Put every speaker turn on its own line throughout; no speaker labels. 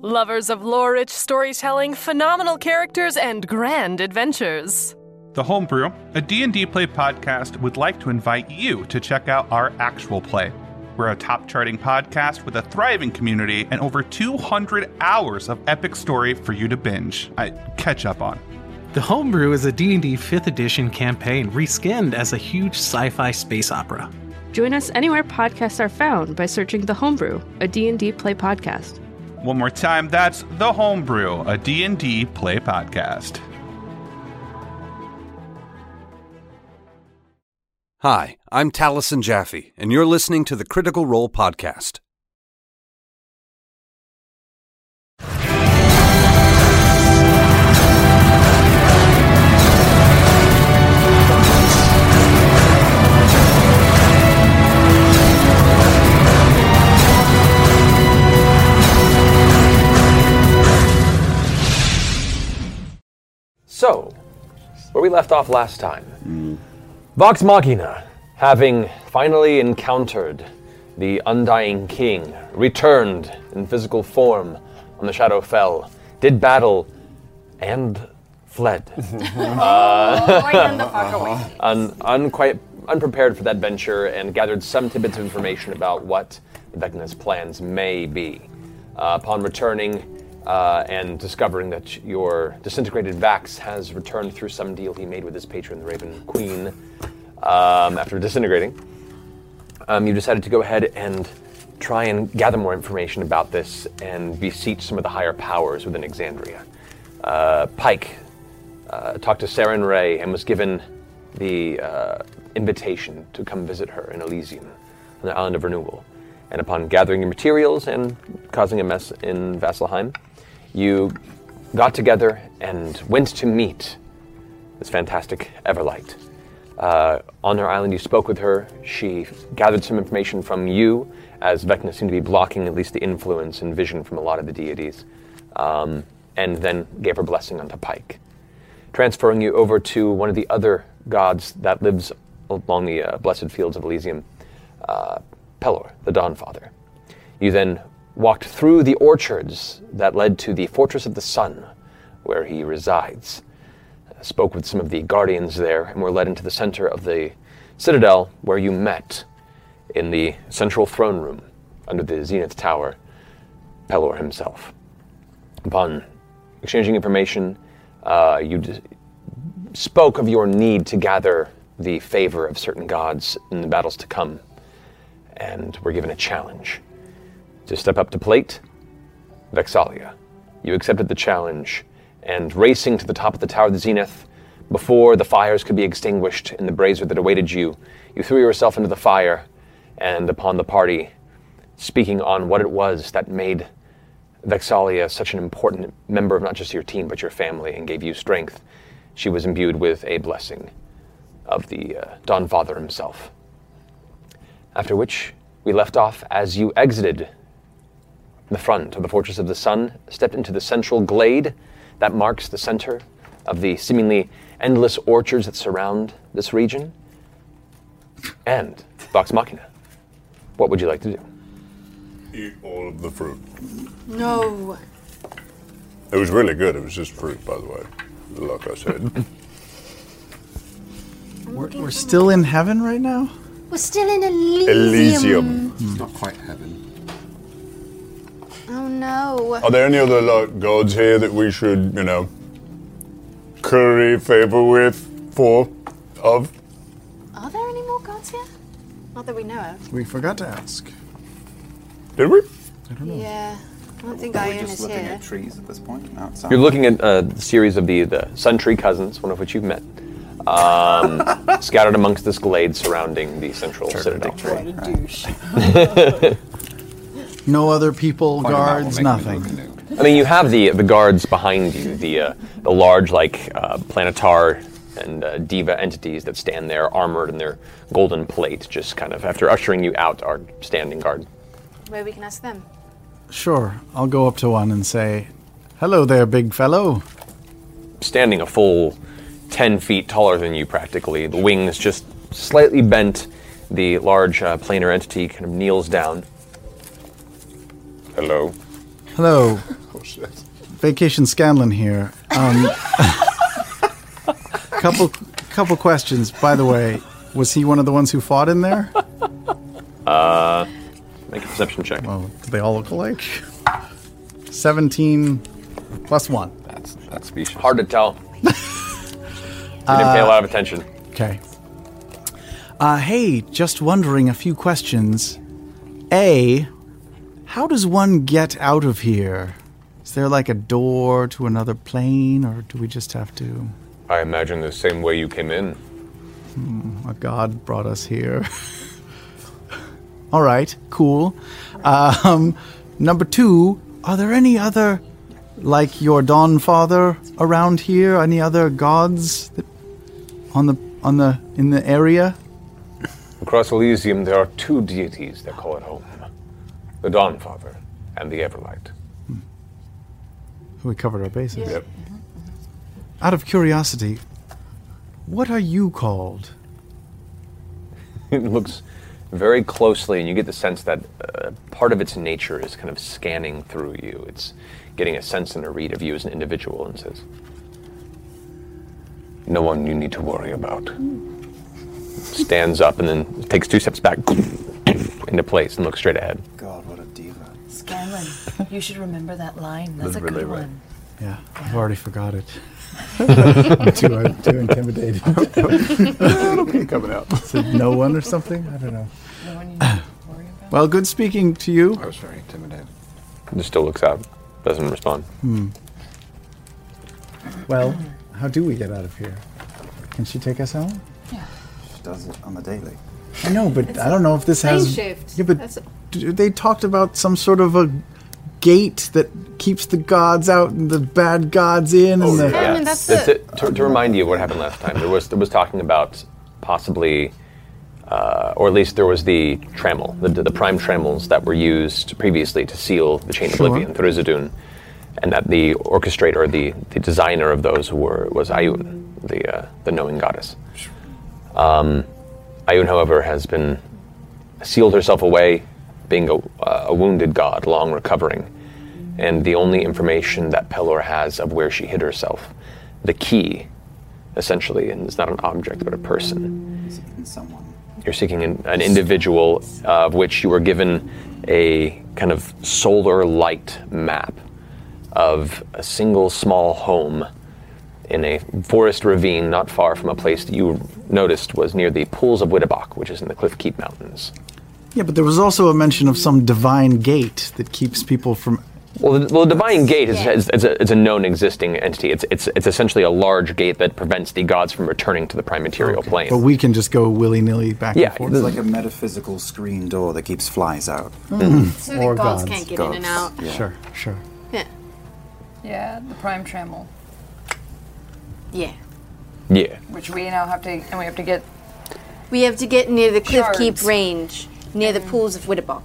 Lovers of lore rich storytelling, phenomenal characters, and grand adventures.
The Homebrew, a D&D play podcast, would like to invite you to check out our actual play. We're a top charting podcast with a thriving community and over 200 hours of epic story for you to binge, I catch up on.
The Homebrew is a D&D 5th edition campaign reskinned as a huge sci-fi space opera.
Join us anywhere podcasts are found by searching The Homebrew, a D&D play podcast.
One more time, that's The Homebrew, a D&D play podcast.
Hi, I'm Taliesin Jaffe, and you're listening to the Critical Role Podcast.
So, where we left off last time, Vox Machina, having finally encountered the Undying King, returned in physical form on the Shadow Fell, did battle, and fled. un, un, quite unprepared for that venture and gathered some tidbits of information about what the Vecna's plans may be. Uh, upon returning uh, and discovering that your disintegrated Vax has returned through some deal he made with his patron, the Raven Queen, um, after disintegrating, um, you decided to go ahead and try and gather more information about this and beseech some of the higher powers within Exandria. Uh, Pike uh, talked to Saren Ray and was given the uh, invitation to come visit her in Elysium, on the island of Renewal. And upon gathering your materials and causing a mess in Vasselheim, you got together and went to meet this fantastic Everlight. Uh, on her island, you spoke with her. She gathered some information from you, as Vecna seemed to be blocking at least the influence and vision from a lot of the deities, um, and then gave her blessing onto Pike transferring you over to one of the other gods that lives along the uh, blessed fields of Elysium, uh, Pelor, the Dawnfather. You then walked through the orchards that led to the Fortress of the Sun, where he resides. Uh, spoke with some of the guardians there, and were led into the center of the citadel, where you met in the central throne room under the Zenith Tower, Pelor himself. Upon exchanging information, uh, you d- spoke of your need to gather the favor of certain gods in the battles to come, and were given a challenge to step up to plate Vexalia. You accepted the challenge, and racing to the top of the Tower of the Zenith, before the fires could be extinguished in the brazier that awaited you, you threw yourself into the fire, and upon the party, speaking on what it was that made Vexalia such an important member of not just your team, but your family, and gave you strength, she was imbued with a blessing of the uh, Don Father himself. After which, we left off as you exited the front of the Fortress of the Sun, stepped into the central glade that marks the center of the seemingly endless orchards that surround this region, and Vox Machina. What would you like to do?
eat all of the fruit.
No.
It was really good. It was just fruit, by the way. Like I said.
We're, we're still in heaven right now?
We're still in Elysium.
It's not quite heaven.
Oh no.
Are there any other like gods here that we should, you know, curry favor with, for, of?
Are there any more gods here? Not that we know of.
We forgot to ask.
Did we?
I don't
Yeah. I don't think
Are we
Iron
just
is
looking
here.
Trees at this point? Outside.
You're looking at a series of the, the Sun Tree cousins, one of which you've met, um, scattered amongst this glade surrounding the central citadel.
No other people,
Point 'em out, we'll
guards, nothing.
I mean, you have the the guards behind you, the uh, the large like uh, planetar and uh, diva entities that stand there, armored in their golden plate, just kind of after ushering you out, are standing guard.
Where we can ask them.
Sure, I'll go up to one and say, Hello there, big fellow.
standing a full 10 feet taller than you practically, the wings just slightly bent. The large uh, planar entity kind of kneels down. Hello.
Hello.
Oh, shit.
Vacation Scanlon here. Um, couple, couple questions. By the way, was he one of the ones who fought in there?
Uh, make a perception check.
Do they all look alike? Seventeen plus one.
That's that species. Hard to tell. you didn't pay a
Uh,
lot of attention.
Okay. Uh, hey, just wondering a few questions. A, how does one get out of here? Is there like a door to another plane, or do we just have to?
I imagine the same way you came in.
Hmm, a god brought us here. All right, cool. Um, number two, are there any other, like your Dawn Father, around here? Any other gods that, on the on the in the area?
Across Elysium, there are two deities that call it home the Dawn Father and the Everlight.
We covered our bases. Out of curiosity, what are you called?
it looks very closely, and you get the sense that uh, part of its nature is kind of scanning through you. It's getting a sense and a read of you as an individual and says, No one you need to worry about. Hmm. Stands up and then takes two steps back into place and looks straight ahead.
God, what a diva.
Scanlan, you should remember that line. That's a
Literally
good
right.
one.
Yeah, I've already forgot it. I'm too, I'm too intimidated. It'll be coming out. Is it no one or something? I don't know.
No one
Well, good speaking to you.
I was very intimidated. Just still looks out, doesn't respond.
Hmm. Well, how do we get out of here? Can she take us home?
She does it on the daily.
I know, but
It's
I don't know if this
plane
has.
shift.
Yeah, but
That's-
d- they talked about some sort of a gate that keeps the gods out and the bad gods in. and the,
that's it. To, to remind you of what happened last time, there was there was talking about possibly, uh, or at least there was the trammel, the, the prime trammels that were used previously to seal the Chain of
Sure.
Oblivion, Thrizodun, and that the orchestrator, the, the designer of those were was Ayun, the uh, the knowing goddess. Um, Ayun, however, has been sealed herself away, being a, uh, a wounded god, long recovering. And the only information that Pelor has of where she hid herself, the key, essentially, and it's not an object but a person. You're seeking an, an individual uh, of which you were given a kind of solar light map of a single small home in a forest ravine not far from a place that you noticed was near the pools of Wittebach, which is in the Cliff Keep Mountains.
yeah, but there was also a mention of some divine gate that keeps people from.
Well, the, well, the Divine Gate is, is, is, a, is a known existing entity. It's, it's, it's essentially a large gate that prevents the gods from returning to the prime material plane.
But we can just go willy nilly back
Yeah,
and forth.
It's like a metaphysical screen door that keeps flies out.
Mm.
Hmm. So the gods can't get in and out.
Yeah.
Sure, sure.
Yeah.
Yeah, the prime trammel,
Yeah.
Yeah.
which we now have to, and we have to get.
We have to get near the cliff keep
Shards.
range, near the pools of Wittebach.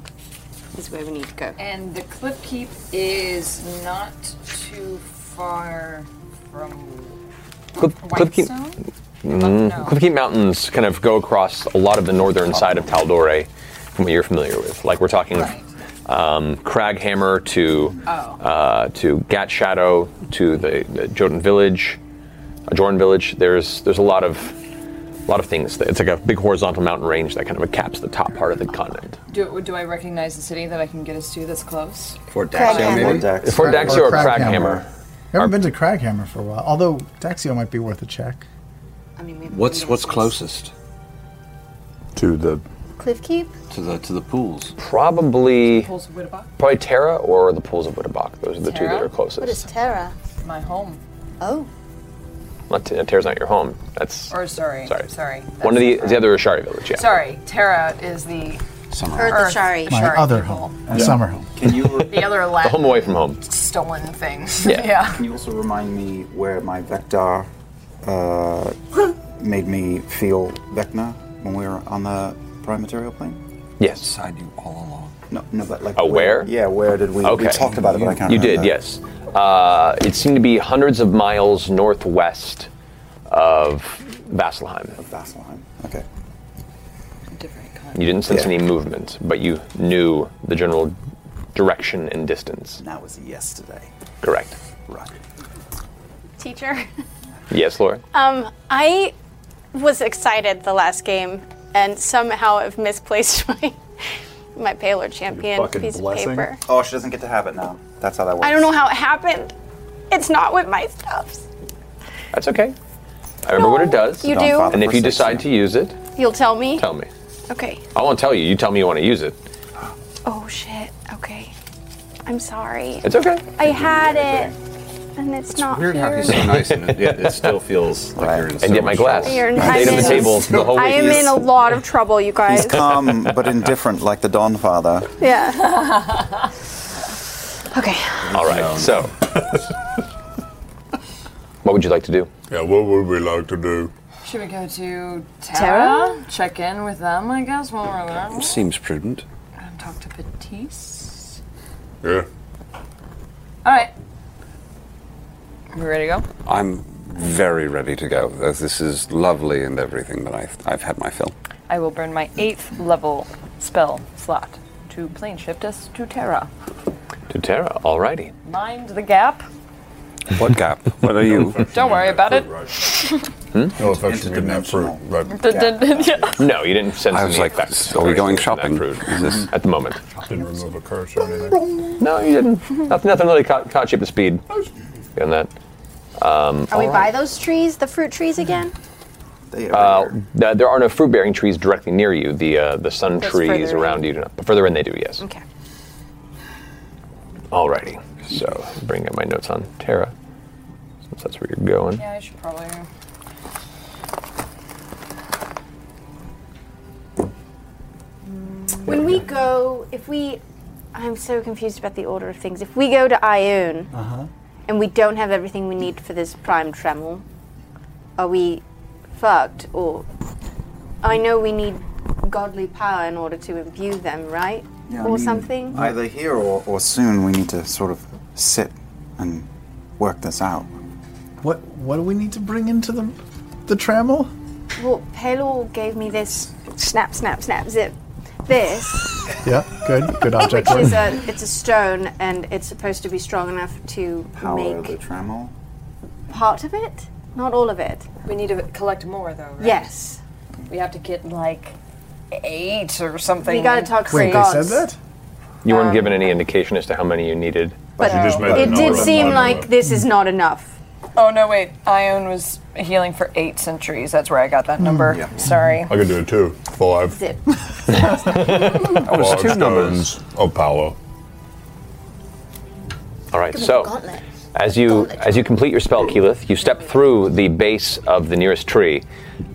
Is where we need to go.
And the cliff keep is not too far from.
Cliff, Cliff Keep, Mm, Cliff Keep Mountains kind of go across a lot of the northern side of Taldore from what you're familiar with. Like we're talking um, Craghammer to uh, to Gat Shadow to the, the Jotun Village, uh, Jordan Village. There's there's a lot of a lot of things. That, it's like a big horizontal mountain range that kind of caps the top part of the continent.
Do, do I recognize the city that I can get us to that's close?
Fort
Craghammer.
Daxio, maybe? Fort Daxio or Craghammer.
I haven't been to Craghammer for a while, although Daxio might be worth a check.
What's what's closest
to the
Cliff Keep?
to the to the pools?
Probably
Pools of Wittebach?
probably Terra or the pools of Wittebach. Those are the two that
Terra?
are
What
closest.
is Terra?
My home.
Oh.
Not Te- Terra's not your home. That's
Or sorry.
Sorry.
Sorry.
one of the the other Ashari village. Yeah.
Sorry. Terra is the
Summer
Earth
home.
Ashari.
My
Ashari
other
people.
home, my summer home.
Can you
The other Latin
home away from home?
stolen thing.
Can you also remind me where my Vector uh, made me feel Vecna when we were on the prime material plane?
Yes.
I knew all along. No, no, but like.
Oh, where?
Yeah, where did we?
Okay.
We talked about it, but I can't
You
remember.
did, yes. Uh, it seemed to be hundreds of miles northwest of Vasselheim. Of
Vasselheim. Okay.
You didn't sense
Yeah.
any movement, but you knew the general direction and distance.
That was yesterday.
Correct.
Right.
Teacher.
Yes, Laura.
Um, I was excited the last game and somehow have misplaced my my Paler champion piece of paper.
Oh, she doesn't get to have it now. That's how that works.
I don't know how it happened. It's not with my stuffs.
That's okay. I remember what it does.
You Don't do? bother
And if you
for six,
decide to use it,
You'll tell me.
tell me.
Okay.
I won't tell you. You tell me you want to use it.
Oh shit. Okay. I'm sorry.
It's okay.
I had it, and it's, not
Weird how
here.
he's so nice, and it, yet it still feels like you're in.
And yet my glass
You're in-
stayed
I'm
on the
in-
table the whole
I
way.
am in a lot of trouble, you guys.
He's calm but indifferent, like the Dawn Father.
Yeah. okay.
Um,
All right. So, what would you like to do?
Yeah, what would we like to do?
Should we go to Terra?
Terra?
Check in with them, I guess, while we're there.
Seems prudent.
And talk to Patisse.
Yeah.
All right. We ready to go?
I'm very ready to go. This this is lovely and everything, but I've, I've had my fill.
I will burn my eighth level spell slot to plane shift us to Terra.
To Terra. Alrighty.
Mind the gap.
What gap? What are you?
Don't worry about it.
No effects from eating that fruit. Right.
Dun, dun, dun, yeah.
Hmm? No, you didn't sense
I was
any
like,
effects.
are we
or
going
anything from that fruit At the moment.
Didn't remove a curse or anything.
No, you didn't. Nothing, nothing really caught, caught you up to speed on that. Um,
Are we
all
by those trees, the fruit trees again?
Uh, th- there are no fruit-bearing trees directly near you. The uh, the sun
That's
trees
further in.
around you, do not, but further in they do. Yes.
Okay.
Alrighty. So bring up my notes on Terra, since that's where you're going.
Yeah, I should probably.
When we go, if we, I'm so confused about the order of things. If we go to Ione
Uh-huh.
and we don't have everything we need for this prime tremel, are we fucked? Or I know we need godly power in order to imbue them, right?
Yeah, I
or
mean,
something.
Either here or, or soon, we need to sort of sit and work this out.
What what do we need to bring into the the trammel?
Well, Pelor gave me this snap, snap, snap, zip. This,
Yeah, good, good
which
object.
is a, it's a stone, and it's supposed to be strong enough to
Power
make
the trammel.
part of it, not all of it.
We need to collect more, though. Right?
Yes.
We have to get like eight or something.
We gotta talk to Wait, the they said gods. that?
You
Um,
weren't given any indication as to how many you needed.
But it did seem like this is not enough.
Oh no! Wait, Ion was healing for eight centuries. That's where I got
Mm,
that number. Sorry.
I could do it too. Five.
Zip.
That
was two
numbers. Of power.
All right. So as you as you complete your spell, Keyleth, you step through the base of the nearest tree,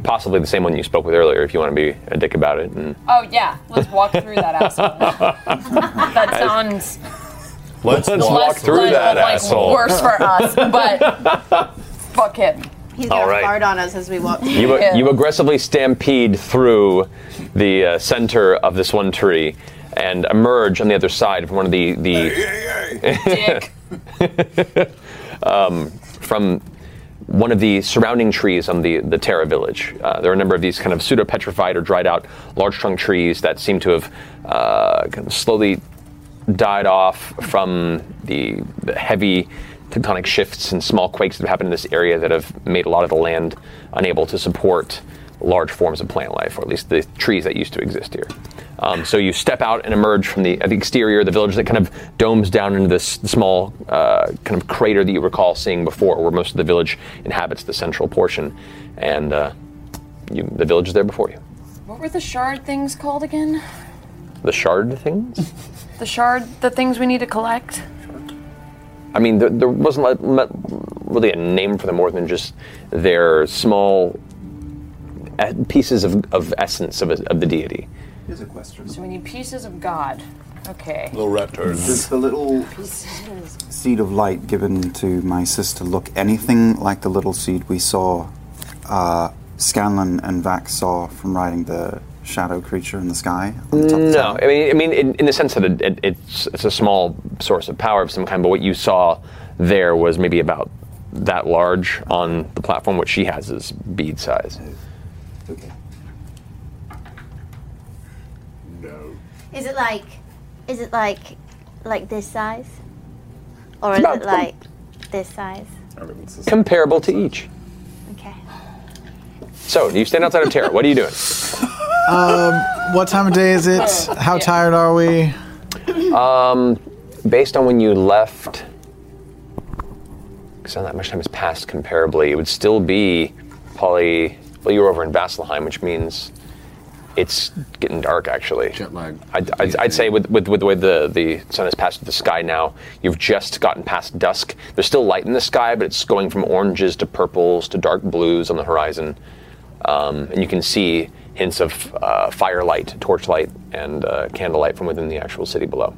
possibly the same one you spoke with earlier. If you want to be a dick about it, and
Oh yeah, let's walk through that asshole. that
As-
sounds
Let's, walk, through
like-
that
like,
asshole.
Worse for us, but fuck it.
He's
gonna All right. fart
on us as we walk.
You, you aggressively stampede through the uh, center of this one tree and emerge on the other side from one of the the um, from one of the surrounding trees on the the Terra village. Uh, there are a number of these kind of pseudo petrified or dried out large trunk trees that seem to have uh, kind of slowly died off from the, the heavy tectonic shifts and small quakes that have happened in this area that have made a lot of the land unable to support large forms of plant life, or at least the trees that used to exist here. Um, so you step out and emerge from the, at the exterior of the village that kind of domes down into this small uh, kind of crater that you recall seeing before, where most of the village inhabits the central portion, and uh, you, the village is there before you.
What were the shard things called again?
The shard things.
The shard, the things we need to collect?
I mean, there, there wasn't like, not really a name for them more than just their small e- pieces of, of essence of, a, of the deity.
Here's a question.
So we need pieces of God. Okay.
Little rat Does the little seed of light given to my sister look anything like the little seed we saw uh, Scanlan and Vax saw from riding the shadow creature in the sky?
No, I mean, I mean, in, in the sense that it, it, it's it's a small source of power of some kind. But what you saw there was maybe about that large on the platform. What she has is bead size.
No.
Is it like, is it like, like this size, or
It's
is
about
it like this size?
Comparable to each.
Okay.
So you stand outside of Terra. What are you doing?
Um, what time of day is it? How tired are we?
Um, based on when you left, because not that much time has passed comparably, it would still be probably. Well, you were over in Vasselheim, which means it's getting dark. Actually, jet lag. I'd, I'd, I'd say with, with, with the way the, the sun has passed the sky now, you've just gotten past dusk. There's still light in the sky, but it's going from oranges to purples to dark blues on the horizon, um, and you can see hints of uh, firelight, torchlight, and uh, candlelight from within the actual city below.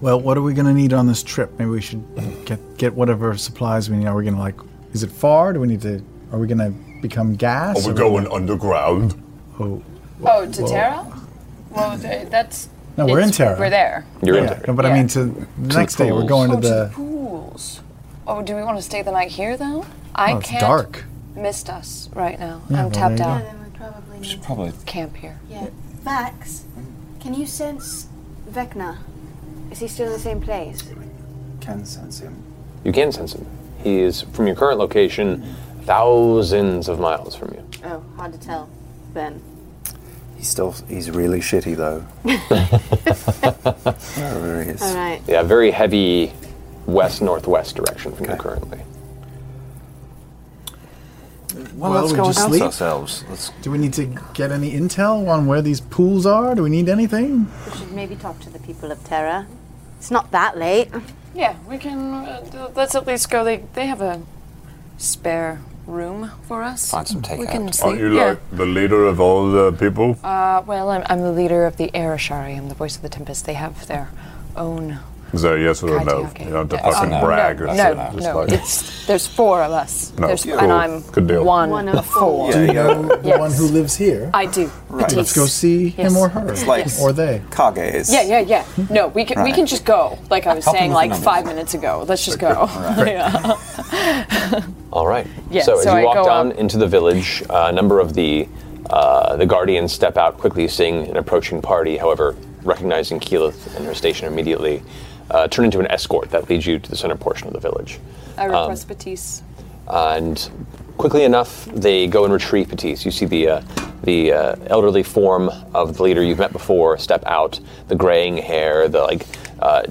Well, what are we gonna need on this trip? Maybe we should get get whatever supplies we need. Are we gonna like? Is it far? Do we need to? Are we gonna become gas?
Are we
Are we
going underground?
Oh,
Oh, to
Whoa.
Terra? Well, th- that's.
No, we're in
it's-
Terra.
We're there.
You're in Terra. No, but I mean, to the next day we're going to
oh,
the.
pools. Oh, do we want to stay the night here though? I
Oh, it's
can't.
dark.
Missed us right now.
Yeah,
I'm
Oh,
well,
tapped
there you
out.
go.
Probably.
should
probably
camp here.
Yeah.
Max, can you sense Vecna?
Is he still in the same place?
Can sense him.
You can sense him. He is from your current location, thousands of miles from you.
Oh, hard to tell. Then.
He's still, he's really shitty though. Wherever he is.
All right.
Yeah, very heavy west northwest direction from you currently.
Well, let's
we
go
just
announce
sleep.
ourselves. Let's
Do we need to get any intel on where these pools are? Do we need anything?
We should maybe talk to the people of Terra. It's not that late.
Yeah, we can. Uh, th- let's at least go. They they have a spare room for us.
Find some
We can sleep.
Aren't you
yeah.
like the leader of all the people?
Uh, well, I'm, I'm the leader of the Ereshari. I'm the voice of the Tempest. They have their own.
Is that a yes or a no? You don't have to
Oh,
fucking
no,
brag
no,
or
no,
something.
no. It's there's four of us.
No,
There's,
cool.
and I'm
Good deal.
one,
One
of four.
Do you know the one who lives here?
I do. Petite.
Let's go see
Yes.
him or her.
It's like- Yes.
or they.
Kage
Yeah, yeah, yeah. No, we can we
Right.
can just go. Like I was
Help him
saying,
with the
like
numbers.
five minutes ago. Let's just go.
Great.
Yeah.
All right.
Yeah,
so, as
so
you
I
walk
go
down into the village, uh, a number of the uh, the guardians step out quickly, seeing an approaching party. However, recognizing Keelith and her station immediately, uh, turn into an escort that leads you to the center portion of the village.
I
Um,
request Batiste.
Uh, and quickly enough, they go and retrieve Patisse. You see the uh, the uh, elderly form of the leader you've met before step out. The graying hair, the like uh,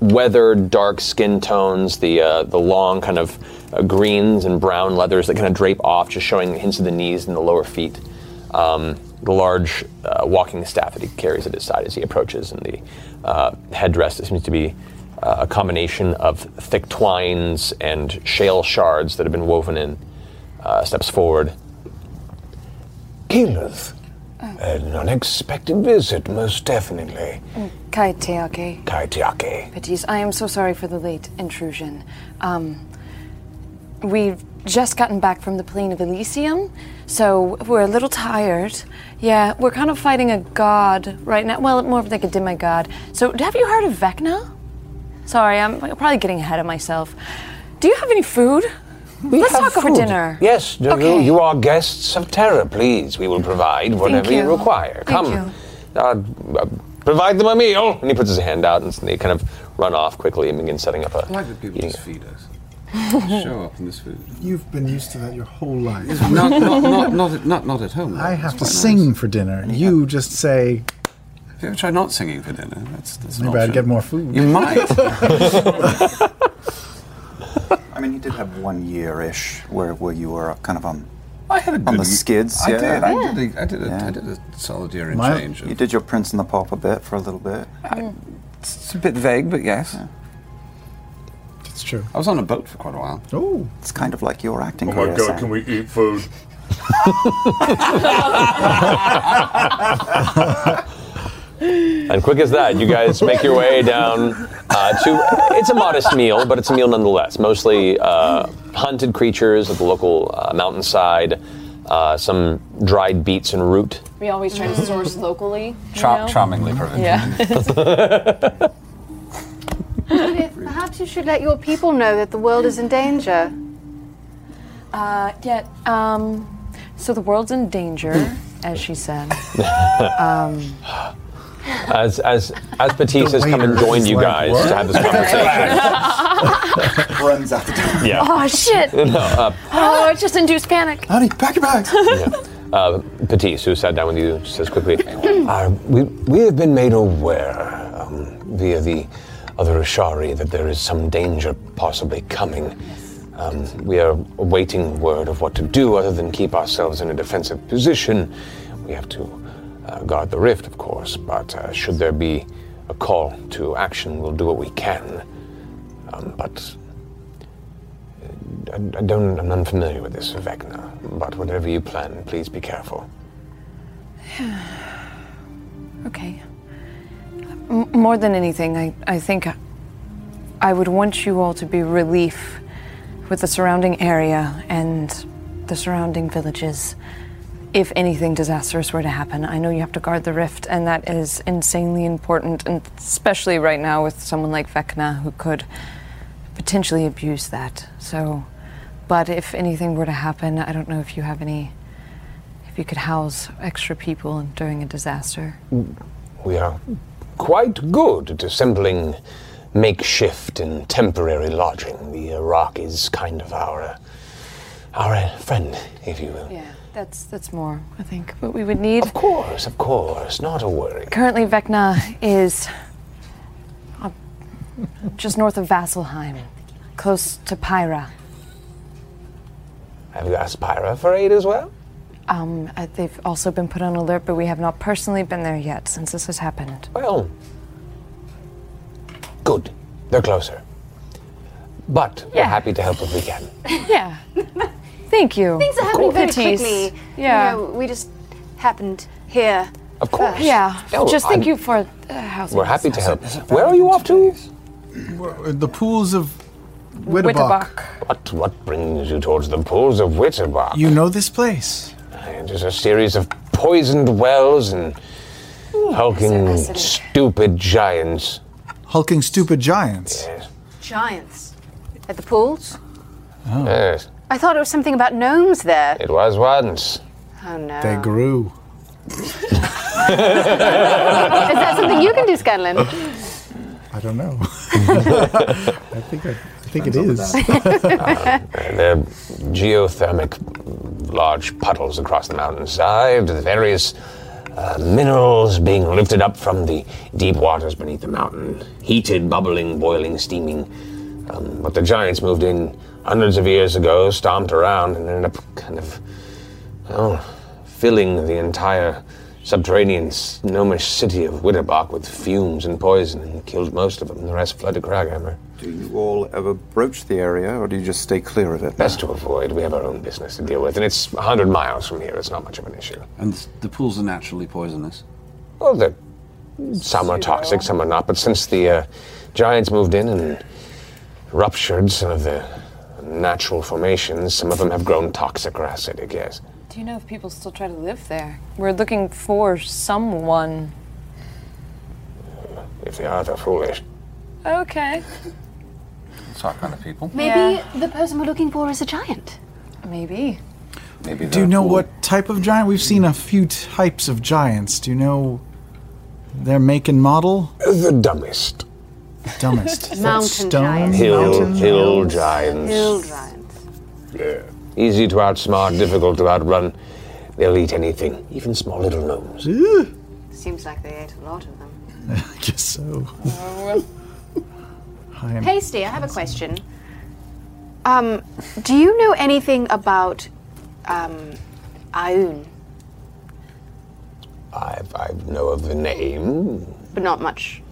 weathered dark skin tones, the uh, the long kind of uh, greens and brown leathers that kind of drape off, just showing hints of the knees and the lower feet. Um, the large uh, walking staff that he carries at his side as he approaches, and the uh, headdress that seems to be uh, a combination of thick twines and shale shards that have been woven in, uh, steps forward.
Keyleth.
Oh.
An unexpected visit, most definitely.
Kai Teake.
Kaitiake.
Batiste, I am so sorry for the late intrusion. Um, we've just gotten back from the plane of Elysium, so we're a little tired. Yeah, we're kind of fighting a god right now. Well, more of like a demigod. So, have you heard of Vecna? Sorry, I'm probably getting ahead of myself. Do you have any food? Let's
have
talk over
food.
dinner.
Yes, you-
Okay.
you are guests of terror, please. We will provide whatever you.
you.
require.
Thank
Come.
you.
Uh, uh,
Provide them a meal. And he puts his hand out, and they kind of run off quickly and begin setting up a.
Why would people just feed us?
Mm-hmm.
Show up in this food.
You've been used to that your whole life.
Not, not, not, not, at- not, not at home.
I have to sing for dinner, and you just say,
Have you ever tried not singing for dinner? That's, that's an
maybe I'd
option.
get more food.
You might.
I mean, you did have one year ish where, where you were kind of on,
I had
on the skids.
I
yeah.
did. I did. A, I did a, I did a solid year in
My-
change.
You did your Prince in the Pop a bit for a little bit.
Mm.
It's, it's a bit vague, but yes.
It's true.
I was on a boat for quite a while.
Oh,
it's kind of like your acting
Oh my
career,
god,
Sam.
can we eat food?
And quick as that, you guys make your way down uh, to. It's a modest meal, but it's a meal nonetheless. Mostly uh, hunted creatures of the local uh, mountainside, uh, some dried beets and root.
We always try
Mm-hmm.
to source locally. you know?
charmingly
Mm-hmm.
proven.
Yeah.
Perhaps you should let your people know that the world is in danger.
Uh, yeah. Um, so the world's in danger, as she said. Um,
As as as Batiste has come and joined you guys to have this conversation.
Runs out the door.
Yeah.
Oh, shit.
No, uh,
oh, it just induced panic.
Honey, pack your bags.
uh, Batiste, who sat down with you, says quickly,
Uh, we, we have been made aware um, via the other Ashari that there is some danger possibly coming. Um, we are awaiting word of what to do other than keep ourselves in a defensive position. We have to uh, guard the rift, of course, but uh, should there be a call to action, we'll do what we can. Um, but I, I don't, I'm unfamiliar with this, Vecna, but whatever you plan, please be careful.
Okay. M- more than anything, I, I think I would want you all to be relief with the surrounding area and the surrounding villages. If anything disastrous were to happen, I know you have to guard the rift, and that is insanely important, and especially right now with someone like Vecna who could potentially abuse that. So, but if anything were to happen, I don't know if you have any, if you could house extra people during a disaster.
We are quite good at assembling makeshift and temporary lodging. The Iraq is kind of our our friend, if you will.
Yeah, that's that's more, I think, what we would need.
Of course, of course, not a worry.
Currently, Vecna is up just north of Vasselheim, close to Pyra.
Have you asked Pyra for aid as well?
Um, uh, they've also been put on alert, but we have not personally been there yet since this has happened.
Well, good. They're closer. But we're
Yeah.
happy to help if we can.
yeah. Thank you.
Things are happening very
Matisse.
quickly.
Yeah.
You know, we just happened here.
Of course.
yeah.
Oh,
just thank
I'm-
you for uh, housing.
We're
us.
happy to help. Where are you off to?
The pools of
Witterbach.
What, what brings you towards the pools of Witterbach?
You know this place.
It is a series of poisoned wells and
Hmm,
hulking, stupid giants.
Hulking stupid giants.
Giants. At the pools? Oh.
Yes,
I thought it was something about gnomes there.
it was once.
Oh no.
They grew.
Is that something you can do, Scanlan?
I don't know. I think I, I think it is.
They're Uh, geothermic large puddles across the mountainside, the various uh, minerals being lifted up from the deep waters beneath the mountain, heated, bubbling, boiling, steaming. Um, but the giants moved in hundreds of years ago, stomped around, and ended up kind of, well, filling the entire subterranean gnomish city of Witterbach with fumes and poison, and killed most of them. The rest fled to Kraghammer.
Do you all ever broach the area, or do you just stay clear of it?
Best to avoid. We have our own business to deal with, and it's 100 miles from here. It's not much of an issue.
And s- the pools are naturally poisonous.
Well, the, some are toxic, some are not, but since the uh, giants moved in and ruptured some of the natural formations, some of them have grown toxic or acidic, yes.
Do you know if people still try to live there? We're looking for someone.
If they are, they're foolish.
Okay.
It's our kind of people.
Maybe the person we're looking for is a giant.
Maybe.
Maybe
Do you know what type of giant? We've seen a few types of giants. Do you know
Their make and model?
The dumbest.
Dumbest. Is that
Mountain
stone?
giants.
Hill,
Mountain
hill giants.
Hill giant.
Yeah. Easy to outsmart, difficult to outrun. They'll eat anything, even small little gnomes.
Seems like they ate a lot of them.
I guess so.
I am-
Pasty, I have a question. Um, do you know anything about um, Aoun,
I, I know of the name.
but not much?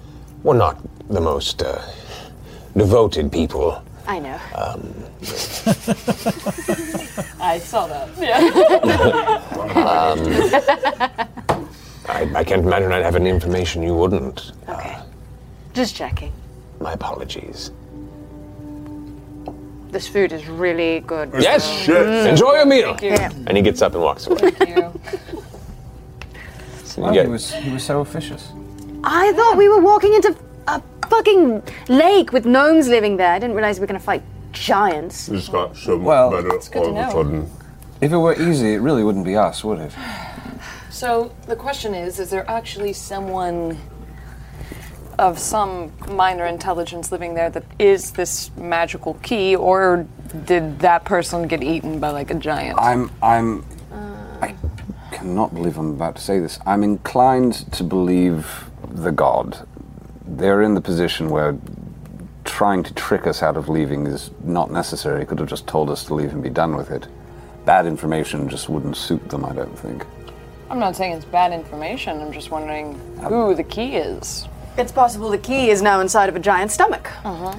We're not the most uh, devoted people.
I know.
Um,
I saw that. Yeah.
um, I, I can't imagine I'd have any information you wouldn't. Okay.
Just checking.
my apologies.
This food is really good.
Yes,
so-
sure. Enjoy your meal.
Thank you. Yeah.
And he gets up and walks away.
Wow,
Yeah.
he, was, he was so officious.
I thought we were walking into a fucking lake with gnomes living there. I didn't realize we were going to fight giants.
It's got so much
Well,
better
It's
good to
all of
know.
a sudden.
If it were easy, it really wouldn't be us, would it?
so the question is: Is there actually someone of some minor intelligence living there that is this magical key, or did that person get eaten by like a giant?
I'm. I'm.
Uh.
I cannot believe I'm about to say this. I'm inclined to believe the god. They're in the position where trying to trick us out of leaving is not necessary. Could have just told us to leave and be done with it. That information just wouldn't suit them, I don't think.
I'm not saying it's bad information. I'm just wondering who the key is.
It's possible the key is now inside of a giant's stomach. Uh-huh.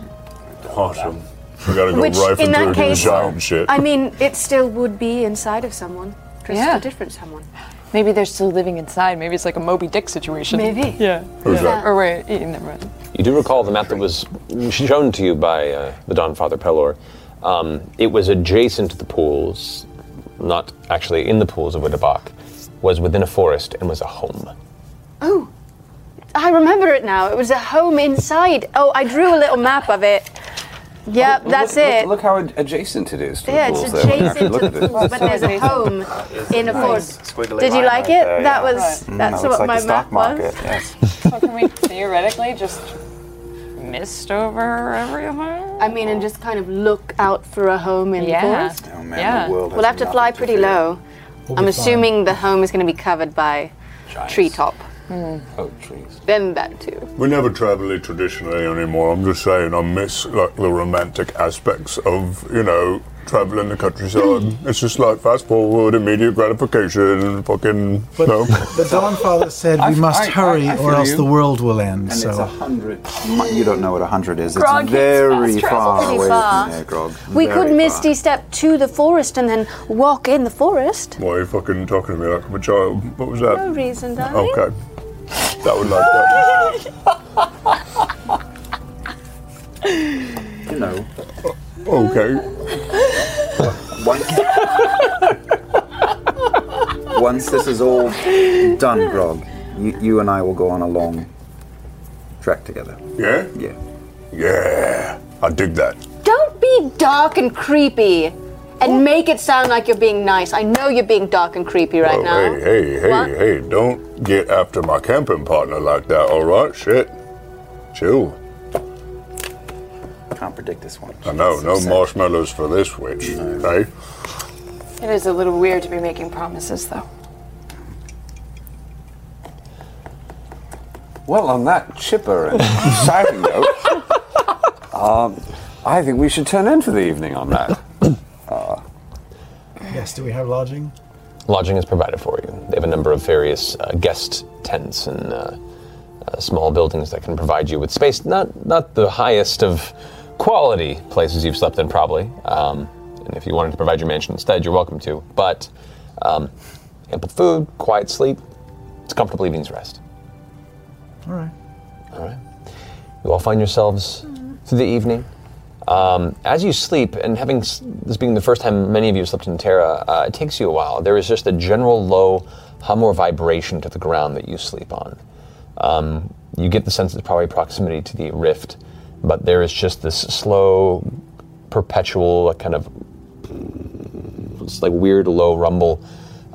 Awesome. We gotta go
Which,
right
in
into
that
the
case,
giant shit.
I mean, it still would be inside of someone, just
Yeah.
a different someone.
Maybe they're still living inside. Maybe it's like a Moby Dick situation.
Maybe.
Yeah.
Who's that?
Or wait, you- never mind.
You do recall the map that was shown to you by uh, the Don Father Pelor. Um, it was adjacent to the pools, not actually in the pools of Widabach, was within a forest and was a home.
Oh, I remember it now. It was a home inside. Oh, I drew a little map of it. Yep, that's
look,
it.
Look, look how ad- adjacent it is to
Yeah,
the
it's
pools. there, when you actually
adjacent
look
to
at
the
it.
pools, but there's a home
Uh,
in a
Nice.
forest. Did you like it? That was that's what my map was.
Yes.
So can we theoretically just mist over everyone?
I mean, and just kind of look out for a home in
Yeah.
the forest.
Oh, man, the Yeah. world
we'll
has
have to fly pretty low.
We'll
I'm
be
assuming the home is going to be covered by treetop. Hmm.
Oh, trees.
Then that too.
We never travel it traditionally anymore. I'm just saying I miss like the romantic aspects of, you know, traveling the countryside. it's just like fast forward, immediate gratification, and fucking no.
The Dawn Father said we
I-
must
I- I-
hurry
I
or
feel
else
you.
the world will end.
And
so
it's a hundred. You don't know what a hundred is.
Grog
it's
hits
very
fast travel
far
pretty
away
far.
from there, Grog.
We
Very
could
far.
misty step to the forest and then walk in the forest.
Why are you fucking talking to me like I'm a child? What was that?
No reason, darling.
Okay.
Oh,
That would like that.
You know.
Okay.
Once this is all done, Grog, you, you and I will go on a long trek together.
Yeah?
Yeah.
Yeah. I dig that.
Don't be dark and creepy and make it sound like you're being nice. I know you're being dark and creepy right now.
Oh, Hey, hey, hey,
What?
hey, don't get after my camping partner like that, alright? Shit. Chill.
Can't predict this one.
I know, no marshmallows for this witch, eh? okay?
It is a little weird to be making promises, though.
Well, on that chipper and exciting note, um, I think we should turn in for the evening on that. Uh,
yes, do we have lodging?
Lodging is provided for you. They have a number of various uh, guest tents and uh, uh, small buildings that can provide you with space. Not not the highest of quality places you've slept in, probably. Um, and if you wanted to provide your mansion instead, you're welcome to. But um, ample food, quiet sleep, it's a comfortable evening's rest.
All right.
All right. You all find yourselves through the evening. Um, as you sleep, and having s- this being the first time many of you have slept in Terra, uh, it takes you a while. There is just a general low hum or vibration to the ground that you sleep on. Um, you get the sense of probably proximity to the rift, but there is just this slow, perpetual kind of it's like weird low rumble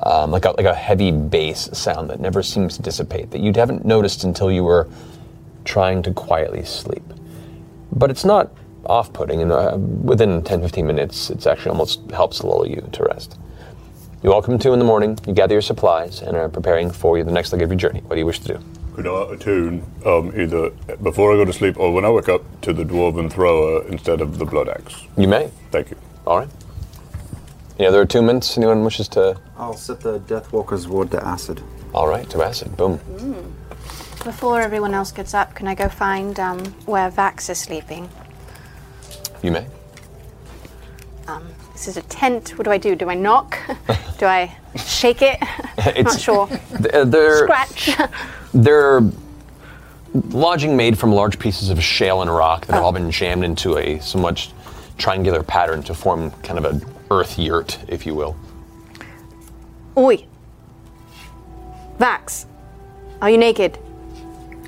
um, like a, like a heavy bass sound that never seems to dissipate that you haven't noticed until you were trying to quietly sleep. But it's not off-putting, and uh, within 10-15 minutes, it's actually almost helps lull you to rest. You all come to in the morning. You gather your supplies and are preparing for the next leg of your journey. What do you wish to do?
Could I attune um, either before I go to sleep or when I wake up to the dwarven thrower instead of the blood axe?
You may.
Thank you.
All right. Any other attunements anyone wishes to?
I'll set the Deathwalker's ward to acid.
All right, to acid. Boom.
Mm. Before everyone else gets up, can I go find um, where Vax is sleeping?
You may.
Um, this is a tent. What do I do? Do I knock? do I shake it? Not sure.
th- uh, they're
Scratch.
they're lodging made from large pieces of shale and rock that have all been jammed into a somewhat triangular pattern to form kind of an earth yurt, if you will.
Oi. Vax, are you naked?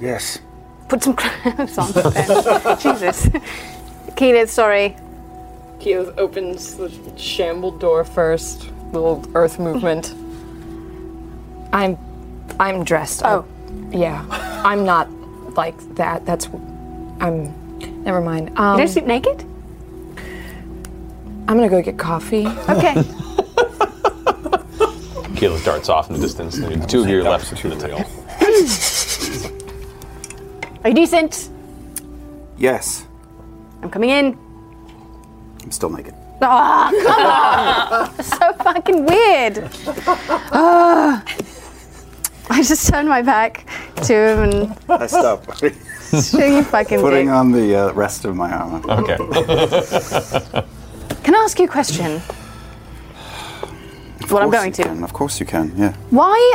Yes.
Put some clothes on. then. Jesus. Keenan, sorry.
Keoth opens the shamble door first. Little earth movement. I'm, I'm dressed. Oh, yeah. I'm not like that. That's, I'm. Never mind. Um,
Did I sleep naked?
I'm gonna go get coffee.
Okay.
Keyleth darts off in the distance, and the two of you are left to the tail.
Are you decent?
Yes.
I'm coming in.
I'm still naked.
Ah, come on! That's so fucking weird. Ah. I just turned my back to him and
I stop.
show you fucking
Putting
dick.
on the uh, rest of my armor.
Okay.
Can I ask you a question?
Of
Well, I'm
course
going
you
to.
Can. Of course you can, yeah.
Why?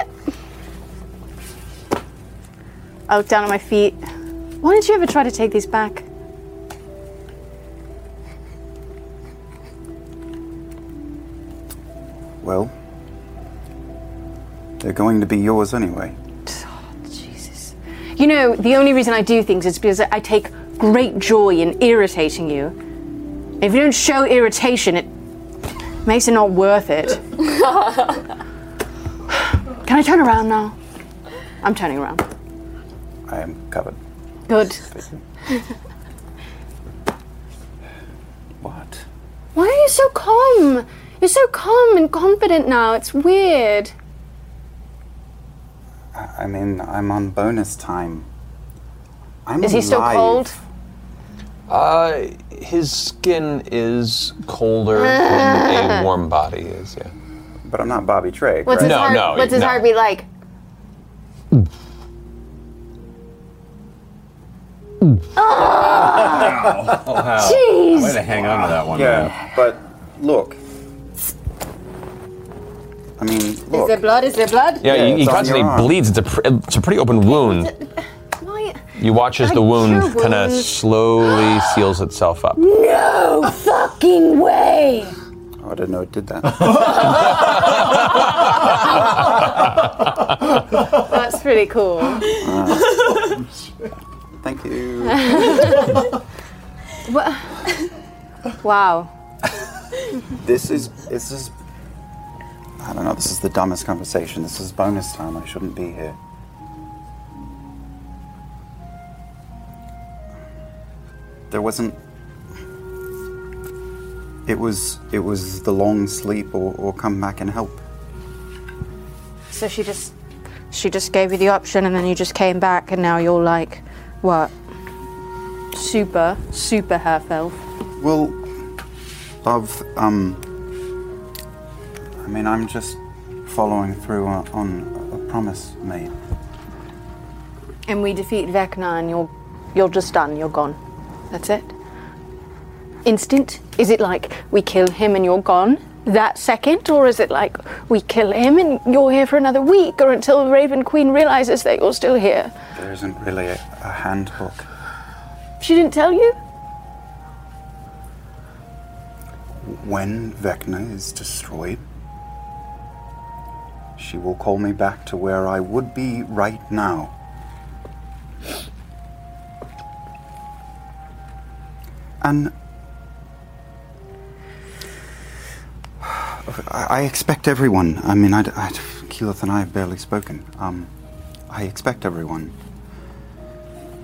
I look Oh, down at my feet. Why did you ever try to take these back?
Well, they're going to be yours anyway.
You know, the only reason I do things is because I take great joy in irritating you. If you don't show irritation, it makes it not worth it. Can I turn around now? I'm turning around.
I am covered.
Good.
What?
Why are you so calm? You're so calm and confident now. It's weird.
I mean, I'm on bonus time. I'm
Is he still
alive.
cold?
Uh, his skin is colder than a warm body is, yeah.
But I'm not Bobby Drake.
What's his
no,
heart?
no,
what's his
no.
heart be like?
Oh!
wow.
Jeez.
Way to hang on to that one.
Yeah,
man.
but look. I mean,
Is
look.
there blood? Is there blood?
Yeah, he- he
it's on
constantly
your arm.
bleeds. It's a, pr- it's a pretty open wound.
Why?
You watch as the
I
wound
cure
kind of
wounds.
slowly seals itself up.
No fucking way!
Oh, I didn't know it did that.
That's pretty cool.
Uh, Thank you.
Wha- wow.
This is this is I don't know, this is the dumbest conversation. This is bonus time. I shouldn't be here. There wasn't it was it was the long sleep or, or come back and help.
So she just she just gave you the option and then you just came back and now you're like what? Super, super herself.
Well love, um I mean I'm just following through on, on a promise made.
And we defeat Vecna and you're you're just done, you're gone. That's it. Instant? Is it like we kill him and you're gone that second? Or is it like we kill him and you're here for another week or until Raven Queen realizes that you're still here?
There isn't really a, a handbook.
She didn't tell you?
When Vecna is destroyed, she will call me back to where I would be right now. And I, I expect everyone. I mean, I, d- I d- Keyleth and I have barely spoken. Um, I expect everyone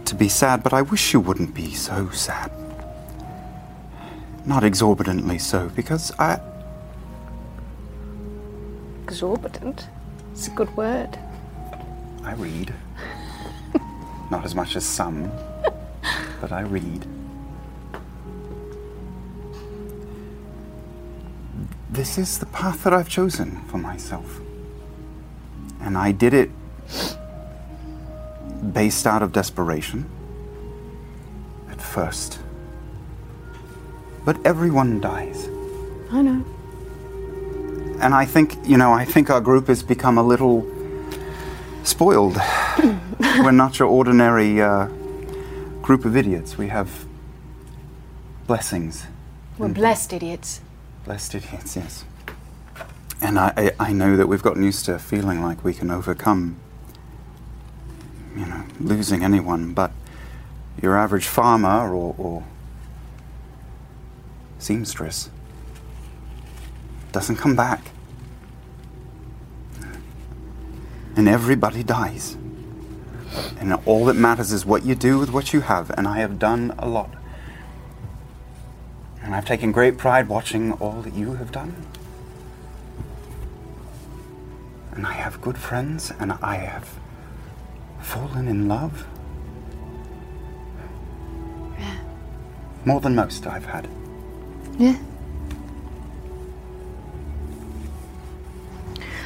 to be sad, but I wish you wouldn't be so sad. Not exorbitantly so, because I.
Exorbitant. It's a good word.
I read. Not as much as some, but I read. This is the path that I've chosen for myself. And I did it based out of desperation at first. But everyone dies.
I know.
And I think, you know, I think our group has become a little spoiled. We're not your ordinary uh, group of idiots. We have blessings,
We're blessed idiots.
blessed idiots, yes. And I, I, I know that we've gotten used to feeling like we can overcome, you know, losing anyone, but your average farmer or, or seamstress doesn't come back. And everybody dies. And all that matters is what you do with what you have, and I have done a lot. And I've taken great pride watching all that you have done. And I have good friends, and I have fallen in love. More than most I've had.
Yeah.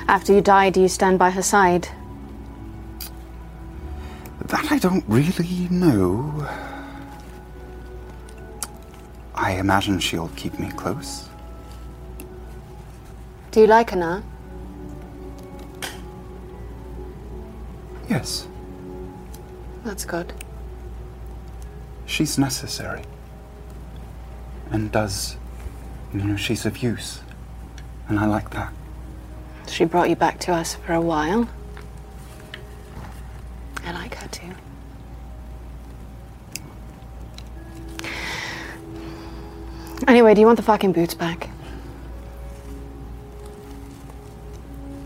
After you die, do you stand by her side?
That I don't really know. I imagine she'll keep me close.
Do you like her now?
Yes,
That's good.
she's necessary. And does, you know, she's of use. And I like that.
She brought you back to us for a while. I like her too. Anyway, do you want the fucking boots back?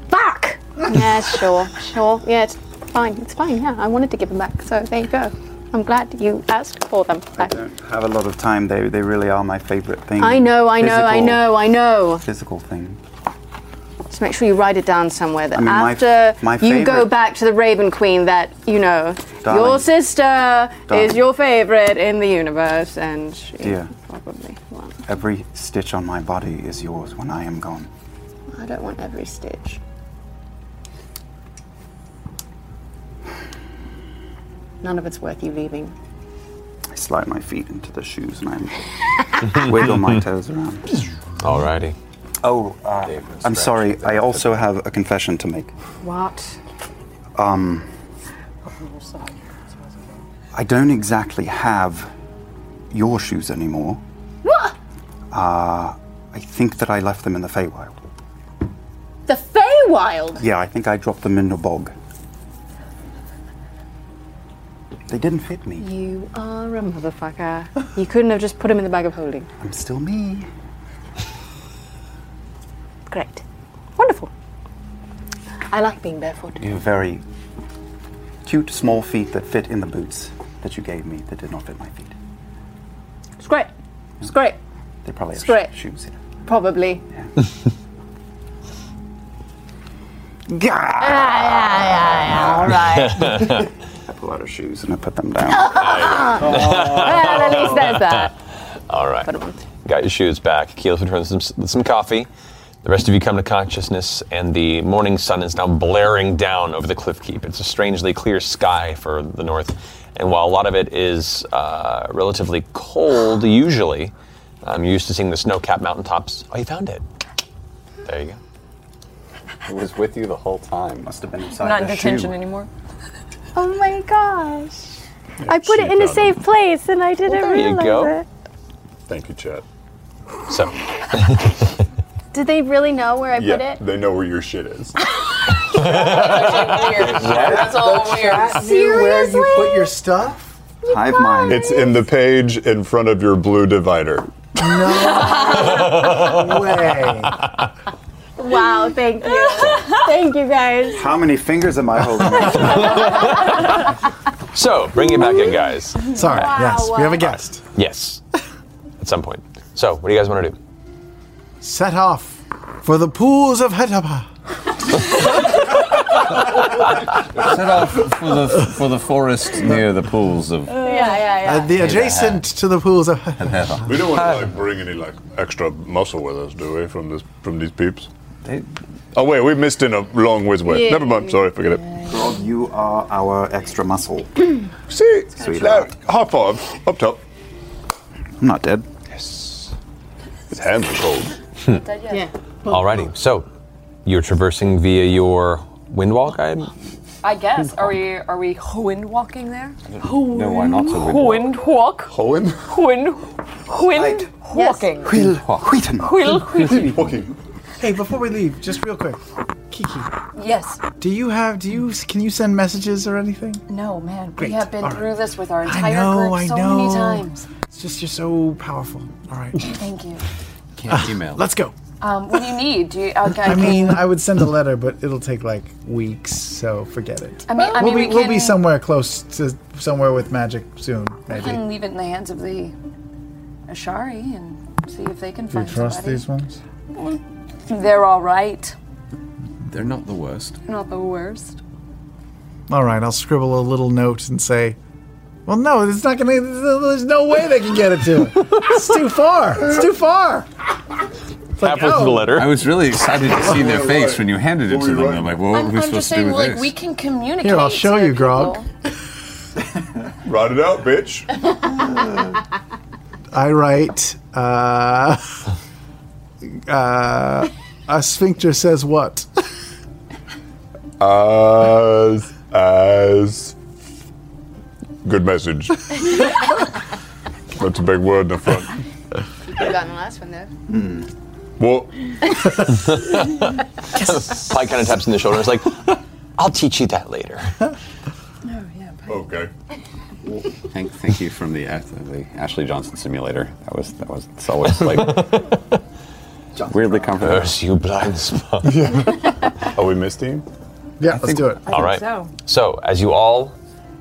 Fuck! yeah, sure, sure. Yeah, it's fine. It's fine. Yeah, I wanted to give them back, so there you go. I'm glad you asked for them. back.
Have a lot of time. They, they really are my favorite thing.
I know, I know, I
Physical-
know, I know.
Physical thing.
Just make sure you write it down somewhere that
I mean, my-
after
my
you go
favorite-
back to the Raven Queen, that, you know,
Darling.
your sister is
Darling.
your favorite in the universe, and she
Dear.
probably won.
Every stitch on my body is yours when I am gone.
I don't want every stitch. None of it's worth you leaving.
I slide my feet into the shoes and I wiggle my toes around.
Alrighty.
Oh, uh, I'm sorry. I also have a confession to make.
What?
Um, I don't exactly have your shoes anymore.
What?
Uh, I think that I left them in the Feywild.
The Feywild?
Yeah, I think I dropped them in the bog. They didn't fit me.
You are a motherfucker. you couldn't have just put him in the bag of holding.
I'm still me.
Great. Wonderful. I like being barefoot.
You have very cute small feet that fit in the boots that you gave me that did not fit my feet.
It's great. It's great.
They probably
It's
have
great.
sh- shoes in
Probably.
it. Gah!
All right.
I pull out her shoes and I put them down.
well, at least there's that.
All right. Got your shoes back. Keyleth returns some, with some coffee. The rest of you come to consciousness, and the morning sun is now blaring down over the cliff keep. It's a strangely clear sky for the north, and while a lot of it is uh, relatively cold, usually, I'm used to seeing the snow-capped mountaintops. Oh, you found it. There you go.
It was with you the whole time. Must have been
I'm
inside
not in detention anymore.
Oh my gosh. I put it
she
in a
got
safe place and I didn't
there you
realize
go.
it.
Thank you, Chad.
So,
Did they really know where I
yeah, they know where your shit is.
That's all weird.
Seriously? Where you put your stuff?
Hive mind.
It's in the page in front of your blue divider.
No way.
wow, thank you. thank you guys.
How many fingers am I holding?
So, bring it back in, guys.
Sorry. yes, we have a guest.
Yes, at some point. So, what do you guys want to do?
Set off for the pools of Hetapa.
Set off for the, for the forest near the pools of.
yeah, yeah, yeah.
Uh, the adjacent to the pools of Hetapa.
We don't want to like bring any like extra muscle with us, do we? From this, from these peeps. oh wait, we missed in a long ways way.
Yeah.
Never mind. Sorry, forget it.
Rob, you are our extra muscle.
See,
Sweet.
now, high fives up top.
I'm not dead.
Yes.
His hands are cold.
yeah.
Alrighty. So, you're traversing via your windwalk. I
I guess. Are we are we wind walking there?
know why not to
Wind walk.
Hoen?
Wind. Wind walking. Quill. Quill.
Walking.
Hey, before we leave, just real quick, Kiki,
Yes.
do you have? Do you? Can you send messages or anything?
No, man.
Great.
We have been
All right.
through this with our
I
entire
know.
group
I
so
know.
many times.
It's just you're so powerful. All right.
Thank you.
Can't email. Let's go.
Um, what do you need? Do you, I, I,
I
can-
mean, I would send a letter, but it'll take like weeks, so forget it.
I mean- I
we'll be,
mean, we
will be
can-
somewhere close to somewhere with magic soon,
I
maybe.
can leave it in the hands of the Ashari and see if they can
Do you
find
trust
somebody. Mm,
these ones?
They're all right.
They're not the worst.
Not the worst.
All right, I'll scribble a little note and say, "Well, no, it's not gonna. There's no way they can get it to. it. It's too far. It's too far."
Halfway
through the
oh.
letter. I was really excited to see their face when you handed it to them. I'm like, well, what are
I'm,
we
I'm
supposed
just
to do
saying,
with
like,
this?
we can communicate.
Here, I'll show
to
you, Grog.
people.
Ride it out, bitch.
I write, uh, uh, a sphincter says what?
As as good message. That's a big word in the front.
Oh,
You've gotten the last one though.
Hmm.
What?
Oh,
Pike kind of taps in the shoulder. It's like, I'll teach you that later.
Okay.
Thank, thank you from the, Ash- the Ashley Johnson simulator. That was that was it's always like weirdly comfortable.
Curse you, blind spot.
Are Oh, we missed him?
Yeah, let's do it.
all right. So. oh, as you all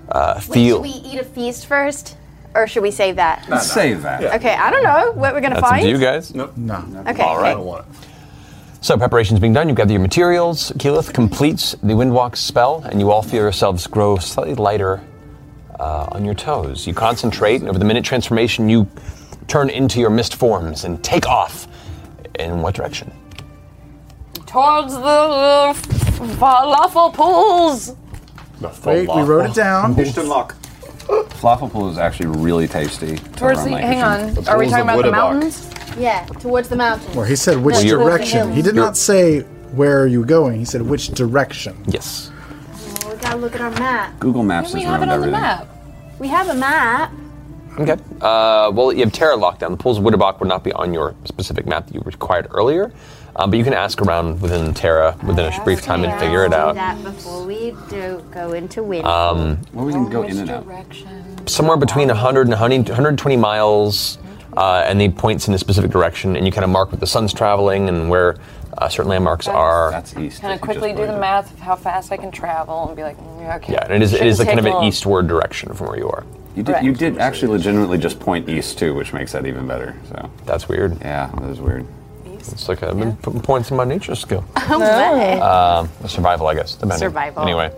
uh, feel,
Wait, should we eat a feast first? Or should we save that?
Let's save that. Yeah.
Okay, I don't know what we're gonna
that's up
find.
to you guys.
Nope.
No.
Okay.
All
okay.
right. So preparations being done, you gather your materials. Keyleth completes the Windwalk spell, and you all feel yourselves grow slightly lighter uh, on your toes. You concentrate, and over the minute transformation, you turn into your mist forms and take off. In what direction?
Towards the uh, falafel pools.
Wait, we wrote it down.
lock.
Falafel pool is actually really tasty.
Towards the. Hang on. Are we talking about the mountains?
Yeah, towards the mountains.
Well, he said which
No, towards the
direction.
hills.
He did not say where are you going. He said which direction.
Yes.
Well, we gotta look at our map.
Google Maps
We have it on the map. We have a map.
Okay. Uh, well, you have Terra locked down. The pools of Witterbach would not be on your specific map that you required earlier, um, but you can ask around within Terra within a brief time and figure it
Do
out.
that before we do go into wind.
Um, well, we can go
in and
out. Somewhere between 100 and 100 120 miles, uh, and they points in a specific direction, and you kind of mark where the sun's traveling and where uh, certain landmarks are. That's east.
Kind of quickly do the math of how fast I can travel and be like, mm, okay.
Yeah, and it is, it
shouldn't
is a kind of
take
an
long.
eastward direction from where you are.
You did, you did actually legitimately just point east too, which makes that even better. So
that's weird.
Yeah, that is weird.
It's like I've been putting points in my nature skill.
Oh,
Alright.
Um, survival, I guess. Depending.
Survival.
Anyway,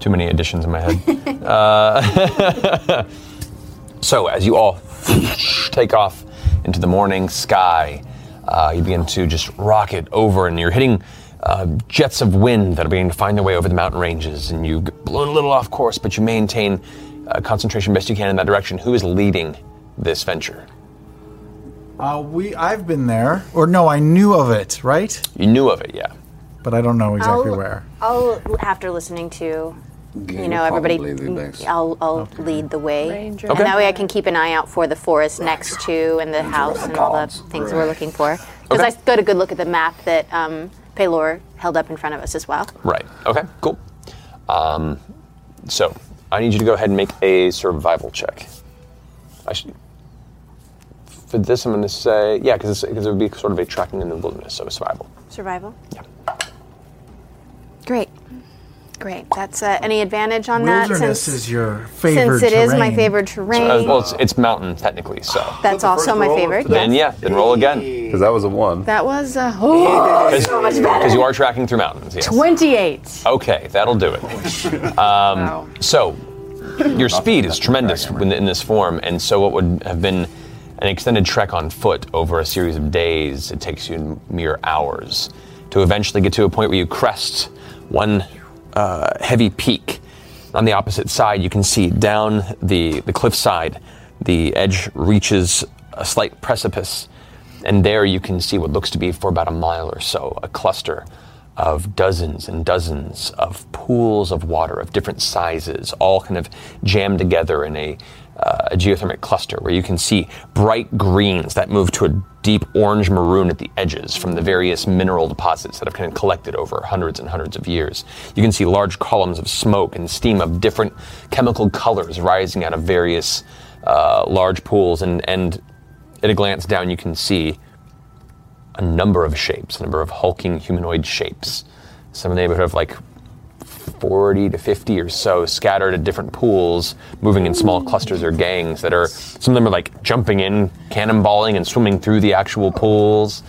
too many additions in my head. uh, so, as you all take off into the morning sky, uh, you begin to just rocket over, and you're hitting uh, jets of wind that are beginning to find their way over the mountain ranges, and you get blown a little off course, but you maintain uh, concentration best you can in that direction. Who is leading this venture?
Uh, we, I've been there, or no, I knew of it, right?
You knew of it, yeah.
But I don't know exactly
I'll-
where.
I'll after listening to
Yeah,
you
you're
know everybody. mm,
probably the best.
I'll I'll lead the way, and
Okay.
that way I can keep an eye out for the forest next to and the house and all the things we're
Right.
looking for. Because I got a good look at the map that um, Paylor held up in front of us as well.
Right. Okay. Cool. Um, so I need you to go ahead and make a survival check. I should. for this, I'm going to say yeah, because it would be sort of a tracking in the wilderness, so a survival.
Survival. Yeah. Great. Great. That's uh, any advantage on that
Wilderness
since
is your
since it is my favorite
So,
terrain.
uh, well, it's, it's mountain technically, so
that's also my favorite.
then
yes.
yeah, then roll again because
that was a one.
That was uh, oh, so much better.
Because you are tracking through mountains. Yes.
28.
Okay, that'll do it. Um, so, your speed is tremendous when, in this form, and so what would have been an extended trek on foot over a series of days, it takes you mere hours to eventually get to a point where you crest one uh, heavy peak. On the opposite side, you can see down the, the cliffside, the edge reaches a slight precipice, and there you can see what looks to be, for about a mile or so, a cluster of dozens and dozens of pools of water of different sizes, all kind of jammed together in a, uh, a geothermic cluster where you can see bright greens that move to a deep orange maroon at the edges from the various mineral deposits that have kind of collected over hundreds and hundreds of years. You can see large columns of smoke and steam of different chemical colors rising out of various uh, large pools, and, and at a glance down, you can see a number of shapes, a number of hulking humanoid shapes, some in the neighborhood of like 40 to 50 or so, scattered at different pools, moving in small clusters or gangs that are, some of them are like jumping in, cannonballing, and swimming through the actual pools.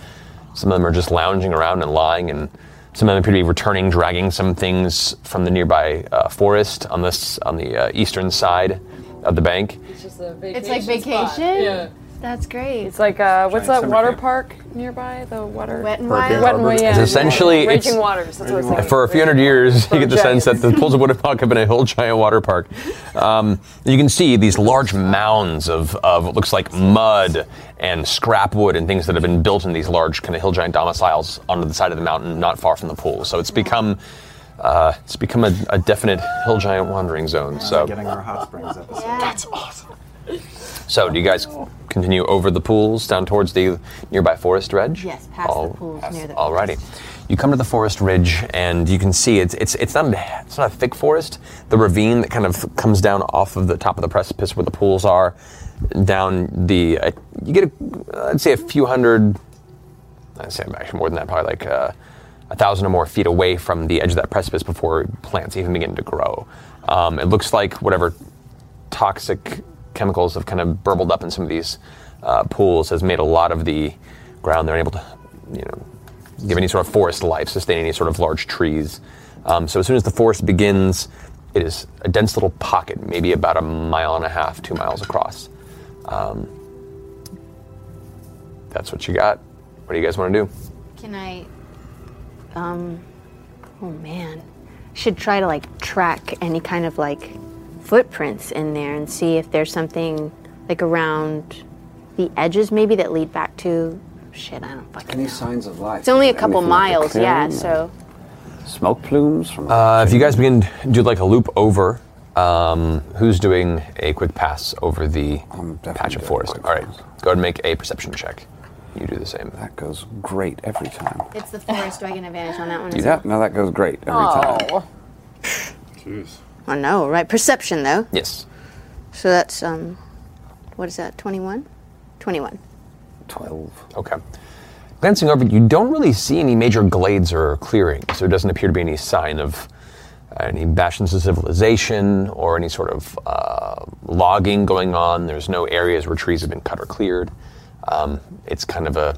Some of them are just lounging around and lying, and some of them appear to be returning, dragging some things from the nearby uh, forest on this on the uh, eastern side of the bank.
It's
It's like vacation.
Yeah.
That's great.
It's like uh, what's
Giant
that
summer
water
camp.
park nearby? The water
wet and
Hurricane
wild. Wet and
Harbor.
wild. Yeah.
It's essentially-
raging
it's-
waters. That's what it's like.
For a few hundred years, you get the sense that the pools of Winnebago have been a whole giant water park. Um, you can see these large mounds of, of what looks like mud and scrap wood and things that have been built in these large kind of hill giant domiciles onto the side of the mountain, not far from the pool. So it's become uh, it's become a, a definite hill giant wandering zone. So
Getting our hot springs episode.
That's
awesome.
so do you guys continue over the pools down towards the nearby forest ledge?
Yes, past
All-
the pools near the.
Alrighty. You come to the forest ridge, and you can see it's it's it's not it's not a thick forest. The ravine that kind of comes down off of the top of the precipice where the pools are, down the uh, you get a, I'd say a few hundred, I'd say actually more than that, probably like uh, a thousand or more feet away from the edge of that precipice before plants even begin to grow. Um, it looks like whatever toxic chemicals have kind of burbled up in some of these uh, pools has made a lot of the ground they're able to, you know, give any sort of forest life, sustain any sort of large trees. Um, so as soon as the forest begins, it is a dense little pocket, maybe about a mile and a half, two miles across. Um, that's what you got. What do you guys want to do?
Can I? Um. Oh man, should try to like track any kind of like footprints in there and see if there's something like around the edges maybe that lead back to shit. I don't fucking.
Any signs of life?
It's only a
Anything
couple
like a
miles, yeah.
clearing?
So
Smoke plumes from.
Uh, if you guys begin do like a loop over, um, who's doing a quick pass over the patch of forest? All right, go ahead and make a perception check. You do the same.
That goes great every time.
it's the forest. Do I get an advantage on that one?
Do that? No, that goes great every time.
Oh. I know, right? Perception though.
Yes.
So that's um, what is that? Twenty-one. Twenty-one.
12.
Okay. Glancing over, you don't really see any major glades or clearings. There doesn't appear to be any sign of uh, any bastions of civilization or any sort of uh, logging going on. There's no areas where trees have been cut or cleared. Um, it's kind of a,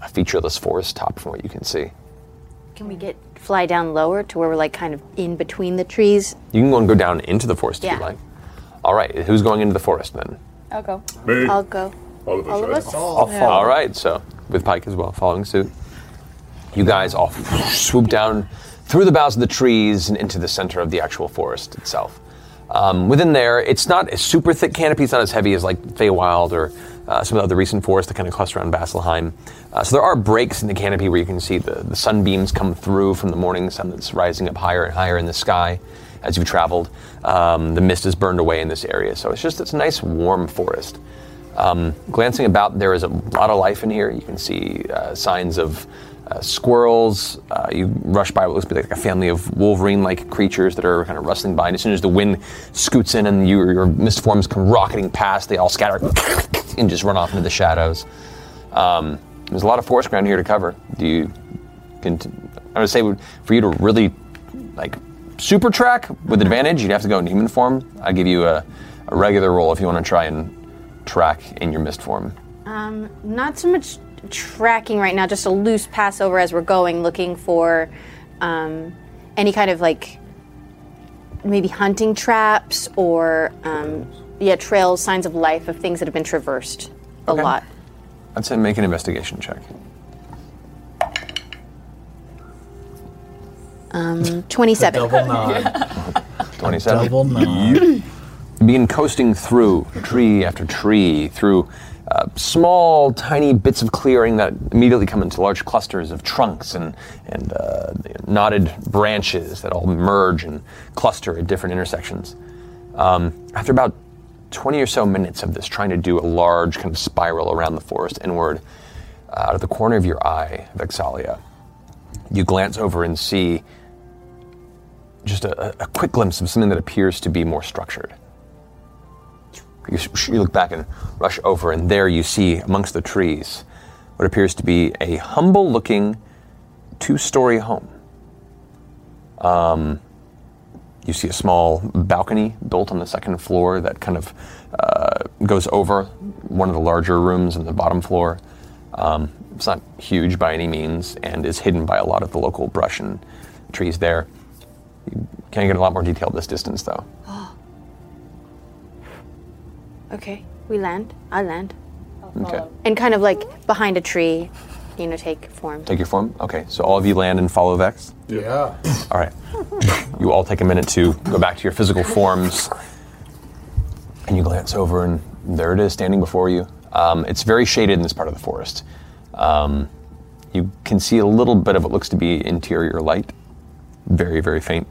a featureless forest top from what you can see.
Can we get fly down lower to where we're like kind of in between the trees?
You can go and go down into the forest if
Yeah.
you like. All right, who's going into the forest then?
I'll go.
Me.
I'll go.
All of us, right?
Oh,
All right, so with Pike as well, following suit. You guys all swoop down through the boughs of the trees and into the center of the actual forest itself. Um, within there, it's not a super thick canopy. It's not as heavy as like Feywild or uh, some of the other recent forests that kind of cluster around Vasselheim. Uh, so there are breaks in the canopy where you can see the, the sunbeams come through from the morning sun that's rising up higher and higher in the sky as you've traveled. Um, the mist is burned away in this area, so it's just it's a nice warm forest. Um, glancing about, there is a lot of life in here. You can see uh, signs of uh, squirrels. Uh, you rush by what looks to be like a family of wolverine-like creatures that are kind of rustling by. And as soon as the wind scoots in and your, your mist forms come rocketing past, they all scatter and just run off into the shadows. Um, there's a lot of forest ground here to cover. Do you? Cont- I would say would- for you to really like super track with advantage, you'd have to go in human form. I give you a, a regular roll if you want to try and track in your mist form.
Um, not so much tracking right now, just a loose pass over as we're going, looking for um, any kind of like maybe hunting traps or um, yeah, trails, signs of life of things that have been traversed a lot.
I'd say make an investigation check.
Um, Twenty-seven.
double nod. 27.
Double
You begin coasting through tree after tree, through uh, small, tiny bits of clearing that immediately come into large clusters of trunks and, and uh, knotted branches that all merge and cluster at different intersections. Um, after about 20 or so minutes of this, trying to do a large kind of spiral around the forest inward, uh, out of the corner of your eye, Vexalia, you glance over and see just a, a- a quick glimpse of something that appears to be more structured. You, s- you look back and rush over, and there you see amongst the trees what appears to be a humble looking two story home. Um, you see a small balcony built on the second floor that kind of uh, goes over one of the larger rooms on the bottom floor. Um, it's not huge by any means and is hidden by a lot of the local brush and trees there. You can get a lot more detail at this distance, though.
Okay, we land. I land.
Okay.
And kind of like behind a tree, you know, take form.
Take your form. Okay, so all of you land and follow Vex.
Yeah.
All right. You all take a minute to go back to your physical forms, and you glance over, and there it is, standing before you. Um, it's very shaded in this part of the forest. Um, you can see a little bit of what looks to be interior light, very, very faint.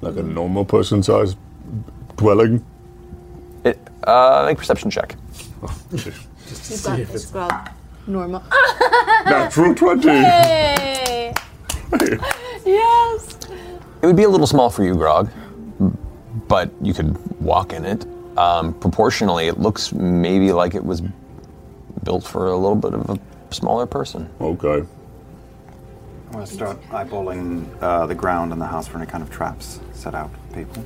Like a normal person sized dwelling?
It, uh, make a perception check.
Just
got this, Grub. Normal.
Natural 20.
Yay! yes!
It would be a little small for you, Grog, but you could walk in it. Um, proportionally, it looks maybe like it was built for a little bit of a smaller person.
Okay.
I'm going to start eyeballing uh, the ground and the house for any kind of traps set out for people.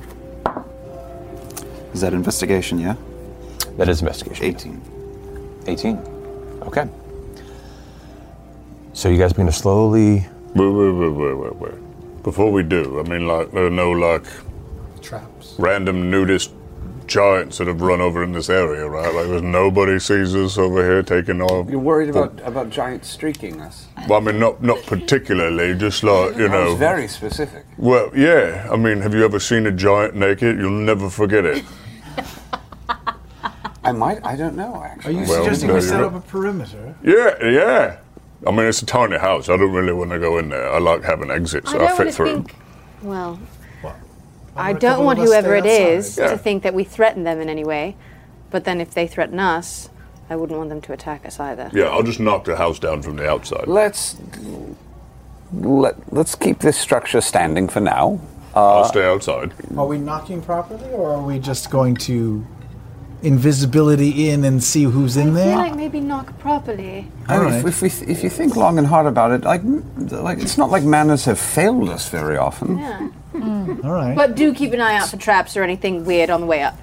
Is that investigation, yeah?
That is investigation.
18.
18. Okay. So you guys begin to slowly.
Wait, wait, wait, wait, wait, wait. Before we do, I mean, like, there are no, like,
Traps.
random nudist giants that have run over in this area, right? Like, there's nobody sees us over here taking off.
You're worried about, about giants streaking us.
Well, I mean, not not particularly, just like, you
That
know.
was very specific.
Well, yeah. I mean, have you ever seen a giant naked? You'll never forget it.
I might, I don't know,
Are
actually.
you
Well,
suggesting
no,
we set
you're-
up a perimeter?
Yeah, yeah. I mean, it's a tiny house. I don't really want to go in there. I like having exits, so I, fit through.
Well, I
a couple
don't want
of us
whoever it
stay
is
outside.
to
Yeah.
think that we threaten them in any way, but then if they threaten us, I wouldn't want them to attack us either.
Yeah, I'll just knock the house down from the outside.
Let's Let, let's keep this structure standing for now. Uh,
I'll stay outside.
Are we knocking properly, or are we just going to invisibility in and see who's in
I feel
there?
like maybe knock properly.
I mean, if, if, we, if you think long and hard about it, like, like it's not like manners have failed us very often.
Yeah.
All right.
But do keep an eye out for traps or anything weird on the way up.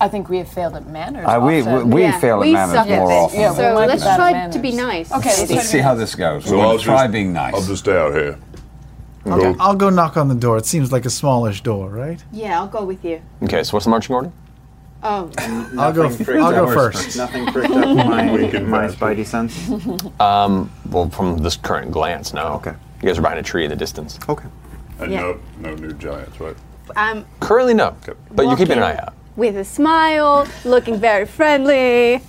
I think we have failed at manners.
Uh, we- often. we- we fail at manners
suck
more
it.
often. Yeah, we
so
might be
let's
bad at
try to be nice.
let's see how this goes.
So
We're
I'll
gonna try
just-
being nice.
I'll just stay out here.
I'll, I'll go knock on the door. It seems like a smallish door, right?
Yeah, I'll go with you.
Okay, so what's the marching order?
Oh.
I'll go.
Nothing pricked
I'll go
up-
first.
Nothing pricked up my, my spidey sense.
Um, well, from this current glance, no. Okay. You guys are behind a tree in the distance.
Okay.
And
Yeah.
no, no new giants, right?
I'm
Currently, no. But you're keeping an eye out.
with a smile, looking very friendly.
All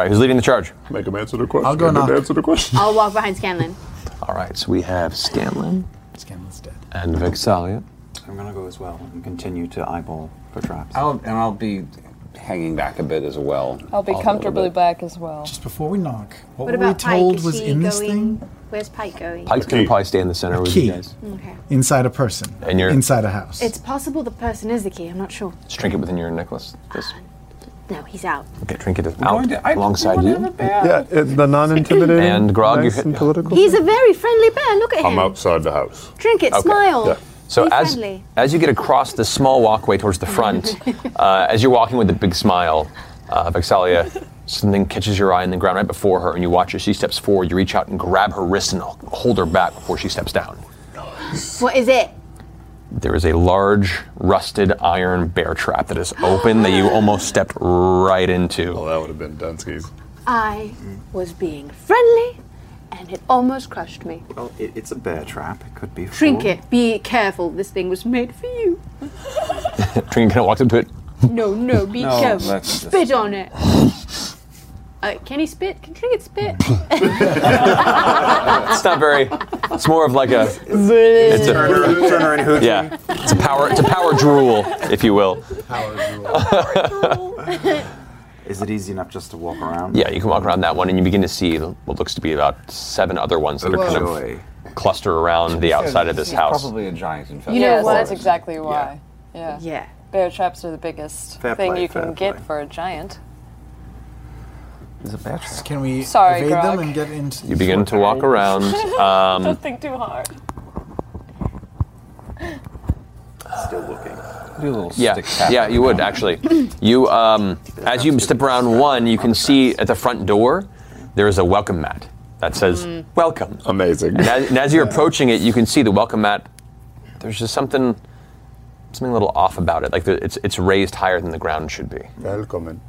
right, who's leading the charge?
Make him answer the question.
I'll go
Make him answer the question.
I'll walk behind Scanlan.
All right, so we have Scanlan.
Scanlan's dead.
And Vexalia.
I'm going to go as well and continue to eyeball for traps.
I'll, and I'll be hanging back a bit as well.
I'll be
Off a little
comfortably
bit.
back as well.
Just before we knock,
what,
thing? Where's Pike going?
Pike's gonna probably stay in the center with
key.
you guys.
Okay.
Inside a person.
And you're-
inside a house.
It's possible the person is the key. I'm not sure.
Just trinket within your necklace. Just
No, he's out.
okay, trinket is out alongside you.
Yeah, it's the non-intimidating
And Grog, you
nice
hit-
and
yeah.
political.
He's a very friendly bear. Look at him.
I'm outside the house.
Drink it.
Okay.
Smile.
Yeah. So
Be
as
friendly.
as you get across the small walkway towards the front, uh, as you're walking with a big smile, uh, Vexalia, something catches your eye on the ground right before her, and you watch as she steps forward. You reach out and grab her wrist and hold her back before she steps down.
What is it?
There is a large, rusted iron bear trap that is open that you almost stepped right into. Well, that would have been Dunsky's.
I was being friendly, and it almost crushed me.
Well, it, it's a bear trap. It could be.
Trinket, be careful. This thing was made for you.
Trinket kind of walks up to it.
No, no, be
No,
careful.
that's just-
Spit on it. Uh, can he spit? Can Trinket spit?
It's not very. It's more of like a.
It's
a Turner and Hooch. Yeah, it's a power. It's a power drool, if you will.
Is it easy enough just to walk around?
Yeah, you can walk around that one, and you begin to see what looks to be about seven other ones that are
Oh,
kind
joy.
of cluster around the outside of this
It's
house.
Probably a giant infestation.
You know
Yes.
what? That's exactly why. Yeah.
Yeah.
Bear traps are the biggest
Fair
thing
play,
you can
fair
get for a giant.
There's a bear trap.
Can we
Sorry,
evade
Grog.
them and get into?
You begin to walk around. Um,
Don't think too hard.
Still looking. Do a little
yeah,
stick tap.
yeah, you would actually. You, um, as you step around one, you can see at the front door there is a welcome mat that says
Mm.
"Welcome."
Amazing.
And as, and as you're approaching it, you can see the welcome mat. There's just something, something a little off about it. Like the, it's it's raised higher than the ground should be.
Welcome.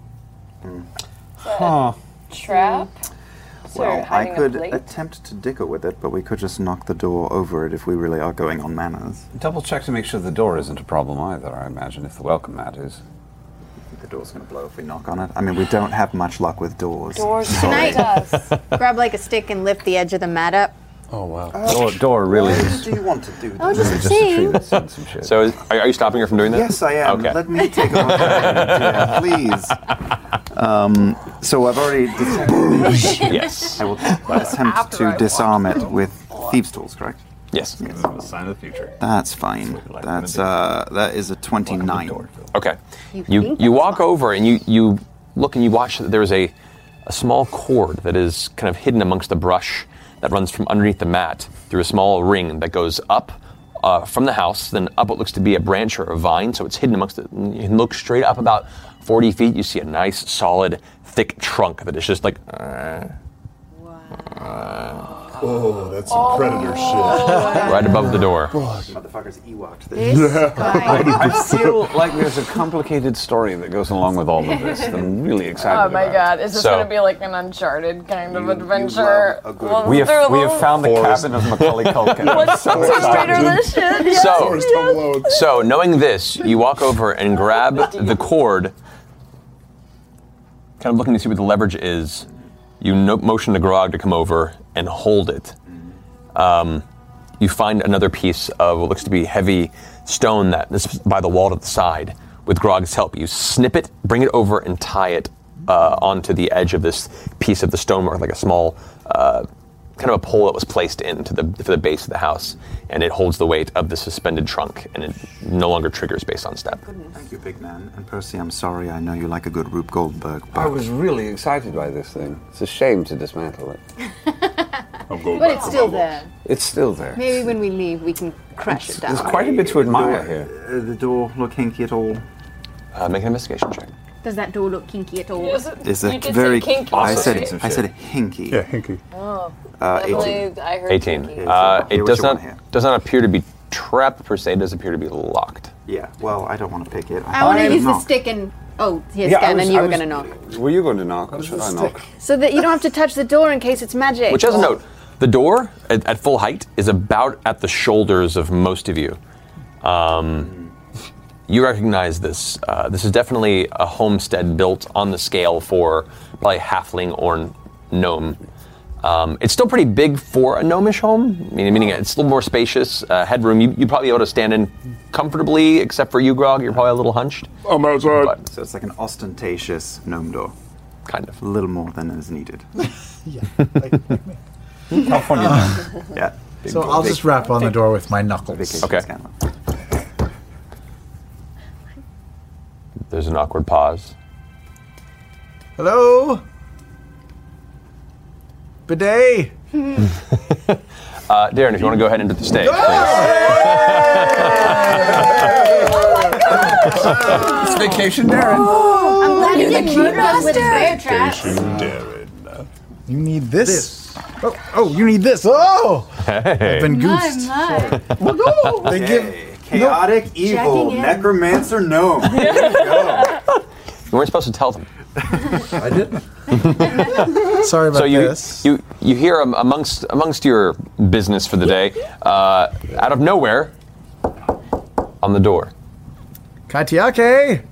Huh.
Trap?
Well, I
Hmm. hiding a
could
plate?
attempt to dicker with it, but we could just knock the door over it if we really are going on manners.
Double check to make sure the door isn't a problem either. I imagine if the welcome mat is. The door's going to blow if we knock
On it. I mean, we don't have much luck with doors.
Doors
Sorry.
Grab like a stick and lift the edge of the mat up.
Oh wow.
Door, door really is.
Do you want to do
Oh, just
Just
see.
So, is, are, are you stopping her from doing that?
Yes, I am.
Okay.
Let me take on yeah, please. Um, so I've already. detected-
yes.
I will attempt
After I
to
walked
disarm it with thieves' tools, correct?
Yes.
A sign of the future.
That's fine. That's uh, that is a twenty-nine.
Okay. You you walk over and you you look and you watch that there is a a small cord that is kind of hidden amongst the brush that runs from underneath the mat through a small ring that goes up uh, from the house, then up what looks to be a branch or a vine. So it's hidden amongst it. You can look straight up about 40 feet. You see a nice, solid, thick trunk that is just like. uh, uh,
Oh, that's some predator shit.
right above the door.
Motherfuckers Ewoked
Oh. this.
Yeah.
I, I feel like there's a complicated story that goes along with all of this. that I'm really excited
Oh my god,
about.
is this
So-
gonna be like an Uncharted kind of adventure? Well,
we have, we have found the
Forrest-
cabin of Macaulay Culkin.
What's
So
what's
excited.
greater than shit? Yes,
So-
yes.
So, knowing this, you walk over and grab the cord, kind of looking to see what the leverage is. You no- motion to Grog to come over and hold it. Um, you find another piece of what looks to be heavy stone that is by the wall to the side. With Grog's help, you snip it, bring it over, and tie it uh, onto the edge of this piece of the stonework, like a small uh, kind of a pole that was placed into the for the base of the house, and it holds the weight of the suspended trunk, and it no longer triggers based on step.
Thank you, big man. And Percy, I'm sorry. I know you like a good Rube Goldberg, but
I was really excited by this thing. It's a shame to dismantle it. I'm going
But it's still there.
It's still there.
Maybe when we leave, we can crush it down.
There's quite a bit to admire here.
Uh, the door look hinky at all?
Uh, make an investigation check.
Does that door look kinky at all?
Is it very? I said
Awesome.
I said hinky.
Yeah, hinky.
Oh,
Uh,
definitely, I heard
18.
kinky.
Uh,
Hear
it
what
does
you wanna
not does not appear to be trapped per se. It does appear to be locked.
Yeah. Well, I don't want to pick it.
I want
I'm
to use the
not.
stick and. Oh, here's
Yeah, I
Scan,
was-
and you
I
were
was-
going to knock.
Were you going to knock? or Should I knock?
So that you don't have to touch the door in case it's magic.
Which, as
Oh.
a note, the door at, at full height is about at the shoulders of most of you. Um, you recognize this. Uh, this is definitely a homestead built on the scale for probably halfling or gnome. Um, it's still pretty big for a gnomish home, meaning, meaning it's a little more spacious. Uh, headroom, you, you'd probably be able to stand in comfortably, except for you, Grog. You're probably a little hunched.
I'm outside.
so it's like an ostentatious gnome door.
Kind of.
A little more than is needed.
California.
yeah.
Uh, so I'll just rap on the door with my knuckles.
Okay. There's an awkward pause.
Hello? Bidet?
Uh, Darren, if you want to go ahead into the stage.
It's vacation, Darren.
Oh,
I'm glad you didn't murder us with a bear trap.
You need this. Oh, oh, you need this. Oh! I've been
My,
goofed.
my.
They
give chaotic evil
Checking in.
necromancer gnome.
You weren't supposed to tell them.
I didn't. Sorry about
so you,
this.
You you hear am- amongst amongst your business for the day, uh, out of nowhere, on the door.
Katiake!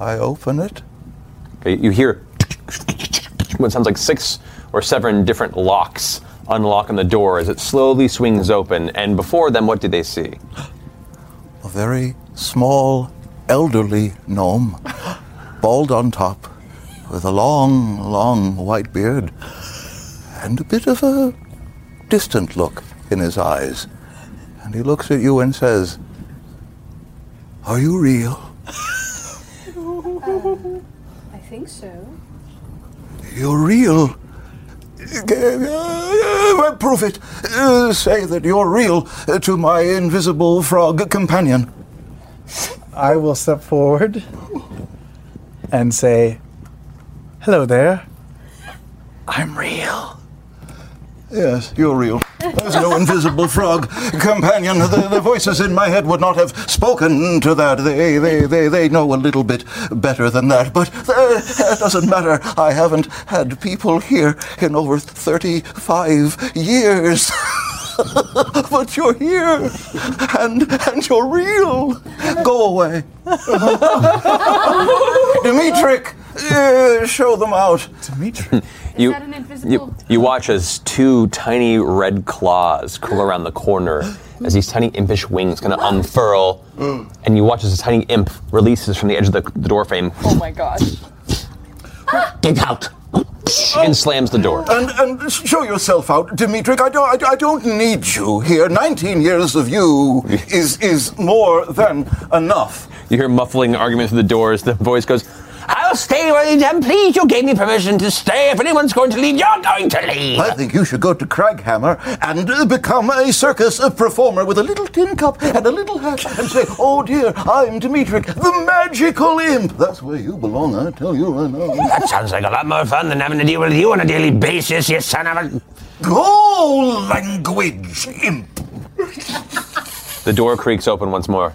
I open it. You hear what sounds like six or seven different locks unlocking the door as it slowly swings open. And before them, what did they see?
A very small, elderly gnome, bald on top, with a long, long white beard, and a bit of a distant look in his eyes. And he looks at you and says, Are you real?
Uh,
I think so.
You're real. Uh, prove it. Uh, say that you're real uh, to my invisible frog companion.
I will step forward and say, Hello there. I'm real.
Yes, you're real. There's no invisible frog companion. The, the voices in my head would not have spoken to that. They, they, they, they know a little bit better than that. But uh, that doesn't matter. I haven't had people here in over 35 years. but you're here, and and you're real. Go away, Dimitrik. Uh, show them out,
Dimitrik.
you, you, you watch as two tiny red claws curl around the corner as these tiny impish wings kind of unfurl,
Oh
and you watch as a tiny imp releases from the edge of the, the doorframe
Oh my gosh.
Get out! And slams the door.
And, and show yourself out, Dimitrik. I don't, I, I don't need you here. 19 years of you is, is more than enough.
You hear muffling argument through the doors. The voice goes,
I'll stay where you damn please. You gave me permission to stay. If anyone's going to leave, you're going to leave.
I think you should go to Craghammer and uh, become a circus uh, performer with a little tin cup and a little hat and say, Oh dear, I'm Dimitrik, the magical imp. That's where you belong, I tell you right now.
That sounds like a lot more fun than having to deal with you on a daily basis, you son of a.
Go language, imp.
the door creaks open once more.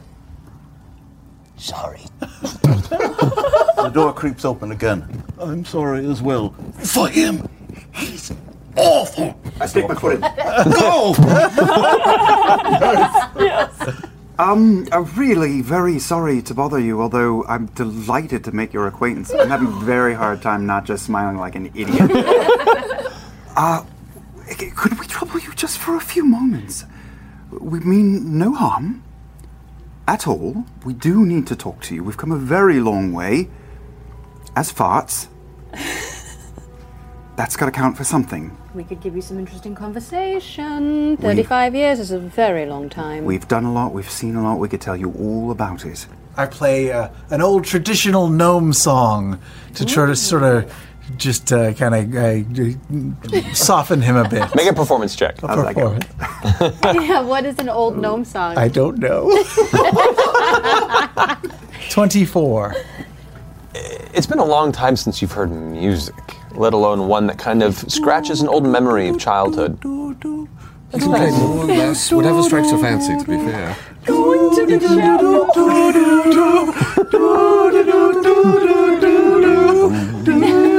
Sorry. the door creeps open again. I'm sorry as well. For him, he's awful. I stick my foot in. Go!
Um, I'm really very sorry to bother you, although I'm delighted to make your acquaintance. I'm having a very hard time not just smiling like an idiot. uh, c- could we trouble you just for a few moments? We mean no harm. At all. We do need to talk to you. We've come a very long way. As farts. That's gotta count for something.
We could give you some interesting conversation. 35 years is a very long time.
We've done a lot, we've seen a lot, we could tell you all about it.
I play uh, an old traditional gnome song to try to sort of just uh, kind of uh, soften him a bit.
Make a performance check.
A performance.
yeah, what is an old gnome song?
I don't know. 24.
It's been a long time since you've heard music, let alone one that kind of scratches an old memory of childhood.
It's okay, more or less. Oh, Whatever strikes your fancy, to be fair.
Going to the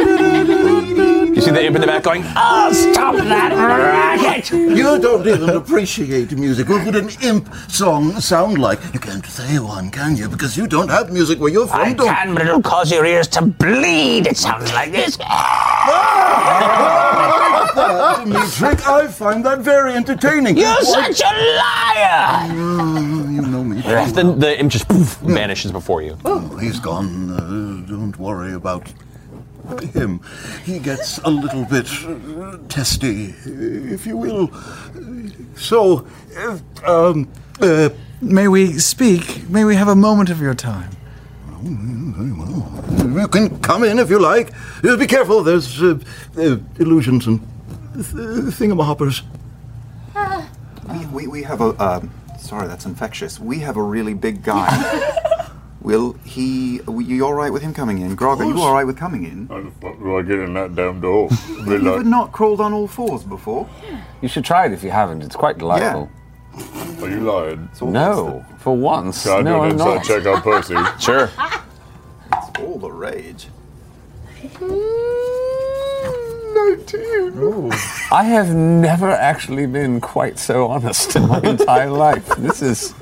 You see the imp in the back going,
Oh, stop that racket!
You don't even appreciate music. What would an imp song sound like? You can't say one, can you? Because you don't have music where you're from.
I
don't.
can, but it'll cause your ears to bleed. It sounds like this.
that, Dimitri. I find that very entertaining.
You're
Why-
such a liar!
Mm, you know me. too
the, the imp just poof, vanishes before you.
Oh, he's gone. Uh, don't worry about him. He gets a little bit uh, testy, if you will. So, uh, um, uh,
May we speak? May we have a moment of your time?
very well. You can come in if you like. Uh, Be careful. There's uh, uh, illusions and th- thingamahoppers.
We, we, we have a. Uh, sorry, that's infectious. We have a really big guy. Will he. Are you all right with him coming in? Grog, are you all right with coming in?
How the fuck do I get in that damn door? Be
You
like,
have not crawled on all fours before.
You should try it if you haven't. It's quite delightful.
Are you lying?
No, for once.
Can I do
no,
an
I'm
inside
not.
check on Percy?
Sure.
It's all the rage.
19.
I have never actually been quite so honest in my entire life. This is.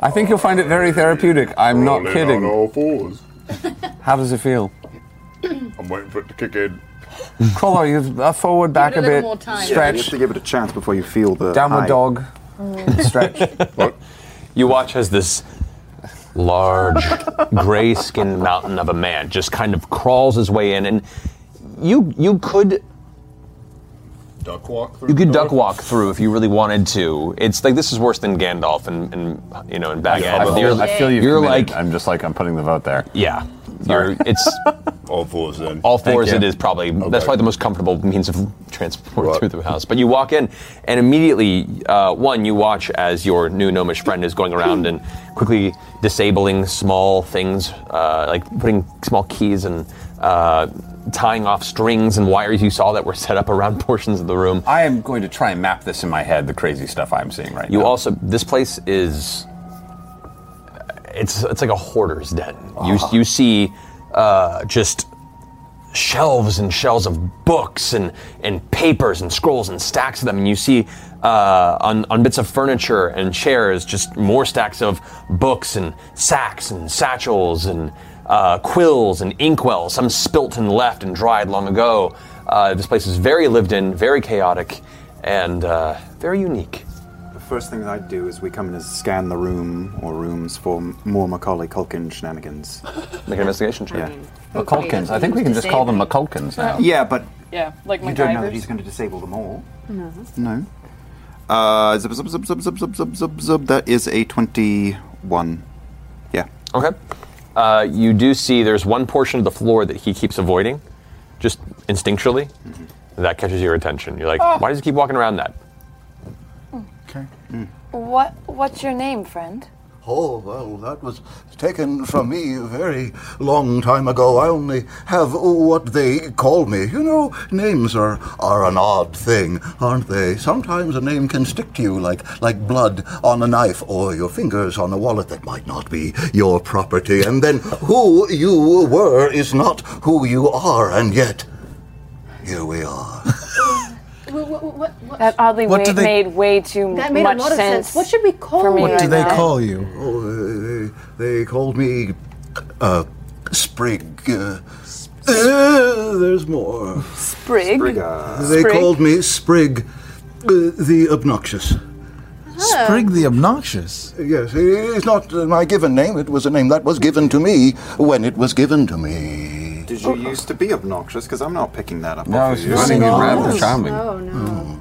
I think you'll find it very therapeutic. I'm not
Rolling
kidding.
On all fours.
How does it feel?
I'm waiting for it to kick in.
Crawler, you uh, forward, back
a
a,
little
bit,
more time.
Yeah, you
stretch.
have to give it a chance before you feel the.
Downward
high.
dog.
Oh.
Stretch.
You watch as this large, gray skinned mountain of a man just kind of crawls his way in, and you you could
Duck walk through.
you could
the
duck walk through if you really wanted to. It's like this is worse than Gandalf and, and you know and back
I feel, I feel you've
You're
committed.
like
I'm just like, I'm putting the vote there.
yeah. You're, it's
all fours then.
All
Thank
fours.
you.
It is probably that's
Okay.
probably the most comfortable means of transport through the house. But you walk in, and immediately, uh, one, you watch as your new gnomish friend is going around and quickly disabling small things, uh, like putting small keys and uh, tying off strings and wires you saw that were set up around portions of the room.
I am going to try and map this in my head, the crazy stuff I'm seeing right
You
now.
also this place is it's it's like a hoarder's den.
Ah.
You you see uh, just shelves and shelves of books and and papers and scrolls and stacks of them, and you see uh, on on bits of furniture and chairs just more stacks of books and sacks and satchels and uh, quills and inkwells, some spilt and left and dried long ago. Uh, this place is very lived in, very chaotic, and uh, very unique.
The first thing that I do is we come in is scan the room or rooms for m- more Macaulay Culkin shenanigans.
Make an investigation check.
Yeah.
McCulkins. I think we can just call them McCulkins now.
Yeah, but
Yeah, like
you don't know that
MacGyver's.
he's going to disable them all.
No.
No. Uh, zip, zip, zip, zip, zip, zip, zip, zip, zip. That is a 21. Yeah.
Okay. Uh, you do see there's one portion of the floor that he keeps avoiding, just instinctually. That catches your attention. You're like,
Oh.
why does he keep walking around that?
What? What's your name, friend?
Oh, well, that was taken from me a very long time ago. I only have what they call me. You know, names are, are an odd thing, aren't they? Sometimes a name can stick to you like, like blood on a knife or your fingers on a wallet that might not be your property. And then who you were is not who you are, and yet here we are.
That oddly
What
way,
do they-
made way too
That made a
much
lot of
sense.
sense. What should we call
for me
What
right
do
now.
you? Oh, uh, they, they called me uh, Sprig. Uh, uh, there's more.
Sprig.
They
Sprig.
called me Sprig uh, the Obnoxious.
Oh.
Sprig the Obnoxious?
Yes, it's not uh, my given name. It was a name that was given to me when it was given to me.
Did you used to be obnoxious? Because I'm not picking that up.
No,
off of
it's
you.
just singing rather charming.
Oh no.
Hmm.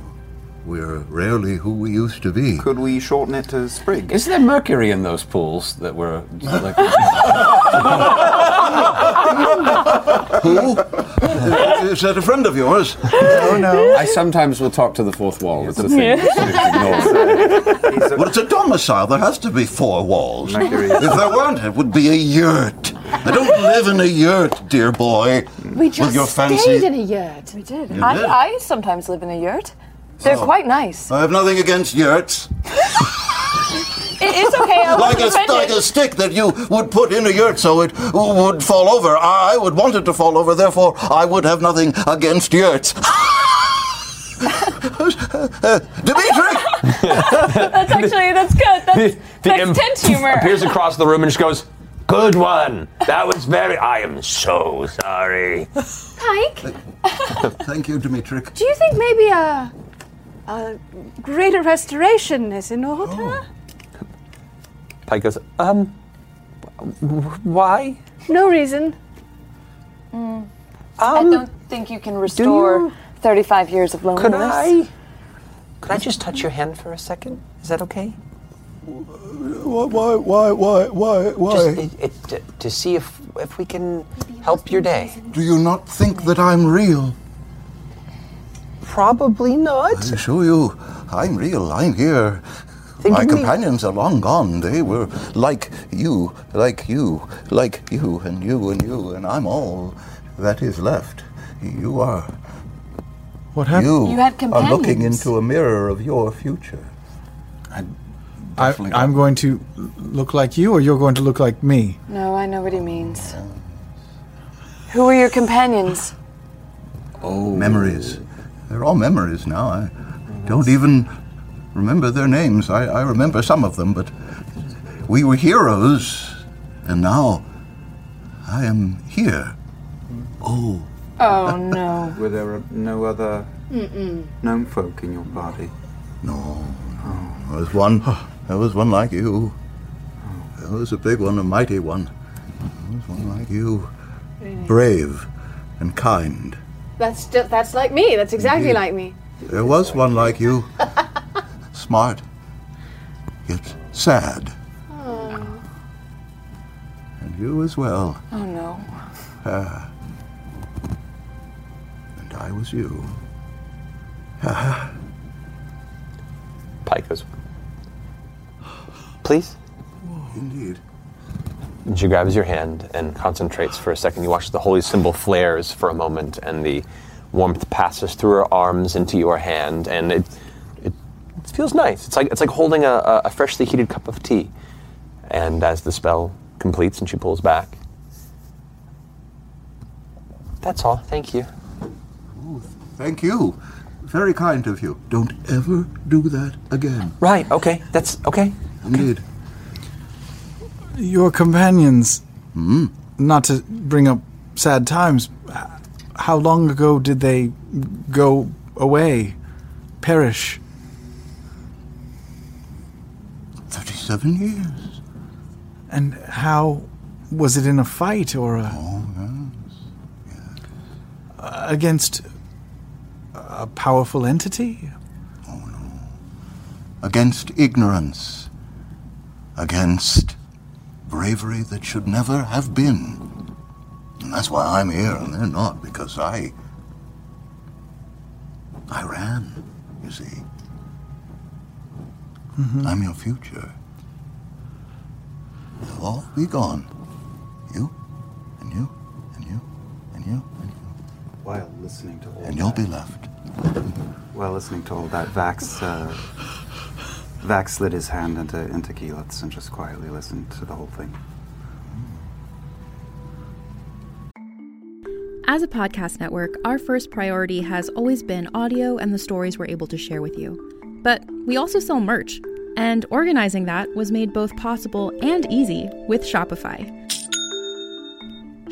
We're rarely who we used to be.
Could we shorten it to Sprig?
Is there mercury in those pools that were like
Who? Is that a friend of yours?
No, no. I sometimes will talk to the fourth wall. It's a thing.
Yeah.
Sort of ignore it.
Well, it's a domicile. There has to be four walls.
Mercury.
If there weren't, it would be a yurt. I don't live in a yurt, dear boy.
We just
with your fancy.
stayed in a yurt. We did.
You did?
I, I sometimes live in a yurt. They're
Oh.
quite nice.
I have nothing against yurts.
It, it's okay. I
Like a,
was
like a stick that you would put in a yurt so it would fall over. I would want it to fall over, therefore, I would have nothing against yurts. Uh, Dimitri!
that's actually that's good. That's, that's
imp
tent humor.
appears across the room and just goes,
Oh,
"Good one. That was very. I am so sorry."
Pike,
Thank you, Dimitrik.
Do you think maybe a, a greater restoration is in order?
Pike goes, um, wh- why?
No reason.
Mm. I don't think Um, you can restore 35 years of loneliness.
Could I? Could I just touch your hand for a second? Is that okay?
Why, why, why, why, why, why?
Just it, it, to, to see if if we can help your day.
Do you not think that I'm real?
Probably not.
I assure you, I'm real. I'm here.
Think
My
of me-
companions are long gone. They were like you, like you, like you, and you, and you, and I'm all that is left. You are.
What
happened? You,
You had
are looking
companions.
into a mirror of your future.
I, I'm going to look like you, or you're going to look like me.
No, I know what he means. Who are your companions?
Oh. Memories. They're all memories now. I don't even remember their names. I, I remember some of them, but we were heroes, and now I am here. Oh.
Oh no.
Were there no other
Mm-mm.
gnome folk in your party?
There was Oh, one. There was one like you. There was a big one, a mighty one. There was one like you. Brave and kind.
That's ju- that's like me. That's exactly
Indeed.
like me.
There was one like you. Smart. Yet sad.
Oh,
And you as well.
Oh no.
Ah. And I was you.
Pike goes, please?
Indeed.
And she grabs your hand and concentrates for a second. You watch the holy symbol flares for a moment, and the warmth passes through her arms into your hand, and it it, it feels nice. It's like it's like holding a, a a freshly heated cup of tea. And as the spell completes and she pulls back, that's all. Thank you.
Thank you. Very kind of you. Don't ever do that again.
Right. Okay. That's okay.
Indeed.
Your companions. Not to bring up sad times. h- How long ago did they go away, perish?
37 years.
And how was it in a fight or a. Uh, Against a powerful entity?
Against ignorance. Against bravery that should never have been. And that's why I'm here and they're not, because I. I ran, you see.
Mm-hmm.
I'm your future. They'll all be gone. You, and you, and you, and you, and you.
While listening to all
And you'll be left.
While listening to all that, Vax, uh, Vax slid his hand into, into Keyleth's and just quietly listened to the whole thing.
As a podcast network, our first priority has always been audio and the stories we're able to share with you. But we also sell merch, and organizing that was made both possible and easy with Shopify.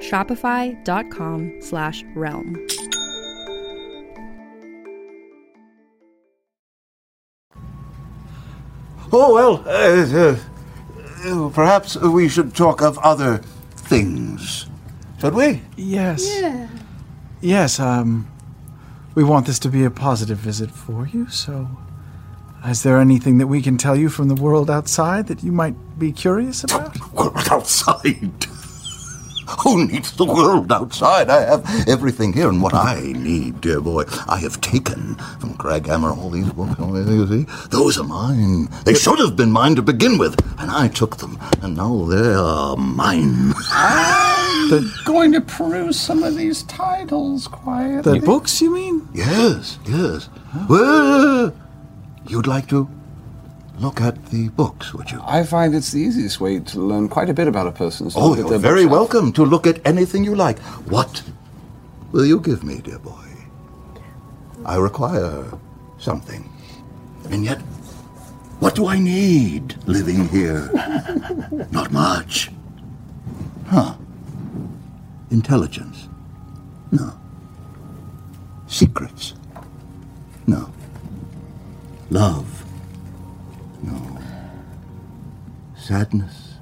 shopify.com slash realm
Oh, well, uh, uh, uh, perhaps we should talk of other things. Should we?
Yes. Yes, um, we want this to be a positive visit for you, so. Is there anything that we can tell you from the world outside that you might be curious about?
World outside. Who needs the world outside? I have everything here, and what I need, dear boy, I have taken from Craig Hammer all these books. all these- you see? Those are mine. They should have been mine to begin with, and I took them, and now they are mine.
I'm going to peruse some of these titles quietly.
books, you mean?
Yes, yes. Well, you'd like to look at the books, would you?
I find it's the easiest way to learn quite a bit about a person's
Oh, you're very welcome to look at anything you like. What will you give me, dear boy? I require something. And yet, what do I need living here? Not much. Huh. Intelligence? No. Secrets? No. Love? No. Sadness?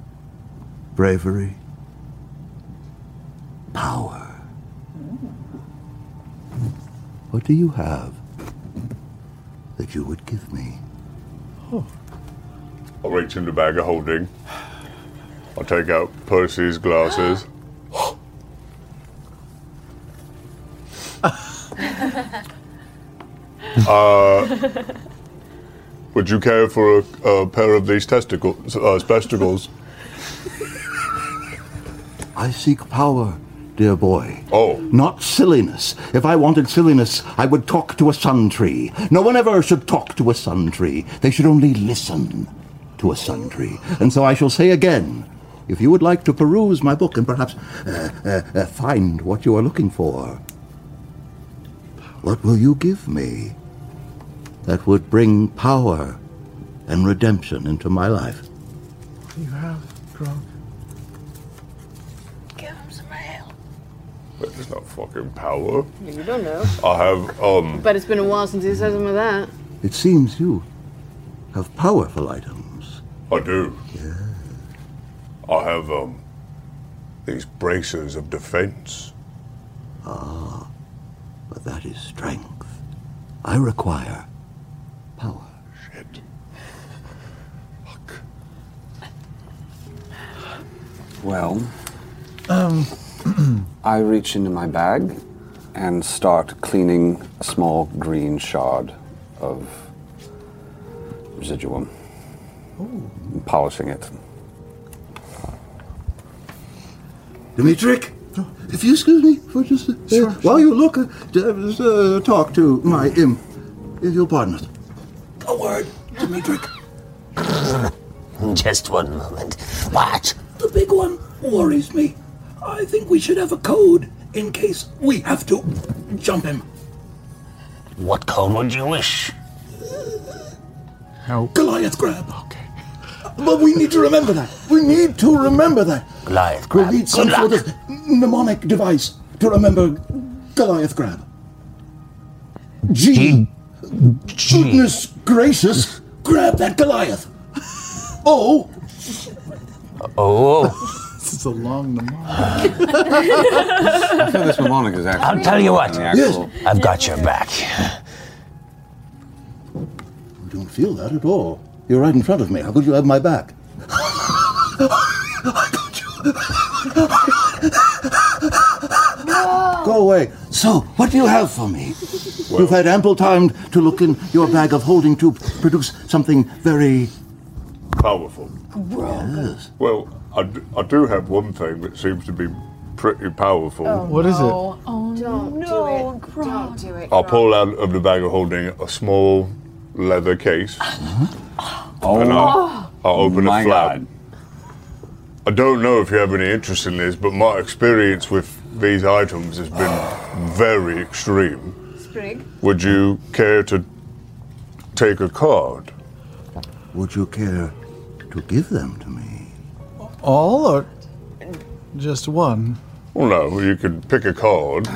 Bravery? Power? What do you have that you would give me?
Oh.
I reach in the bag of holding. I take out Percy's glasses. uh, would you care for a, a pair of these testicles, uh, spectacles?
I seek power, dear boy.
Oh.
Not silliness. If I wanted silliness, I would talk to a sun tree. No one ever should talk to a sun tree. They should only listen to a sun tree. And so I shall say again if you would like to peruse my book and perhaps uh, uh, uh, find what you are looking for, what will you give me that would bring power and redemption into my life?
You have grown.
Give him some ale. But there's not fucking power.
You don't know.
I have, um,
But it's been a while since he's had some of that.
It seems you have powerful items.
I do. I have, um, these braces of defense.
Ah, but that is strength. I require power.
Shit.
Well,
Um,
I reach into my bag and start cleaning a small green shard of residuum, and polishing it.
Dimitrik, if you excuse me for just a uh, while you look, uh, d- uh, talk to my imp, if you'll pardon us.
A word, Dimitrik. Just one moment. What? The big one worries me. I think we should have a code in case we have to jump him. What code would you wish?
How?
Goliath grab. Okay. But we need to remember that. We need to remember that.
Goliath
We'll need some sort of mnemonic device to remember Goliath grab. G. Goodness gracious, grab that Goliath. Oh.
Oh.
this is a long mnemonic.
I feel this mnemonic is actually.
I'll tell you what.
in the actual-
I've got your back.
I don't feel that at all. You're right in front of me. How could you have my back? Go away. So, what do you have for me? You've had ample time to look in your bag of holding to produce something very.
Powerful.
Yes.
Well, I, d- I do have one thing that seems to be pretty powerful.
What is it?
Oh, Don't no, do it. Don't do it.
Oh.
I pull out of the bag of holding a small leather case. And I, I open a
my
flap. I don't know if you have any interest in this, but my experience with these items has been very extreme.
Sprig.
Would you care to take a card.
Would you care to give them to me?
All or just one?
Well, no, you could pick a card.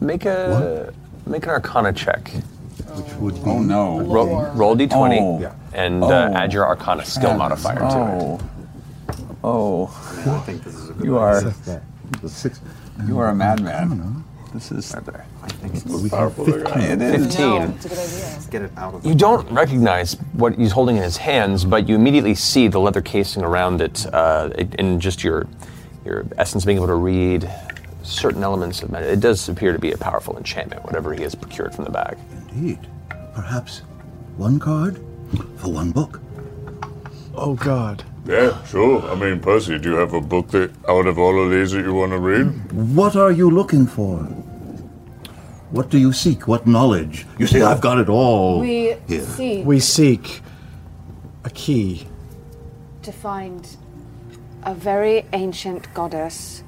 Make a make an Arcana check. Which
would be Oh.
oh no! Roll, roll d20 and uh, add your Arcana skill modifier to it.
Oh,
I think this is a
you are
the six.
You are a madman. This is I think
it's powerful. Fifteen.
Fifteen.
Let's get it out of
You don't recognize what he's holding in his hands, but you immediately see the leather casing around it, uh, it- and just your your essence being able to read certain elements of magic. It does appear to be a powerful enchantment, whatever he has procured from the bag.
Indeed. Perhaps one card for one book.
Oh God.
Yeah, sure. I mean, Percy, do you have a book that out of all of these that you want to read?
What are you looking for? What do you seek? What knowledge? You see, I've got it all.
We
here.
see
We seek a key.
to find a very ancient goddess.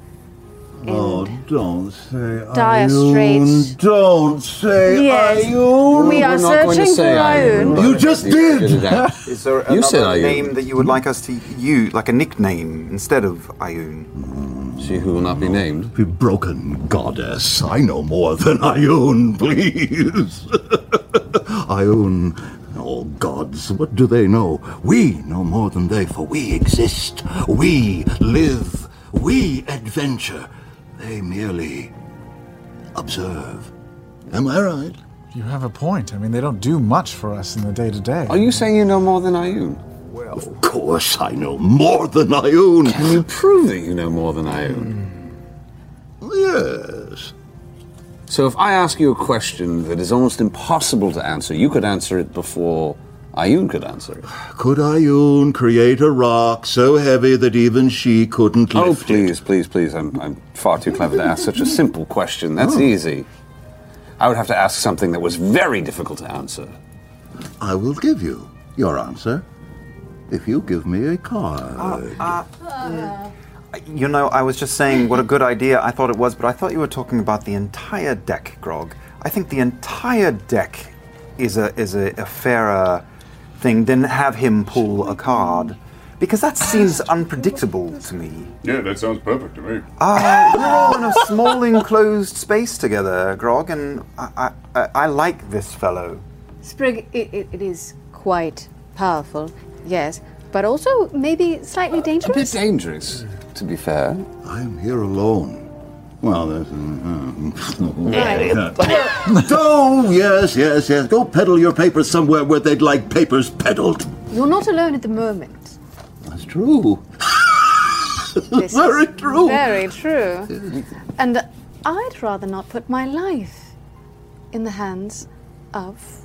Oh, don't say
Dire
Ayun.
straits.
Don't say
Yes.
Ayun.
We are We're not going to searching say for Ayun, Ayun. but
You just
you
did.
Is there another
You said Ayun.
name that you would like us to use, like a nickname instead of Ayun?
She who will not be named.
Be broken goddess. I know more than Ayun, please. Ayun, all gods, what do they know? We know more than they, for we exist. We live. We adventure. They merely observe. Am I right?
You have a point. I mean, they don't do much for us in the day to day. Are
you saying you know more than Ayun?
Of course, I know more than I own.
Can you prove that you know more than I own?
Yes.
So if I ask you a question that is almost impossible to answer, you could answer it before Ayun could answer it.
Could Ayun create a rock so heavy that even she couldn't
Oh,
lift
please, please, please. I'm, I'm far too clever to ask such a simple question. That's
Oh.
easy. I would have to ask something that was very difficult to answer.
I will give you your answer if you give me a card.
Uh,
You know, I was just saying what a good idea I thought it was, but I thought you were talking about the entire deck, Grog. I think the entire deck is a is a, a fairer thing than have him pull a card, because that seems unpredictable to me.
Yeah, that sounds perfect to me.
Uh, we're all in a small enclosed space together, Grog, and I, I, I- I like this fellow.
Sprig, it, it, it is quite powerful, yes, but also maybe slightly dangerous.
dangerous, to be fair.
I am here alone. Well, there's. Uh,
Yeah.
oh, yes, yes, yes. Go peddle your papers somewhere where they'd like papers peddled.
You're not alone at the moment.
That's true.
This
very
is
true.
Very true. And I'd rather not put my life in the hands of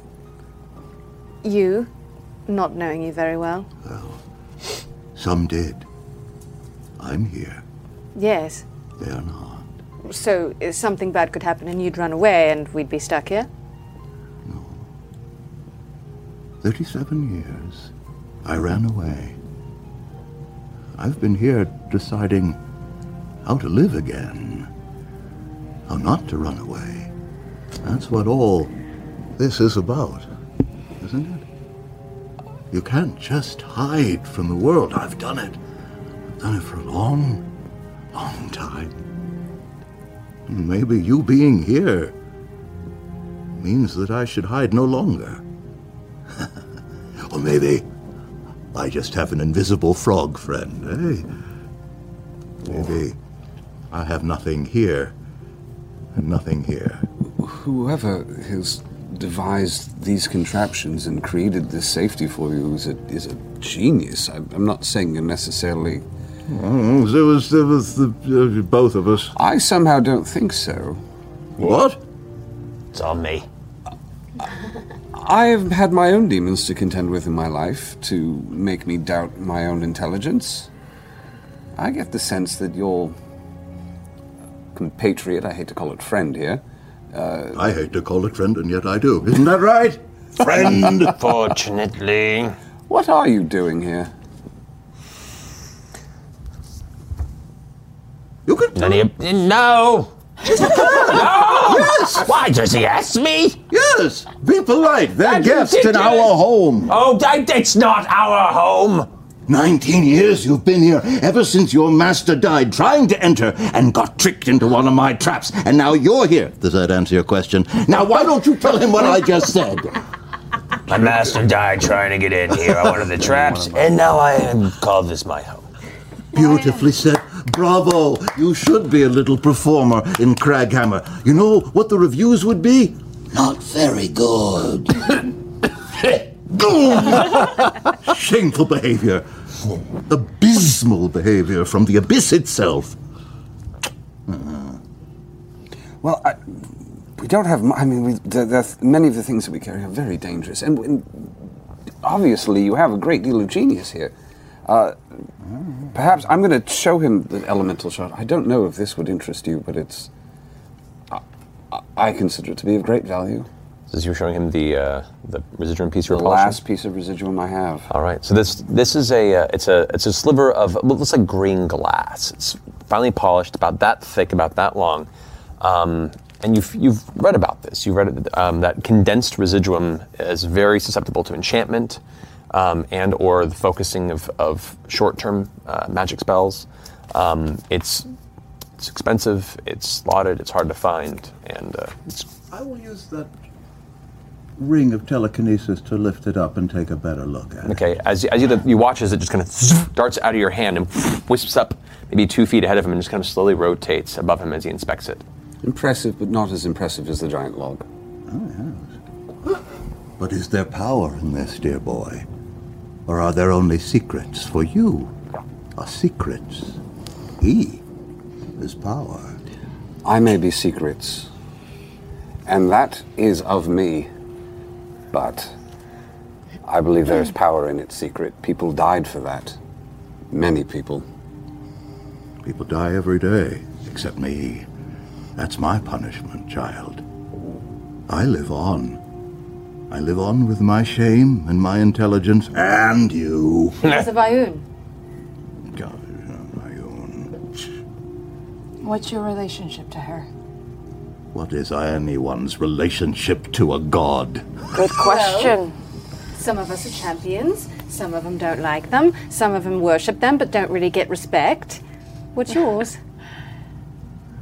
you, not knowing you very well.
Some did. I'm here.
Yes.
They are not.
So uh, something bad could happen and you'd run away and we'd be stuck here?
37 years. I ran away. I've been here deciding how to live again, how not to run away. That's what all this is about, isn't it? You can't just hide from the world. I've done it. I've done it for a long, long time. And Maybe you being here means that I should hide no longer. Or maybe I just have an invisible frog friend, eh? Maybe I have nothing here and nothing here.
Whoever has devised these contraptions and created this safety for you is a, is a genius. I, I'm not saying you're necessarily.
There was, there was the, uh, both of us.
I somehow don't think so.
What?
It's on me. I have had my own demons to contend with in my life to make me doubt my own intelligence. I get the sense that your compatriot, I hate to call it friend here, uh,
I hate to call it friend, and yet I do. Isn't that right? Friend!
Fortunately. What are you doing here?
You could
None of you. No!
Yes!
Why does he ask me?
Yes! Be polite. They're
That's
guests in
ridiculous.
our home.
Oh, that, that's not our home.
Nineteen years you've been here, ever since your master died trying to enter and got tricked into one of my traps, and now you're here. Does that answer your question? Now, why don't you tell him what I just said?
My master died trying to get in here. I wanted the traps, and now I am called this my home.
Beautifully said. Bravo! You should be a little performer in Craghammer. You know what the reviews would be? Not very good. Shameful behavior. Abysmal behavior from the abyss itself.
Mm-hmm. Well, I, we don't have. mu- I mean, we, there, there, many of the things that we carry are very dangerous, and, and obviously, you have a great deal of genius here. Uh, perhaps I'm going to show him the elemental shot. I don't know if this would interest you, but it's. I, I- I consider it to be of great value.
Since you're showing him the uh, the residuum piece
The
of repulsion.
last piece of residuum I have.
All right. So this this is a uh, it's a it's a sliver of what looks like green glass. It's finely polished, about that thick, about that long. Um, and you've you've read about this. You've read it, um, that condensed residuum is very susceptible to enchantment, um, and or the focusing of of short term uh, magic spells. Um, it's it's expensive. It's lauded. It's hard to find, and uh, it's
I will use that Ring of telekinesis to lift it up and take a better look at
Okay, as, as you, you watch as it just kind of darts out of your hand and wisps up maybe two feet ahead of him and just kind of slowly rotates above him as he inspects it.
Impressive, but not as impressive as the giant log.
Oh, But is there power in this, dear boy? Or are there only secrets for you? Are secrets? He is power.
I may be secrets, and that is of me, but I believe there is power in its secret. People died for that. Many people.
People die every day, except me. That's my punishment, child. I live on. I live on with my shame and my intelligence and you.
As a Vayun.
What's your relationship to her?
What is anyone's relationship to a god?
Good
question. Some of us are champions, some of them don't like them, some of them worship them but don't really get respect. What's yours?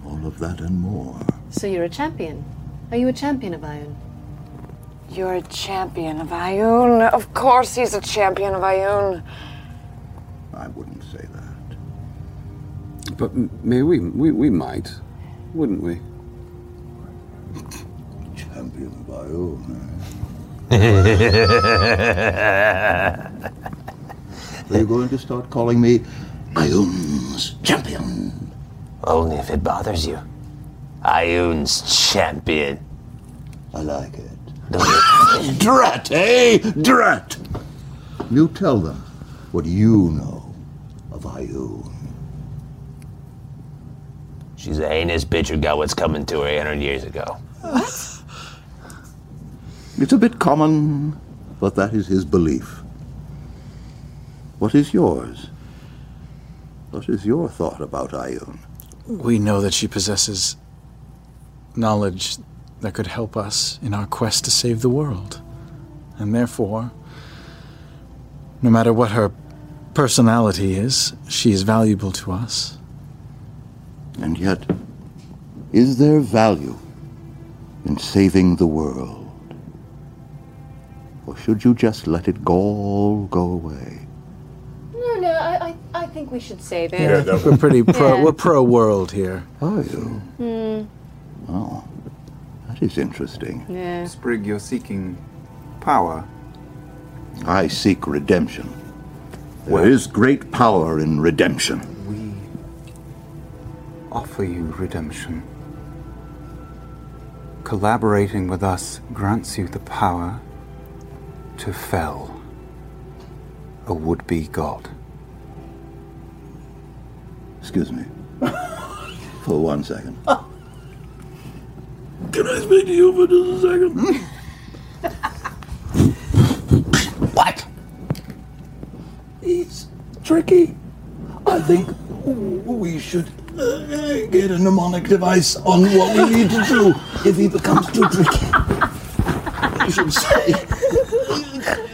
All of that and more.
so you're a champion. Are you a champion of Ion?
You're a champion of Ayun. Of course, he's a champion of Ayun.
I wouldn't say that.
But m- may we, we, we might, wouldn't we?
Champion of our own. Are you going to start calling me Ion's champion?
Only if it bothers you. Ion's champion.
I like it. drat, eh? Drat! You tell them what you know of Ion.
She's a heinous bitch who got what's coming to her 800 years ago.
It's a bit common, but that is his belief. What is yours? What is your thought about Ion?
We know that she possesses knowledge that could help us in our quest to save the world. And therefore, no matter what her personality is, she is valuable to us.
And yet, is there value in saving the world? Or should you just let it go all go away?
No, no, I, I, I think we should save it.
we're pretty pro
Yeah.
we're pro world here.
Are you?
Hmm.
Oh, that is interesting.
Yeah.
Sprig, you're seeking power.
I seek redemption. There is great power in redemption.
Offer you redemption. Collaborating with us grants you the power to fell a would be god.
Excuse me. For one second.
Can I speak to you for just a second?
what?
It's tricky. I think we should
uh, get a mnemonic device on what we need to do if he becomes too tricky. I should say.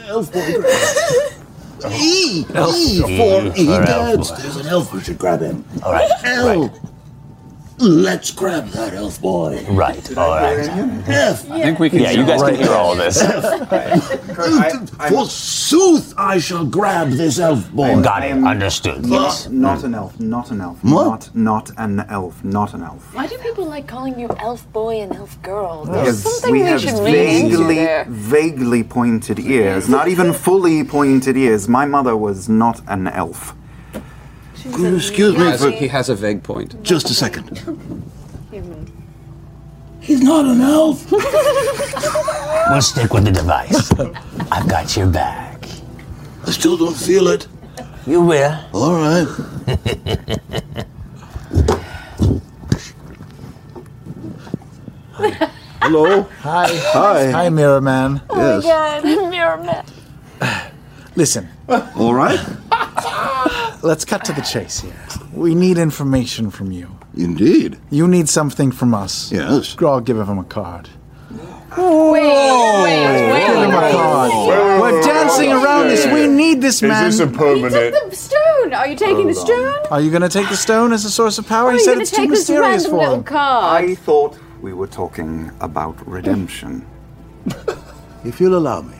Elf boy grabs. E!
Elf.
E
E
for E
for elf
dads.
boy.
There's an elf we should grab him.
All right,
L. Let's grab that elf boy.
Right. All right.
F.
I think we can Yeah, you guys can hear all this.
Forsooth, I shall grab this elf boy.
Got it. Understood.
Yes. Not an elf. Not an elf. Not not an elf. Not an elf.
Why do people like calling you elf boy and elf girl? There's
Yes,
something
we
we,
have
should read into
vaguely,
there.
vaguely pointed ears. Not even fully pointed ears. My mother was not an elf.
Excuse me for-
he has a vague point.
Just a second. He's not an elf.
We'll stick with the device. I've got your back.
I still don't feel it.
You will.
All right.
Hello. Hi.
Hi.
Hi, Mirror Man.
Oh my god, mirror man.
Listen.
All right.
Let's cut to the chase here. We need information from you.
Indeed.
You need something from us.
Yes.
Grog, give him a card.
Wait, wait, wait.
Give him a card.
Oh.
We're dancing around this. We need this man.
Is this a permanent?
The stone! Are you taking the stone?
Are you going to take the stone as a source of power?
Or are
he
you
said
going to
it's too
take this
mysterious
random
for
little
him.
card?
I thought we were talking about redemption.
If you'll allow me,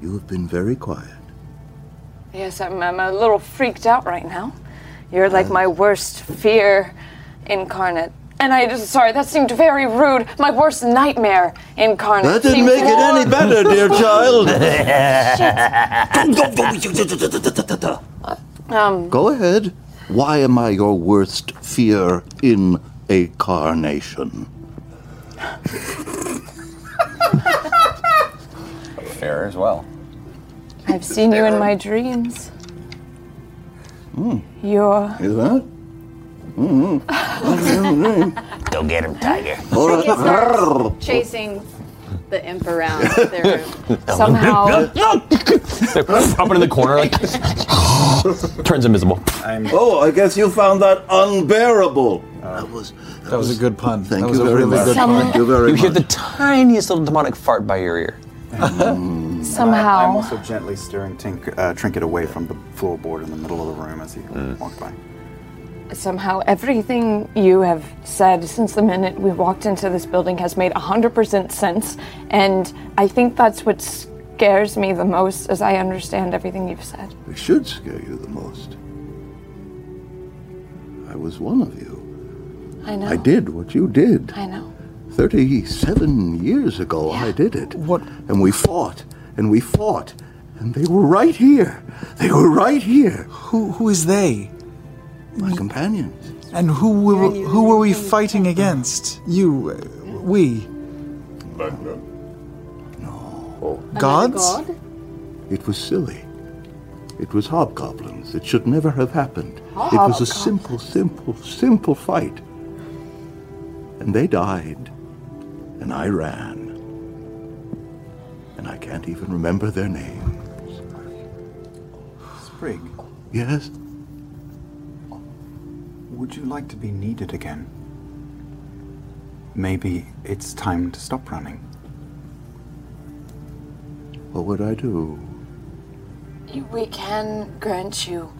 you have been very quiet.
Yes, I'm, I'm a little freaked out right now. You're like my worst fear incarnate. And I just, sorry, that seemed very rude. My worst nightmare
That
incarnate.
didn't
seemed
make it
more-
any better, dear child.
Um,
Go ahead. Why am I your worst fear in a carnation?
Fair as well.
I've seen you in my dreams. You're.
Hmm. Is that? Mm-hmm.
Go get him, tiger.
All
He starts
right.
chasing the imp around their room.
Somehow. up into the corner, like, turns invisible.
oh, I guess you found that unbearable.
Uh.
that was that,
was, a good pun.
Thank
That
you
was a
very
really
much.
good
pun.
Thank you very
You
much.
hear the tiniest little demonic fart by your ear.
Somehow.
I'm also gently steering tink, uh, Trinket away from the floorboard in the middle of the room as he walked by.
Somehow, everything you have said since the minute we walked into this building has made 100% sense, and I think that's what scares me the most as I understand everything you've said.
It should scare you the most. I was one of you.
I know.
I did what you did.
I know.
37 years ago, I did it. What? And we fought, and we fought, and they were right here. They were right here.
Who, who is they?
My companions.
And who were, who were we fighting against? You, uh, we.
uh,
Gods?
Oh. It was silly. It was hobgoblins. It should never have happened. It was a
Hobgoblins.
simple, simple, simple fight. And they died. And I ran. And I can't even remember their names.
Sprig,
Yes?
would you like to be needed again? Maybe it's time to stop running.
What would I do?
We can grant you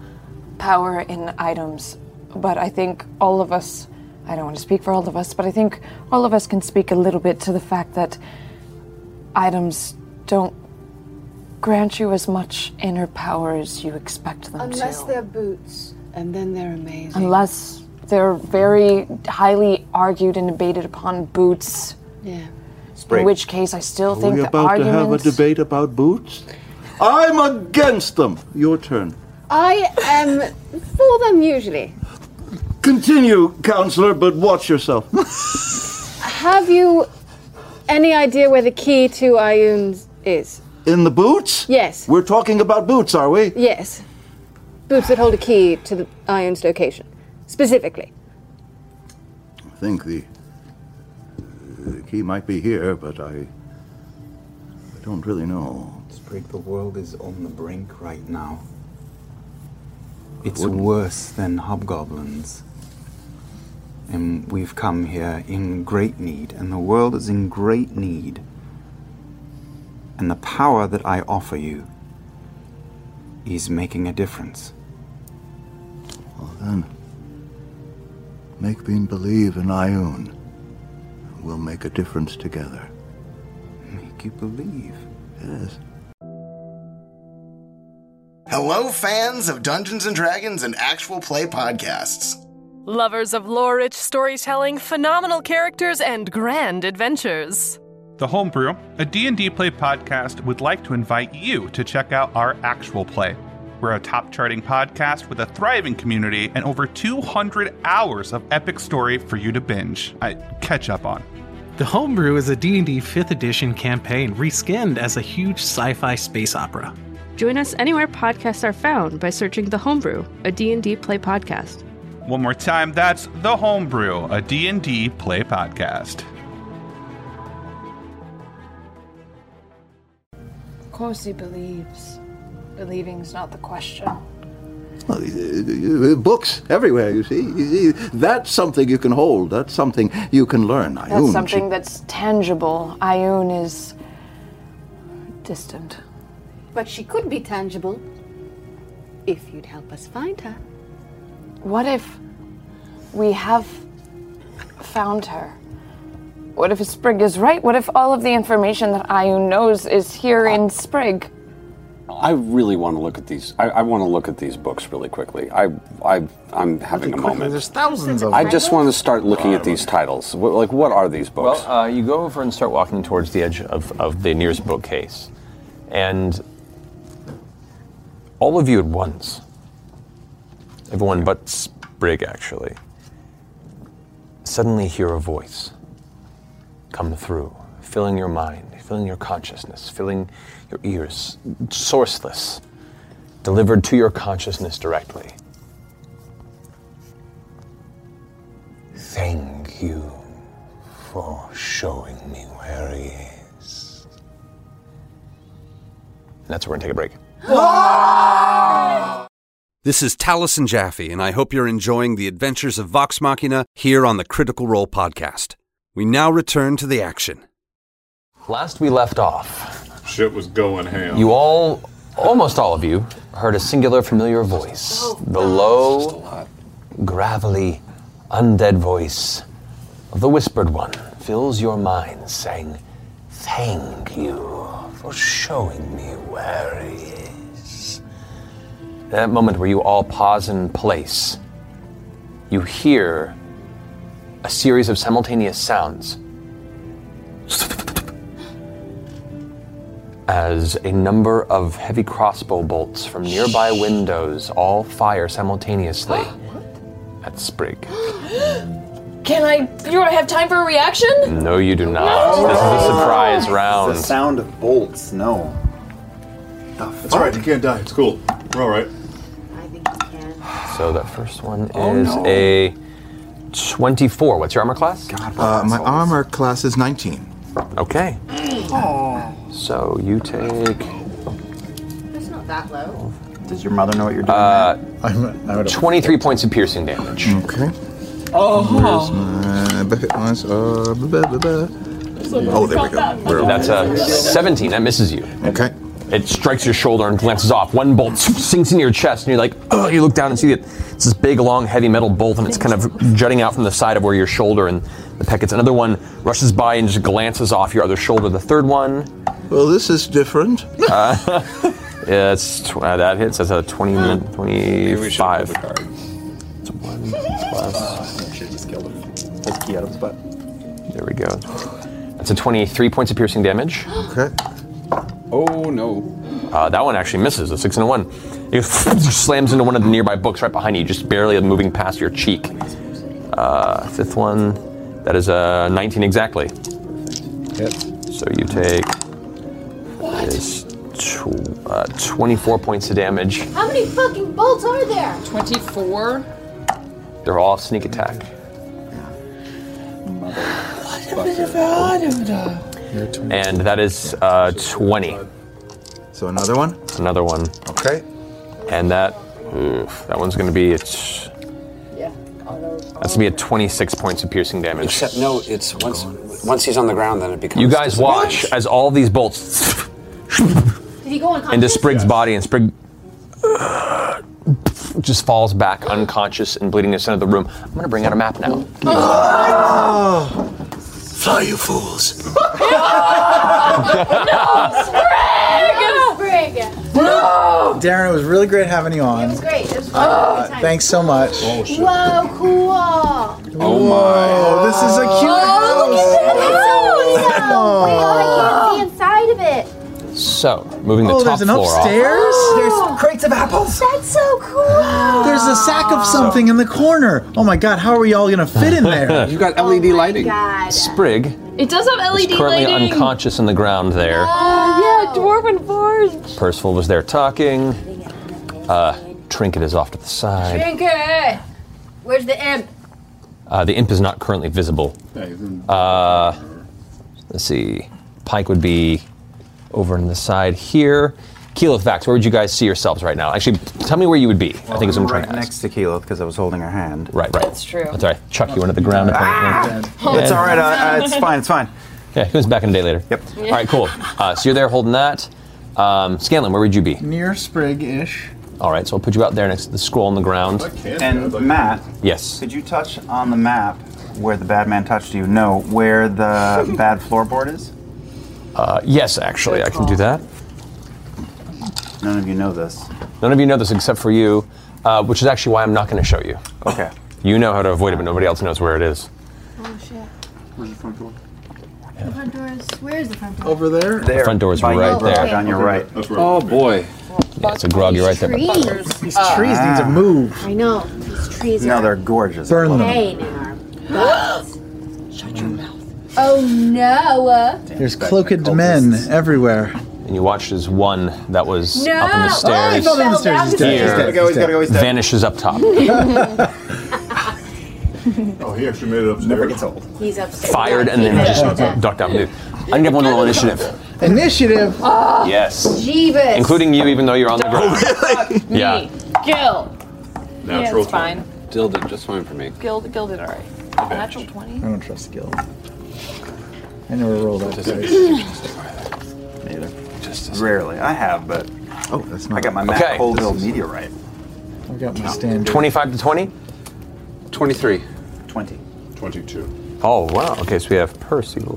power in items, but I think all of us, I don't want to speak for all of us, but I think all of us can speak a little bit to the fact that items don't grant you as much inner power as you expect them
Unless
to.
they're boots, and then they're amazing.
Unless they're very highly argued and debated upon boots.
Yeah.
In which case, I still
Are
think
we
the
about to have a
argument.
debate about boots? I'm against them. Your turn.
I am for them usually.
Continue, counselor, but watch yourself.
Have you any idea where the key to Ayun's is?
In the boots?
Yes.
We're talking about boots, are we?
Yes. Boots that hold a key to the Ayun's location, specifically.
I think the, the key might be here, but I, I don't really know.
Sprig, the world is on the brink right now. It's worse than hobgoblins. And we've come here in great need, and the world is in great need. And the power that I offer you is making a difference.
Well then, make me believe in Ioun. We'll make a difference together.
Make you believe?
Yes.
Hello, fans of Dungeons and Dragons and actual play podcasts.
Lovers of lore rich storytelling, phenomenal characters, and grand adventures.
The Homebrew, a D&D play podcast, would like to invite you to check out our actual play. We're a top charting podcast with a thriving community and over 200 hours of epic story for you to binge, I catch up on.
The Homebrew is a D&D 5th edition campaign reskinned as a huge sci-fi space opera.
Join us anywhere podcasts are found by searching The Homebrew, a D&D play podcast.
One more time, that's The Homebrew, a D&D play podcast.
Of course he believes. Believing's not the question.
Well, uh, uh, uh, Books everywhere, you see. You see, That's something you can hold. That's something you can learn, Ioun.
That's
She-
something that's tangible. Ioun is distant.
But she could be tangible if you'd help us find her.
What if we have found her? What if Sprig is right? What if all of the information that Ioun knows is here in Sprig?
I really want to look at these. I, I want to look at these books really quickly. I, I, I'm having a moment.
There's thousands of
I just want to start looking at these titles. What, like, what are these books?
Well, uh, you go over and start walking towards the edge of, of the nearest bookcase. And all of you at once, everyone but Sprig actually, suddenly hear a voice come through, filling your mind, filling your consciousness, filling your ears, sourceless, delivered to your consciousness directly. Thank you for showing me where he is. And that's where we're going to take a break.
This is Taliesin Jaffe, and I hope you're enjoying the adventures of Vox Machina here on the Critical Role podcast. We now return to the action.
Last we left off,
Shit was going ham.
you all, almost all of you, heard a singular familiar voice. The low, gravelly, undead voice of the Whispered One fills your mind, saying, Thank you for showing me where he is. That moment where you all pause in place, you hear a series of simultaneous sounds. as a number of heavy crossbow bolts from nearby windows all fire simultaneously at Sprig.
Can I? Do I have time for a reaction?
No, you do not. This is a surprise round.
The sound of bolts, no.
It's alright, you can't die. It's cool. We're alright.
So the first one
Oh,
is
no.
a 24. What's your armor class?
Uh, my armor
class is 19.
Okay.
Oh.
So you take.
It's not that low.
Does your mother know what you're doing?
Uh,
I would-
23 points of piercing damage.
Okay.
Oh.
Uh, bucket ones, uh, blah, blah, blah. Oh, there we go. We're-
That's a 17. That misses you.
Okay.
It strikes your shoulder and glances off. One bolt sinks into your chest, and you're like, oh, you look down and see that it's this big, long, heavy metal bolt, and it's kind of jutting out from the side of where your shoulder and the peck is. Another one rushes by and just glances off your other shoulder. The third one.
Well, this is different.
Uh, yeah, it's tw- uh, that hits. That's a 20, min- 25. It's a one plus. key out of his butt. There we go. That's a 23 points of piercing damage.
Okay.
Oh no. Uh, that one actually misses, a six and a one. It slams into one of the nearby books right behind you, just barely moving past your cheek. Uh, fifth one, that is a 19 exactly. Yep. So you take is tw- uh, 24 points of damage.
How many fucking bolts are there? 24?
They're all sneak attack. And that is uh, 20.
So another one?
Another one.
Okay.
And that That one's going to be it's. That's gonna be a 26 points of piercing damage.
Except no, it's once once he's on the ground, then it becomes.
you guys watch as all these bolts
Did he go
into
unconscious?
Sprig's body, and Sprig just falls back unconscious and bleeding in the center of the room. I'm gonna bring out a map now.
Fly, you fools.
No, Sprig! No!
Darren, it was really great having you on.
It was great. It was really
Uh,
good time.
thanks so much. Oh,
Wow, cool.
my. This is a cute
Oh,
house.
look at that house. Oh my god, I can't see inside of it.
So, moving the
Oh,
top
there's an
floor off.
upstairs?
Oh,
There's crates of apples. That's so cool.
There's a sack of something in the corner. Oh my god, how are we all gonna fit in there?
You've
Oh
got LED lighting. Sprig
It does have
is
E
LED
currently
lighting.
unconscious in the ground there.
Ah.
yeah, Dwarven Forge.
Percival was there talking. Uh, Trinket is off to the side.
Trinket! Where's the imp?
Uh, the imp is not currently visible. Uh, let's see. Pike would be over on the side here. Keyleth Vax, where would you guys see yourselves right now? Actually, tell me where you would be. I think is what I'm trying
right
to ask.
next to Keyleth because I was holding her hand. Ah!
Right, right. That's
true.
That's all right. Chuck you into the ground. and point at me.
It's all right. Uh, uh, it's fine.
It's fine. Yeah, he comes back in a day later. Yep. All right, cool. Uh, so you're there holding that. Um, Scanlan, where would you be?
Near Sprig ish.
All right, so I'll put you out there next to the scroll on the ground.
And Matt,
Yes.
could you touch on the map where the bad man touched you? No, where the bad floorboard is?
Uh, yes, actually, I can do that.
None of you know this.
None of you know this except for you, uh, which is actually why I'm not going to show you. Okay. You know how to avoid it, but nobody else knows where it is.
Oh shit.
Where's the front door?
The front door is. Where is the front door?
Over there?
The front door is
by
right
your
there.
garage on your right.
Oh boy. Yeah, it's a grog. You're right there.
Trees.
These trees need
Ah.
to
move.
I know. These trees
No,
are
they're gorgeous.
Burn
them.
pain in our butts. Shut your mouth. Oh no. uh,
There's cloaked men everywhere.
And you watched as one that was
No!
up on the
Oh,
stairs.
he's not on the stairs, he's dead, he's
here
dead, he's dead, he's dead.
Vanishes up top.
Oh, he actually made it upstairs. Never gets old.
He's upstairs.
Fired and then just ducked out. Dude, I need to have one little initiative.
Initiative.
Ah.
Oh,
Yes.
Jeebus.
Including you, even though you're on the ground. Yeah.
Gil.
Natural
yeah, it's
20.
fine.
Still did just fine for me.
Gil, Gil did all right. Natural 20.
I don't trust Gil. I never roll that dice.
Neither. Just rarely. I have, but oh, that's not. I got my Matt
Okay.
Colville meteorite.
I've got my standard.
25 to 20? 23.
20.
22.
Oh, wow. Okay, so we have Percival.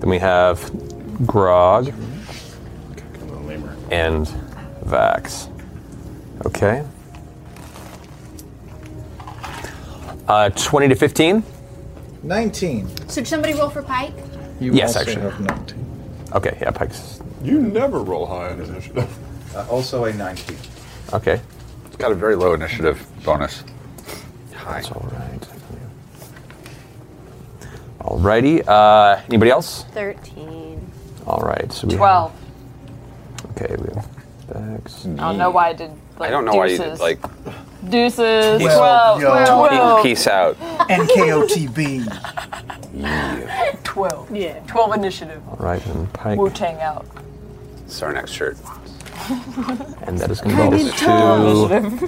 Then we have Grog. And Vax. Okay. Uh, 20 to 15?
19.
So did somebody roll for Pike?
You
yes,
also
actually.
have 19.
Okay, yeah, Pike's.
You never roll high on initiative.
Uh, also a 19.
Okay.
It's got a very low initiative bonus. High.
That's all right. Alrighty. Uh, anybody else?
13.
All right. So we
12.
okay, we have Vax.
I don't know why I did like
I don't know
deuces.
why you did, like
Deuces.
Peace-
12.
Yo.
12.
Peace out.
NKOTB.
12. Yeah. 12 initiative.
All right, and Pike.
Wu Tang out.
It's our next shirt.
And that is going to be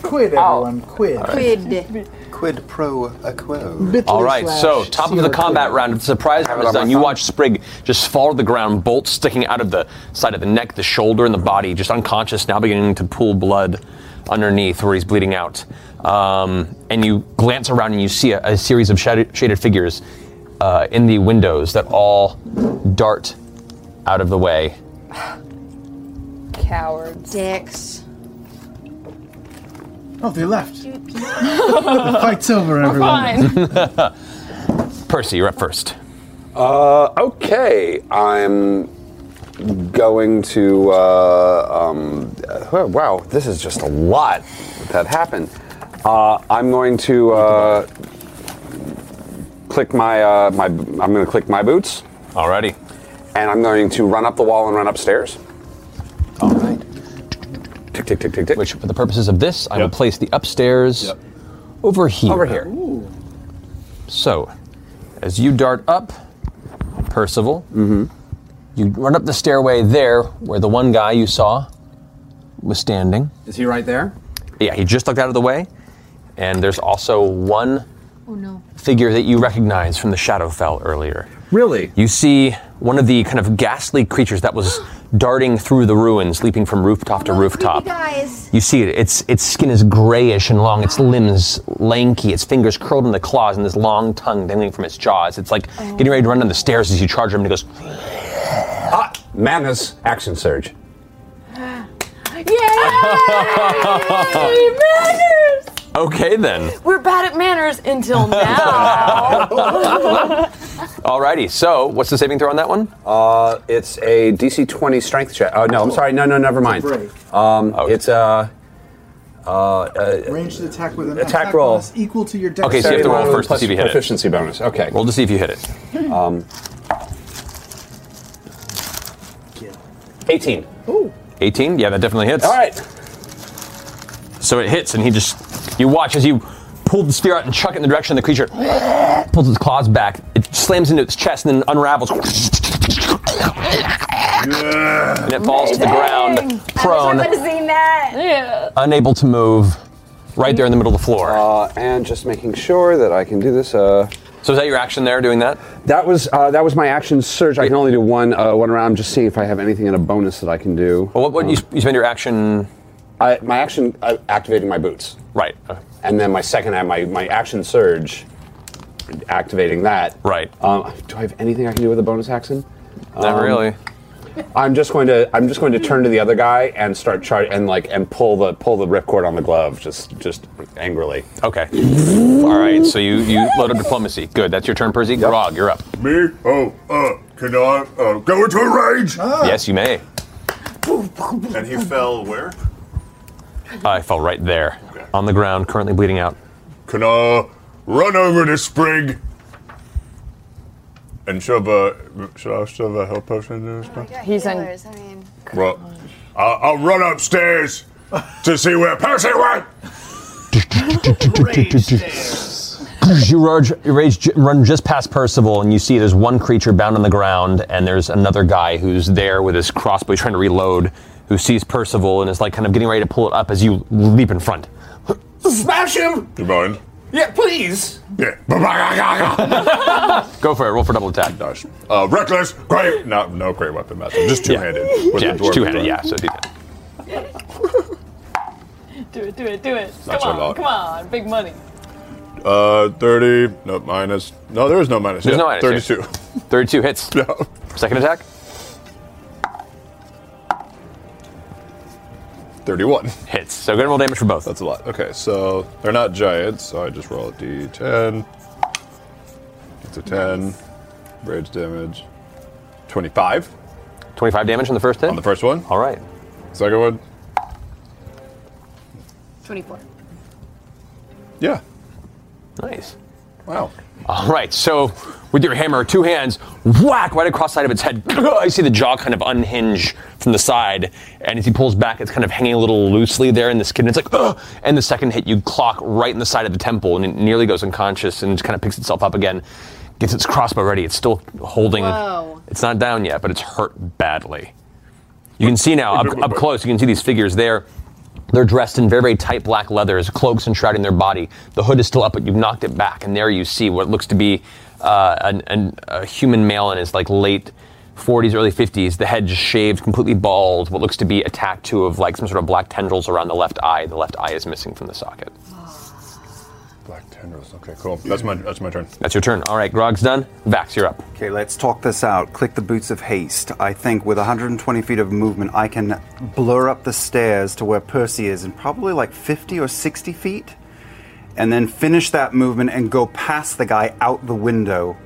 Quid, everyone. Quid.
Quid.
Quid pro a quo.
All right, so top of the combat round. If the surprise round is done, you watch Sprig just fall to the ground, bolts sticking out of the side of the neck, the shoulder, and the body, just unconscious, now beginning to pool blood underneath where he's bleeding out. Um, and you glance around and you see a, a series of shaded, shaded figures uh, in the windows that all dart out of the way.
Cowards.
Dicks.
Oh, they left. the fight's over, everyone.
Percy, you're up first.
Uh, okay, I'm going to. Uh, um, uh, wow, this is just a lot that happened. Uh, I'm going to uh, click my uh, my. I'm going to click my boots.
Alrighty.
And I'm going to run up the wall and run upstairs. All right. Tick tick tick tick tick.
Which, for the purposes of this, I will place the upstairs over here. Over here. So, as you dart up, Percival, you run up the stairway there where the one guy you saw was standing.
Is he right there?
Yeah, he just ducked out of the way. And there's also one
Oh no.
figure that you recognize from the Shadowfell earlier.
Really?
You see one of the kind of ghastly creatures that was darting through the ruins, leaping from rooftop to rooftop.
Guys.
You see it. Its its skin is grayish and long. Its limbs lanky. Its fingers curled in the claws, and this long tongue dangling from its jaws. It's like getting ready to run down the stairs as you charge him, and it goes. Ah,
madness! Action surge.
Hey, manners!
okay then.
We're bad at manners until now.
Alrighty. So, what's the saving throw on that one?
Uh, it's a DC 20 strength check. Oh no, I'm sorry. No, no, never mind. Um,
Oh.
it's a uh, uh,
Ranged attack with an
Attack roll.
bonus equal to your dexterity.
Okay, so you have to roll
bonus.
first to see if you hit it. Proficiency bonus. Okay.
Roll to see if you hit it.
Um, 18.
Ooh. 18? Yeah, that definitely hits.
All right.
So it hits, and he just. You watch as you pull the spear out and chuck it in the direction of the creature. Pulls its claws back. It slams into its chest and then unravels. And it falls to the ground, prone,
seen that. Yeah.
unable to move, right there in the middle of the floor.
Uh, and just making sure that I can do this. Uh,
so is that your action there, doing that?
That was uh, that was my action surge. I can only do one uh, one round. I'm just seeing if I have anything in a bonus that I can do.
Well, what, what you, you spend your action?
I, my action uh, activating my boots.
Right.
Uh, And then my second act, my my action surge, activating that.
Right.
Um, do I have anything I can do with a bonus action?
Not really.
I'm just going to I'm just going to turn to the other guy and start char- and like and pull the pull the ripcord on the glove just just angrily.
Okay. All right, so you, you load up diplomacy. Good, that's your turn, Percy. Grog, you're up.
Me? Oh, uh, can I uh, go into a rage?
Yes, you may.
And he fell where?
I fell right there, on the ground, currently bleeding out.
Can I run over to Sprig and shove a. Should I shove a health potion into his mouth?
He's in.
Well, I'll, I'll run upstairs to see where Percy went!
You rage, you rage, ju- run just past Percival, and you see there's one creature bound on the ground, and there's another guy who's there with his crossbow, he's trying to reload, who sees Percival and is like kind of getting ready to pull it up as you leap in front.
Smash him! You mind? Yeah, please! Yeah.
Go for it. Roll for double attack. Nice.
Uh, reckless, great. No, no great weapon method. Just two handed.
Yeah, just two-handed, yeah, so do that.
do it, do it, do it.
Not
come
so
on,
long.
come on. Big money.
Uh, 30, no, minus. No, there is no minus.
There's no
yeah,
minus,
32.
yeah. 32 hits.
No.
Second attack?
31.
Hits. So good roll damage for both.
That's a lot. Okay, so they're not giants, so I just roll a d10. It's a 10. Rage damage. 25.
25 damage on the first hit? On
the first one?
All right.
Second one?
24.
Yeah.
Nice.
Wow.
All right, so with your hammer, two hands, whack right across the side of its head. You see the jaw kind of unhinge from the side, and as he pulls back, it's kind of hanging a little loosely there in the skin. It's like, "Ugh!" and the second hit, you clock right in the side of the temple, and it nearly goes unconscious, and just kind of picks itself up again, gets its crossbow ready. It's still holding.
Whoa.
It's not down yet, but it's hurt badly. You can see now up, up close. You can see these figures there. They're dressed in very, very tight black leathers, cloaks enshrouding their body. The hood is still up, but you've knocked it back, and there you see what looks to be uh, an, an, a human male in his like late 40s, early 50s. The head just shaved, completely bald. What looks to be a tattoo of like some sort of black tendrils around the left eye. The left eye is missing from the socket.
Black tendrils. Okay, cool. That's my that's my turn.
That's your turn. All right, Grog's done. Vax, you're up.
Okay, let's talk this out. Click the boots of haste. I think with 120 feet of movement, I can blur up the stairs to where Percy is in probably like 50 or 60 feet, and then finish that movement and go past the guy out the window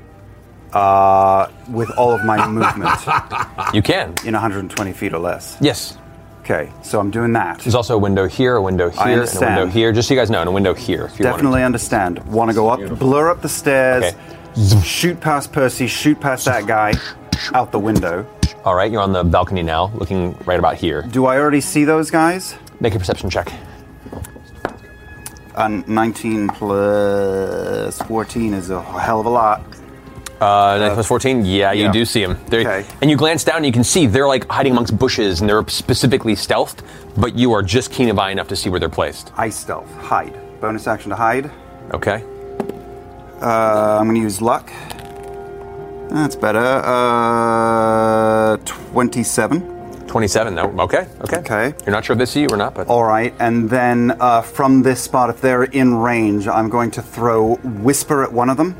uh, with all of my movement.
You can.
In 120 feet or less.
Yes.
Okay, so I'm doing that.
There's also a window here, a window
I
here, and a
understand.
window here. Just so you guys know, and a window here. If you wanted
Definitely understand. Want to go up, blur up the stairs, shoot past Percy, shoot past that guy, out the window.
All right, you're on the balcony now, looking right about here.
Do I already see those guys?
Make a perception check.
Uh, 19 plus 14 is a hell of a lot.
Uh, 9 plus 14? Yeah, you do see them. okay. And you glance down and you can see they're like hiding amongst bushes and they're specifically stealthed, but you are just keen of eye enough to see where they're placed.
I stealth. Hide. Bonus action to hide.
Okay.
Uh, I'm going to use luck. That's better. Uh, 27.
27, no. Okay, okay.
Okay.
You're not sure if they see you or not, but.
All right, and then uh, from this spot, if they're in range, I'm going to throw Whisper at one of them.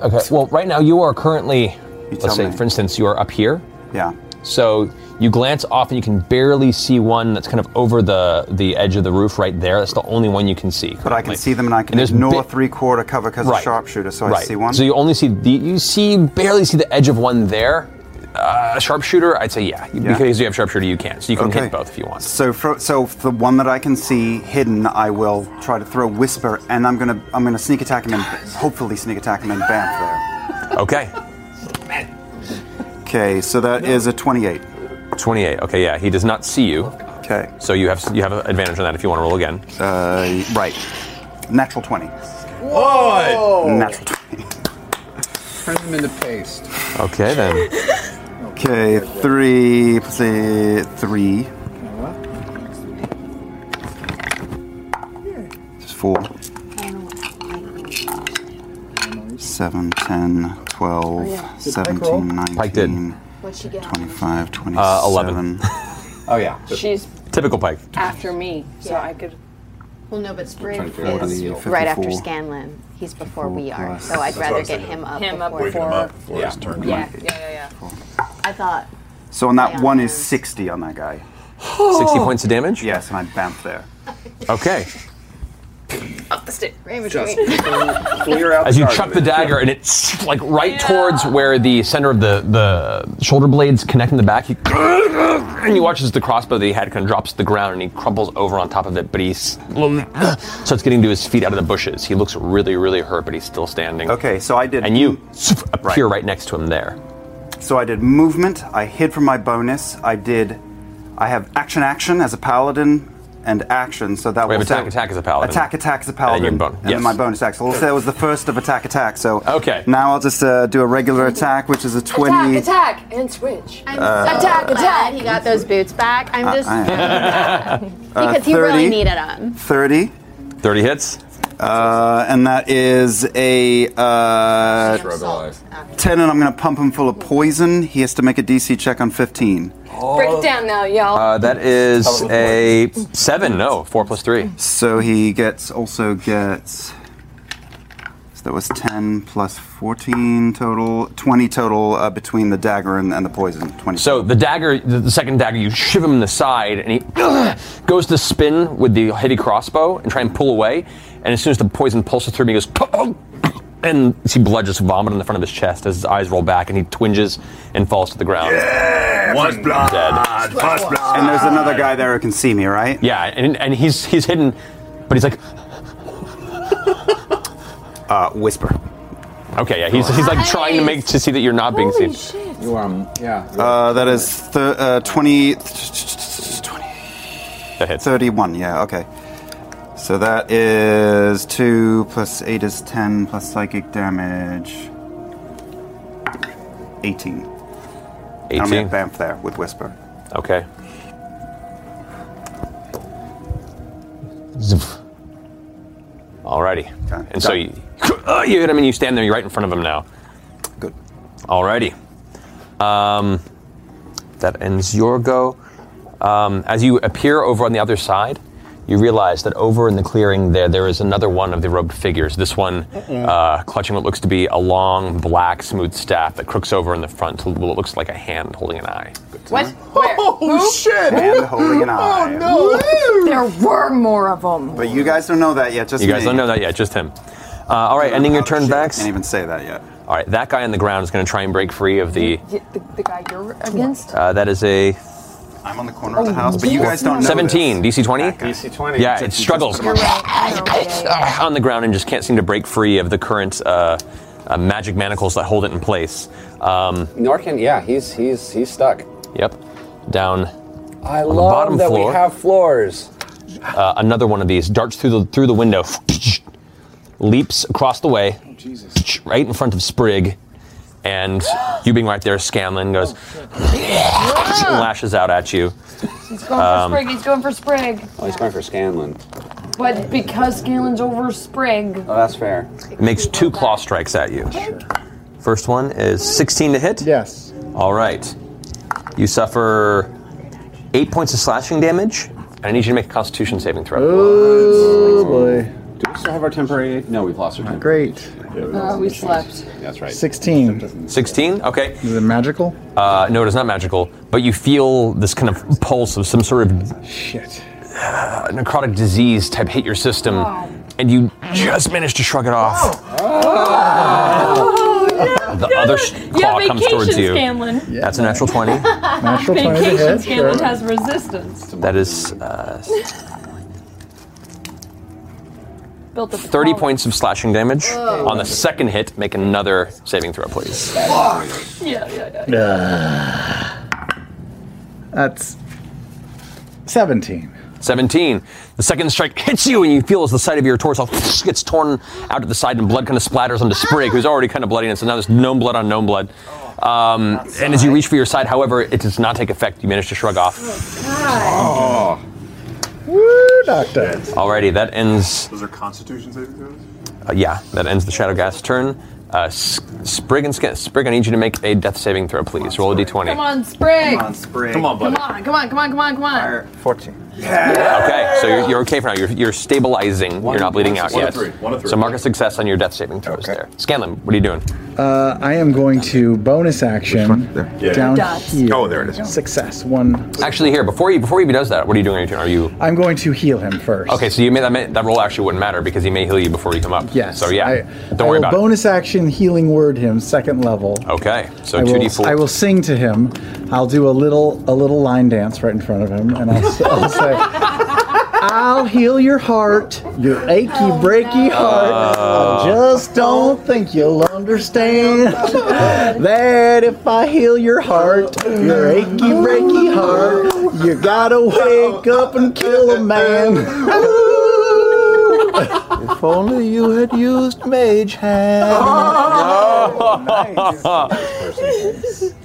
Okay, well, right now you are currently,
tell
let's say,
me.
for instance, you are up here.
Yeah.
So you glance off and you can barely see one that's kind of over the, the edge of the roof right there. That's the only one you can see.
But I can see them and I can
And there's
ignore
bi-
three quarter cover because of sharpshooter, so I
right.
see one.
So you only see the, you see barely see the edge of one there. Uh, sharpshooter, I'd say yeah,
Yeah.
because you have sharpshooter, you can. So you can
Okay.
hit both if you want.
So, for, so for the one that I can see hidden, I will try to throw whisper, and I'm gonna I'm gonna sneak attack him and hopefully sneak attack him and bamf
there. Okay.
Okay, so that is a 28.
28. Okay, yeah, he does not see you.
Okay.
So you have you have an advantage on that if you want to roll again.
Uh, right. Natural 20.
Whoa!
Natural 20.
Turn them into paste.
Okay then.
Okay, three plus a three. Just four. Seven, 10, 12,
Oh, yeah. Did Pike roll?
17, 19,
Pike did.
What'd she get?
25, 27.
Uh, 11.
oh yeah.
She's
Typical Pike.
after me, so I could.
Well, no, but
Trying
Sprig
to figure out
is
what the
right after
54
Scanlan. He's before we are,
plus-
so I'd
That's what I
rather
was
get
thinking.
him up.
Him up
before.
Waking him up
before his turn.
Yeah,
Yeah.
yeah, yeah, yeah. I thought.
So on that
Yeah.
one is 60 on that guy.
60 points of damage?
Yes, and I bamf there.
Okay.
Up the stick.
Just clear out
As you
target.
chuck the dagger and it's like right towards where the center of the, the shoulder blades connect in the back, he, and you watch as the crossbow that he had kind of drops to the ground and he crumbles over on top of it, but he s- starts getting to his feet out of the bushes. He looks really, really hurt, but he's still standing.
Okay, so I did.
And you appear right next to him there.
So I did movement, I hid from my bonus, I did. I have action action as a paladin and action, so that
We have
was.
attack, attack as a paladin.
Attack attack as a
And then
paladin.
your bon-
and then
yes.
my bonus action. Well, that was the first of attack attack, so.
Okay.
Now I'll just uh, do a regular attack, which is a 20.
Attack, attack, and switch.
I'm
Uh,
so glad He got those boots back. I'm
I-
just
I- Ah, Uh,
because he really
30.
um. needed them.
30.
30 hits.
Uh, and that is a uh, ten, and I'm going to pump him full of poison. He has to make a DC check on 15.
Break it down now, y'all.
Oh. Uh, that is a seven. No, Oh, four plus three.
So he gets also gets. So that was 10 plus 14 total, 20 total uh, between the dagger and, and the poison. 20.
So the dagger, the the second dagger, you shiv him in the side, and he goes to spin with the heavy crossbow and try and pull away. And as soon as the poison pulses through him, he goes, and you see blood just vomit on the front of his chest as his eyes roll back, and he twinges and falls to the ground.
First
blood. Dead.
First blood. And there's another guy there who can see me, right?
Yeah, and, and he's he's hidden, but he's like,
uh, whisper.
Okay, yeah, he's, he's like trying to make to see that you're not being seen.
You um yeah.
Uh, that is th- uh, 20, 20.
That hits.
31, yeah, okay. So that is 2 plus 8 is 10 plus psychic damage. 18. And I'm going
18.
to bamf there with Whisper.
Okay. Alrighty. And so you, you hit him and you stand there, you're right in front of him now.
Good.
Alrighty. Um, that ends your go. Um, as you appear over on the other side, you realize that over in the clearing there, there is another one of the robed figures. This one
Uh-oh.
uh, clutching what looks to be a long, black, smooth staff that crooks over in the front to what looks like a hand holding an eye.
What? Oh,
shit! And holding an eye.
no! There were more of them.
But you guys don't know that yet, just
you guys
me. Oh,
don't know that yet, just him. Uh, all right, ending your turn, Vax. Can't
even say that yet. Mm-hmm.
All right, that guy on the ground is going to try and break free of the.
Y- The, the guy you're against? Oh,
Uh, that is a.
I'm on the corner of the house, but you guys don't know.
17, DC 20?
DC
20. Yeah, it struggles on the ground and just can't seem to break free of the current uh, uh, magic manacles that hold it in place. Um,
Norkin, yeah, he's he's he's stuck.
yep, down
I
on the
love
bottom
that
floor.
we have floors.
uh, another one of these darts through the through the window, leaps across the way,
Jesus.
right in front of Sprig, and you being right there, Scanlan goes, and lashes out at you.
He's going
Um,
for Sprig. He's going for Sprig.
Oh, he's going for Scanlan.
But because Galen's over Sprig.
Oh, that's fair. Makes two claw strikes at you. First one is 16 to hit. Yes. All right. You suffer eight points of slashing damage, and I need you to make a Constitution saving throw.
Oh boy.
Do we still have our temporary? No, we've lost our temporary.
Great.
Uh, we slept.
That's
16.
16? Okay. Is
it magical?
Uh, no, it is not magical, but you feel this kind of pulse of some sort of
Shit.
uh, necrotic disease type hit your system, and you just manage to shrug it
Oh.
off. The other sh- claw
yeah,
comes towards
vacation
you.
Scanlan.
That's a natural 20.
Natural vacation Scanlan has resistance.
That is uh,
Built up
30 points of slashing damage.
Whoa.
On the second hit, make another saving throw, please.
Uh, Yeah, yeah, yeah.
That's 17.
17. The second strike hits you, and you feel as the side of your torso gets torn out at the side, and blood kind of splatters onto Sprig, who's already kind of bloody, and so now there's known blood on known blood. Um, and as you reach for your side, however, it does not take effect. You manage to shrug off.
Oh. Woo, doctor.
Alrighty, that ends.
Those are Constitution saving throws.
uh, yeah, that ends the Shadow Gas turn. Uh, S- Sprig and Skin. Sprig, I need you to make a death saving throw, please. Roll a d20.
Come on, Sprig.
Come on, Sprig. Come on, buddy.
Come on, come on, come on, come on, come on.
14. Okay, so you're, you're okay for now. You're, you're stabilizing.
One
you're not
of
bleeding
three.
out
One
yet.
of three. One of three.
So mark a success on your death saving throws there. Scanlan, what are you doing?
Uh, I am going to bonus action
Yeah.
down
Dots.
here.
Oh, there it is.
Success. One.
Actually, here before you before he does that, what are you doing on your turn? Are you
I'm going to heal him first.
okay? So you may, that may, that roll actually wouldn't matter because he may heal you before you come up.
Yes.
So yeah,
I-
don't
I
worry
will
about
bonus action healing word him second level.
it. Okay, so
I
two
will,
d four.
I will sing to him. I'll do a little a little line dance right in front of him, and I'll, s will say, "I'll heal your heart, your achy breaky heart.
Uh.
I just don't think you'll understand that if I heal your heart, your achy breaky heart, you gotta wake up and kill a man." if only you had used mage hand.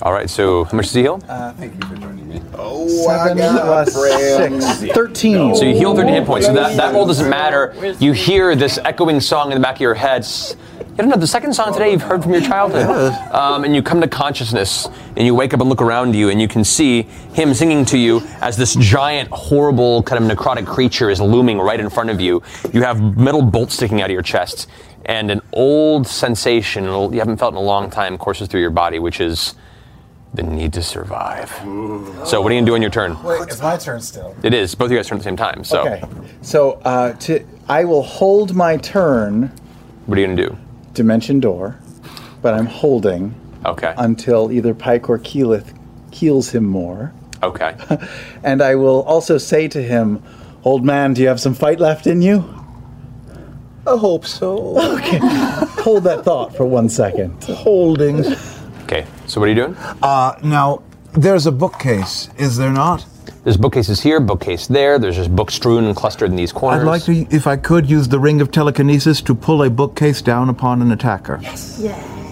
All right, so how much does he heal?
Seven plus six. Thirteen.
So you heal 30 hit points. So that, that roll doesn't matter. You hear this echoing song in the back of your head. S- You don't know, the second song today you've heard from your childhood. Um, and you come to consciousness and you wake up and look around you and you can see him singing to you as this giant, horrible, kind of necrotic creature is looming right in front of you. You have metal bolts sticking out of your chest and an old sensation an old- you haven't felt in a long time courses through your body, which is the need to survive. So, what are you going to do on your turn?
Wait, it's my turn still.
It is. Both of you guys turn at the same time. So,
Okay. So uh, to I will hold my turn,
what are you going to do?
dimension door, but I'm holding.
Okay.
Until either Pike or Keelith heals him more,
Okay.
and I will also say to him, "Old man, do you have some fight left in you?" I hope so. Okay. Hold that thought for one second.
Holdings.
Okay. So what are you doing?
Uh, now, there's a bookcase, is there not?
There's bookcases here, bookcase there. There's just books strewn and clustered in these corners.
I'd like to, if I could, use the ring of telekinesis to pull a bookcase down upon an attacker. Yes.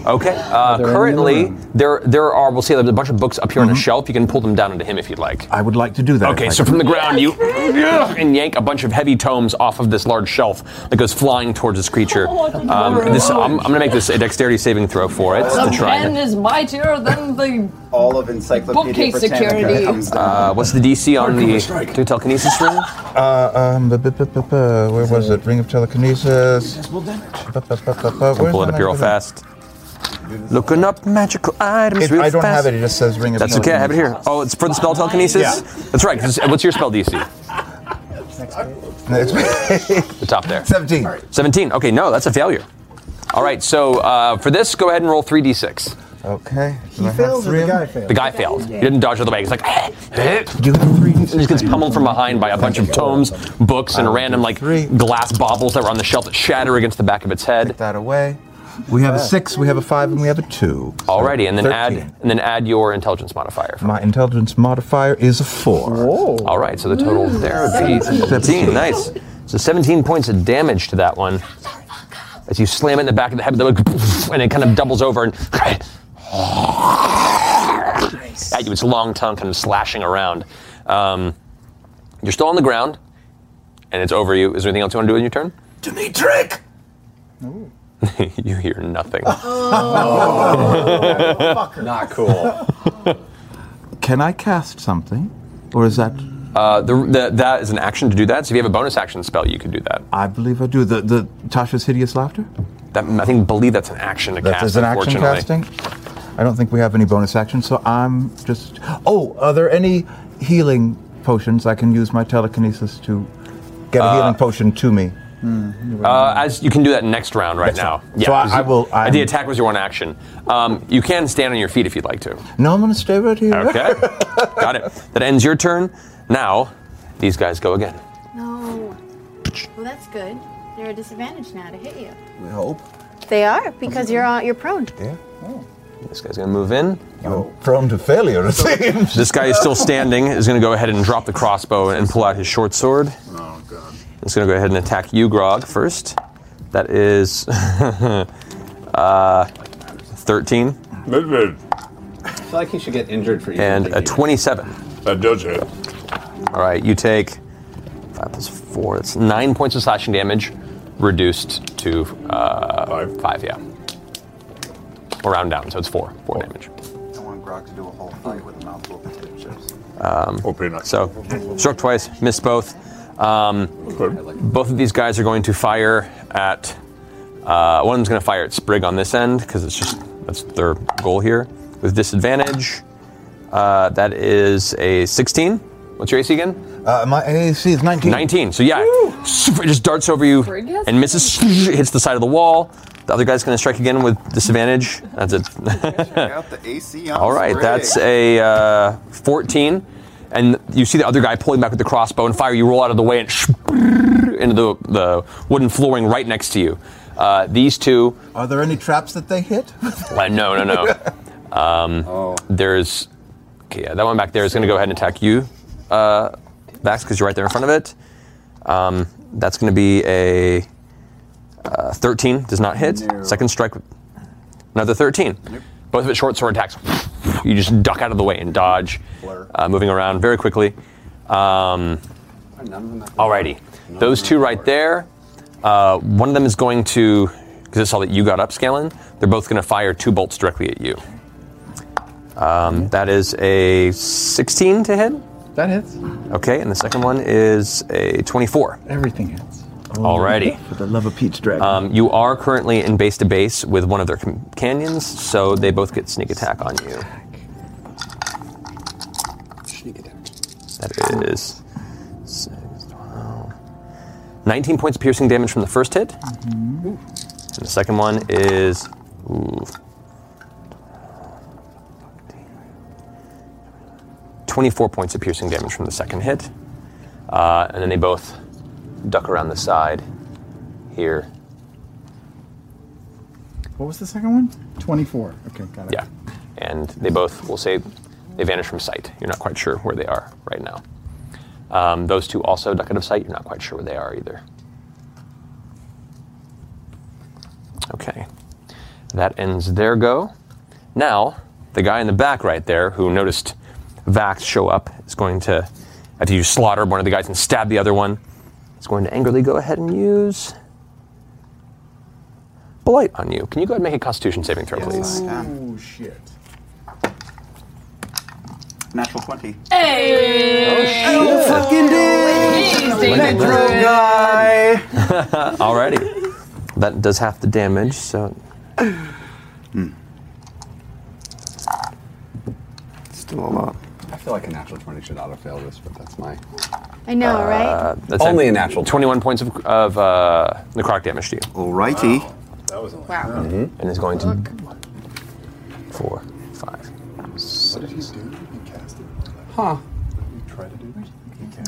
Okay. Uh,
there any in the
currently, there there are. We'll see. There's a bunch of books up here on a shelf. You can pull them down into him if you'd like.
I would like to do that. if
Okay,
I
so
could.
from the ground, you and yank a bunch of heavy tomes off of this large shelf that goes flying towards this creature. Um, this, I'm, I'm going to make this a dexterity saving throw for it to
The
try.
pen is mightier than the.
All of Encyclopedia
Bookcase
Britannica
security.
comes down.
Uh, what's the DC on the to telekinesis ring?
Uh, um, bu- bu- bu- bu- bu- where was it? Ring of telekinesis. Bu- bu- bu- bu- bu-
I'll
where's
pull it
the
up here real
magazine?
fast. Looking up magical items
It-
real
I don't
fast.
have it. It just says ring of
That's okay. I have it here. Oh, it's for the spell telekinesis.
Yeah.
That's right. 'cause it's- What's your spell DC? the top there.
Seventeen.
Seventeen. Okay, no, that's a failure. All right. So uh, for this, go ahead and roll three d6.
Okay.
He fails or the guy fails?
The guy failed. He didn't dodge out of the way. He's like, eh, eh.
You
just gets pummeled from behind by a bunch of tomes, books, and random like glass baubles that were on the shelf that shatter against the back of its head.
that away. We have a six, we have a five, and we have a two.
Alrighty, and then
13.
add and then add your intelligence modifier.
My intelligence modifier is a four.
All right, so the total there would be
Seventeen.
17. Nice. So 17 points of damage to that one. As you slam it in the back of the head, with the hook, and it kind of doubles over and at you, its long tongue kind of slashing around. Um, you're still on the ground, and it's over you. Is there anything else you want to do in your turn?
To me, trick.
you hear nothing.
Not cool.
Can I cast something? Or is that.
Uh, the, the, that is an action to do that. So if you have a bonus action spell, you could do that.
I believe I do. The, the Tasha's Hideous Laughter?
That I think believe that's an action to
That
cast.
is an action
unfortunately.
casting. I don't think we have any bonus action, so I'm just. Oh, are there any healing potions I can use my telekinesis to get a
Uh,
healing potion to me?
Uh, as you can do that next round right now.
Mm-hmm. So I- I will-
I,
I'm-
the attack was your one action. Um, you can stand on your feet if you'd like to.
No, I'm going to stay right here.
Okay, got it. That ends your turn. Now these guys go again.
No. Well, that's good. They're a disadvantage now to hit you.
We hope.
They are because you're uh, you're prone.
Yeah.
This guy's gonna move in.
prone to failure, it seems.
This guy is still standing. Is gonna go ahead and drop the crossbow and pull out his short sword. Oh god. He's gonna go ahead and attack you, Grog, first. That is uh, 13
I feel like he should get injured for you.
and a 27. That does hit. All right, you take five plus four. That's nine points of slashing damage, reduced to uh, five. Yeah. Or round down, so it's four. Four damage.
I want Grog to do a whole fight with a mouthful of potato chips.
Um, So, struck twice, missed both. Um, both of these guys are going to fire at. Uh, one of them's going to fire at Sprig on this end because it's just that's their goal here with disadvantage. Uh, that is a 16. What's your AC again?
Uh, my AC is 19.
19. So yeah, it just darts over you
Sprig has
and misses. Hits the side of the wall. The other guy's going to strike again with disadvantage. That's it.
Got the AC on
All right,
spray.
that's a uh, 14. And you see the other guy pulling back with the crossbow and fire. You roll out of the way and into the, the wooden flooring right next to you. Uh, these two,
Are there any traps that they hit?
uh, no, no, no. Um, There's, okay, yeah, that one back there is going to go ahead and attack you, uh, Vax, because you're right there in front of it. Um, that's going to be a uh, 13, does not hit. Second strike, another 13. Both of it short sword attacks. You just duck out of the way and dodge, uh, moving around very quickly. Um, alrighty, those two right there. Uh, one of them is going to, because I saw that you got up, Scanlan. They're both going to fire two bolts directly at you. Um, that is a 16 to hit.
That hits.
Okay, and the second one is a 24.
Everything hits.
Alrighty.
For the love of peach dragon.
Um, you are currently in base to base with one of their companions, so they both get sneak attack on you.
Sneak attack.
That is six, 12, 19 points of piercing damage from the first hit.
Mm-hmm.
And the second one is ooh, 24 points of piercing damage from the second hit. Uh, and then they both duck around the side here.
What was the second one? 24. Okay, got it.
Yeah. And they both will say they vanish from sight. You're not quite sure where they are right now. Um, those two also duck out of sight. You're not quite sure where they are either. Okay. That ends their go. Now, the guy in the back right there who noticed Vax show up is going to, after you slaughter one of the guys and stab the other one, is going to angrily go ahead and use Blight on you. Can you go ahead and make a constitution saving throw, please?
Oh, shit.
Natural 20.
Hey!
Oh, fucking
Necro
guy!
Alrighty. That does half the damage, so.
Hmm. Still a lot. I feel like a natural 20 should auto fail this, but that's my.
I know,
Uh,
right?
that's
Only
it.
a natural
21 points of, of uh, necrotic damage to you.
Alrighty.
That was only.
Wow.
And is going to. Four, five.
What did he do? He cast it. Huh. Try to do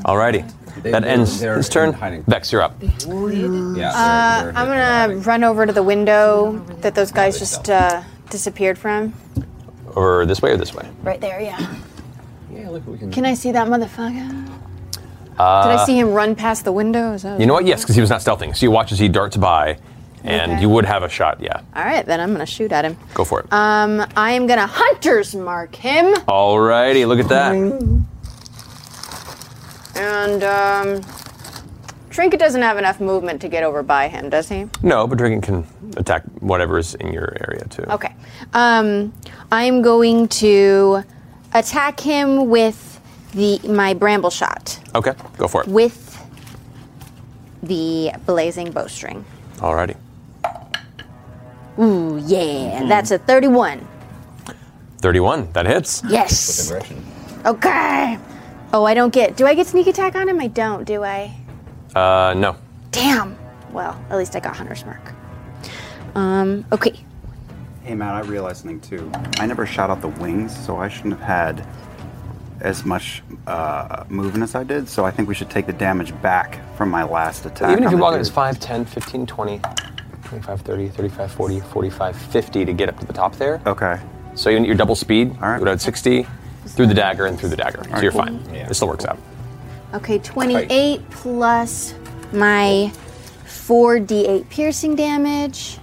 Alrighty.
They-
that
they're-
ends
they're
his turn.
in hiding.
Vex, you're up.
Uh, I'm gonna run over to the window that those guys just uh, disappeared from.
Or this way or this way?
Right there, yeah.
Yeah, look, we
Can I see that motherfucker?
Uh,
Did I see him run past the window? Is that
You know what? Yes, because he was not stealthing. So you watch as he darts by and
Okay.
you would have a shot. Yeah,
All right, then I'm gonna shoot at him.
go for it.
Um, I am gonna hunter's mark him,
Alrighty, look at that.
and um, Trinket doesn't have enough movement to get over by him, does he?
No, but Drinking can attack whatever's in your area too.
Okay. Um, I'm going to attack him with the my bramble shot
Okay, go for it.
with the blazing bowstring.
Alrighty.
Ooh, yeah, that's a 31.
31. That hits.
Yes. With aggression. Okay. Oh, I don't get. Do I get sneak attack on him? I don't. Do I?
Uh, no.
Damn. Well, at least I got hunter's mark. Um. Okay.
Hey, Matt, I realized something too. I never shot out the wings, so I shouldn't have had as much uh, movement as I did, so I think we should take the damage back from my last attack.
Even if
on
you
the
log it,
dude.
it's 5, 10, 15, 20, 25, 30, 35, 40, 45, 50 to get up to the top there.
Okay.
So you- your double speed, all right. you would have 60 through the dagger and through the dagger. so you're fine. It still works out.
Okay. 28 plus my 4d8 piercing damage.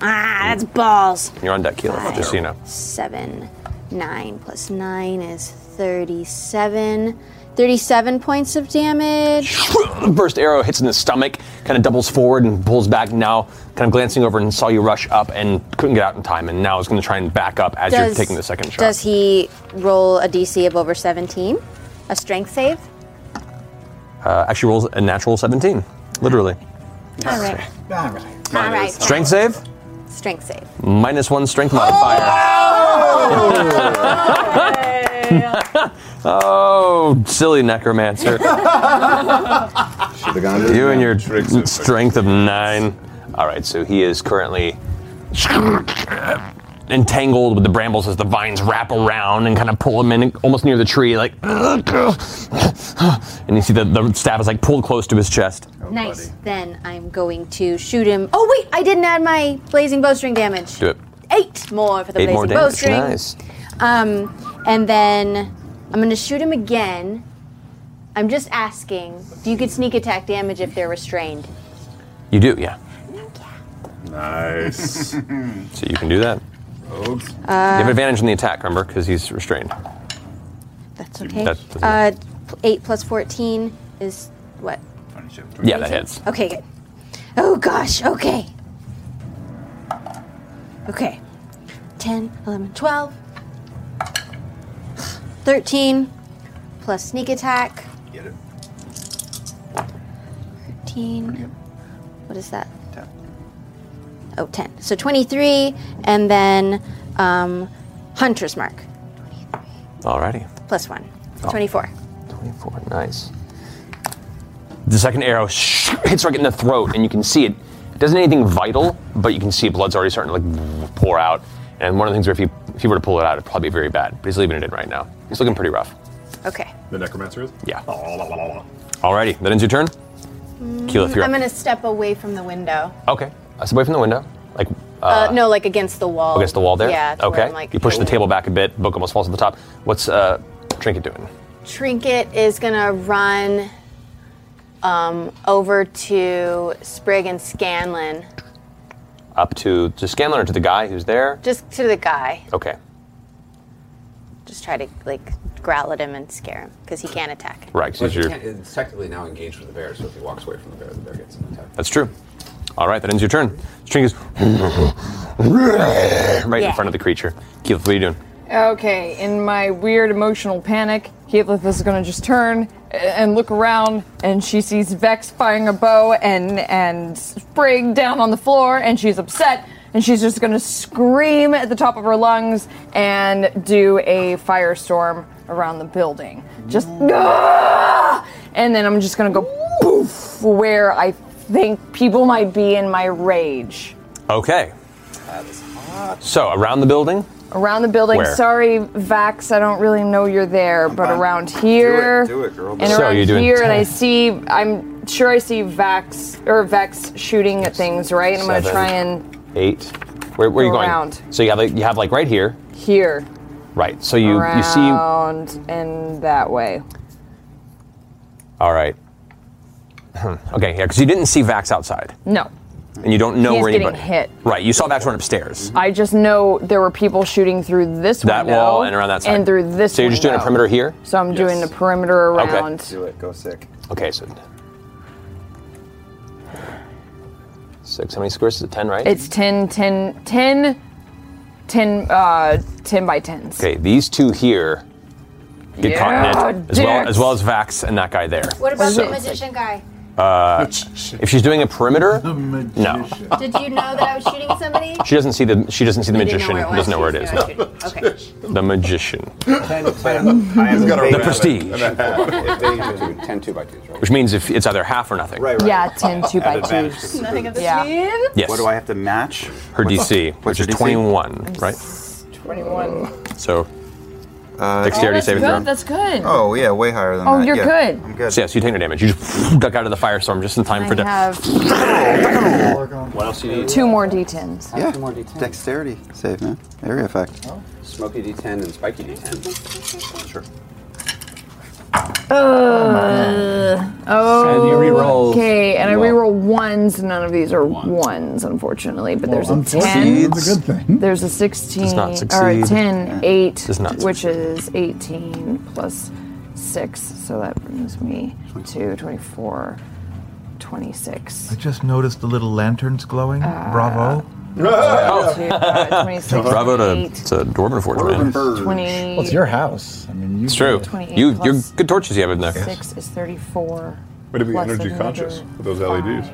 Ah, that's balls.
You're on deck, Keelan, just so you know.
Seven, nine plus nine is 37. 37 points of damage.
The first arrow hits in the stomach, kind of doubles forward and pulls back now, kind of glancing over and saw you rush up and couldn't get out in time, and now is going to try and back up as you're
Does-
taking the second shot.
Does he roll a DC of over 17? A strength save?
uh, actually rolls a natural 17, literally.
All right.
All right.
All right.
Strength save,
Strength save.
minus one strength modifier. oh silly necromancer. You and your strength of nine. All right, so he is currently entangled with the brambles as the vines wrap around and kind of pull him in almost near the tree, like. And you see that the staff is like pulled close to his chest.
nice. Then I'm going to shoot him. Oh, wait, I didn't add my blazing bowstring damage.
Do it.
Eight more for the
Eight
blazing
more damage.
bowstring.
Nice.
Um, and then I'm going to shoot him again. I'm just asking do you get sneak attack damage if they're restrained?
You do, yeah.
Nice.
So you can do that.
Uh,
you have advantage on the attack, remember, because he's restrained.
That's okay.
That doesn't
uh, p- 8 plus 14 is what?
Yeah, that hits.
Okay, good. Oh gosh, okay. Okay. 10, 11, 12, 13, plus sneak attack.
Get it.
13. What is that? Oh, 10. So 23, and then um, Hunter's Mark,
Alrighty.
plus 1.
Oh.
24.
24, nice. The second arrow hits right in the throat, and you can see it. It doesn't anything vital, but you can see blood's already starting to like pour out. And one of the things where if you if you were to pull it out, it'd probably be very bad. But he's leaving it in right now. He's looking pretty rough.
Okay.
The necromancer is. Yeah.
Oh, Alrighty,
that ends your turn. Keyleth, you're
I'm
up.
going to step away from the window.
Okay, that's away from the window, like
Uh,
uh,
no, like against the wall.
against the wall there.
Yeah. to where
Okay.
I'm like,
you push the table back a bit. Book almost falls to the top. What's uh, Trinket doing?
Trinket is gonna run um, over to Sprig and Scanlan,
Up to to Scanlan or to the guy who's there?
just to the guy.
Okay.
Just try to like growl at him and scare him because he can't attack.
Right, 'cause
But you
you're-
can't- it's technically now engaged with the bear, so if he walks away from the bear, the bear gets an attack.
That's true. All right, that ends your turn. String is right in
Yeah.
front of the creature. Keith, what are you doing?
Okay, in my weird emotional panic, Keetlith is gonna just turn a- and look around, and she sees Vex firing a bow and and Sprig down on the floor, and she's upset, and she's just gonna scream at the top of her lungs and do a firestorm around the building. Just "Gah!" and then I'm just gonna go poof where I think people might be in my rage.
Okay. So around the building.
Around the building.
Where?
Sorry, Vax, I don't really know you're there, but around here.
Do it, girl.
And
So
around
you're doing
here, and I
10.
see, I'm sure I see Vax or Vex shooting at things, right? And I'm going to
Seven.
try and
Eight. Where, where are you
Go
going?
around.
So you have like you have like right here.
here.
Right. So you you see.
around and that way.
All right. Hmm. okay, yeah, because you didn't see Vax outside,
No.
and you don't know
He's
where
getting
anybody.
hit.
Right, you saw Vax run upstairs.
I just know there were people shooting through this
That
window
wall and around that side.
and through this.
So you're just doing a
window.
perimeter here?
So I'm doing the perimeter
Okay.
around.
Do it. Go sick.
Okay, so six. How many squares is it? Ten, right?
It's 10, 10, 10, 10, uh, 10 by 10s.
okay. These two here get
Yeah,
caught in it, as well
dicks.
as well as Vax and that guy there.
What about
So,
the magician guy?
uh, if she's doing a perimeter, no,
Did you know that I was shooting somebody?
she doesn't see the she doesn't see the
You didn't
magician.
know where it was?
doesn't know where it is.
Yeah,
No,
I didn't. Okay.
the magician,
The
the prestige,
Ten two by twos, right?
which means if it's either half or nothing.
Yeah, 10, 2 by
At advantage.
2s.
Nothing of this
yeah.
Yes.
What do I have to match?
Her
What's-
DC,
what's
which
your
is
DC?
21, right?
21.
So,
Uh,
Uh,
dexterity
oh, that's
saving
good,
throw.
that's good.
Oh yeah, way higher than
Oh,
that.
you're
yeah.
good.
I'm good.
So yes, you take no damage. You just duck out of the firestorm just in time
I
for the.
have
What else do you need?
two more d10s.
Yeah. Dexterity save, man. Area effect.
Smoky D10 and spiky D10. Sure.
Uh, oh.
And you re-roll
Okay, and I
one.
reroll ones. None of these are ones, unfortunately. But there's a
unfortunately,
ten.
that's a good
thing. There's a sixteen.
Does not
Or a
succeed.
ten, eight,
Does not
which is eighteen plus six. So that brings me to 24, 26.
I just noticed the little lanterns glowing.
Uh,
Bravo.
Bravo to, to Dwarven Forge, man.
Twenty.
Well, it's your house. I mean, you
It's true.
28
You, you're
plus
good torches you have in there.
Six is thirty-four.
Way to be
plus
energy
another
conscious
with those
E
LEDs.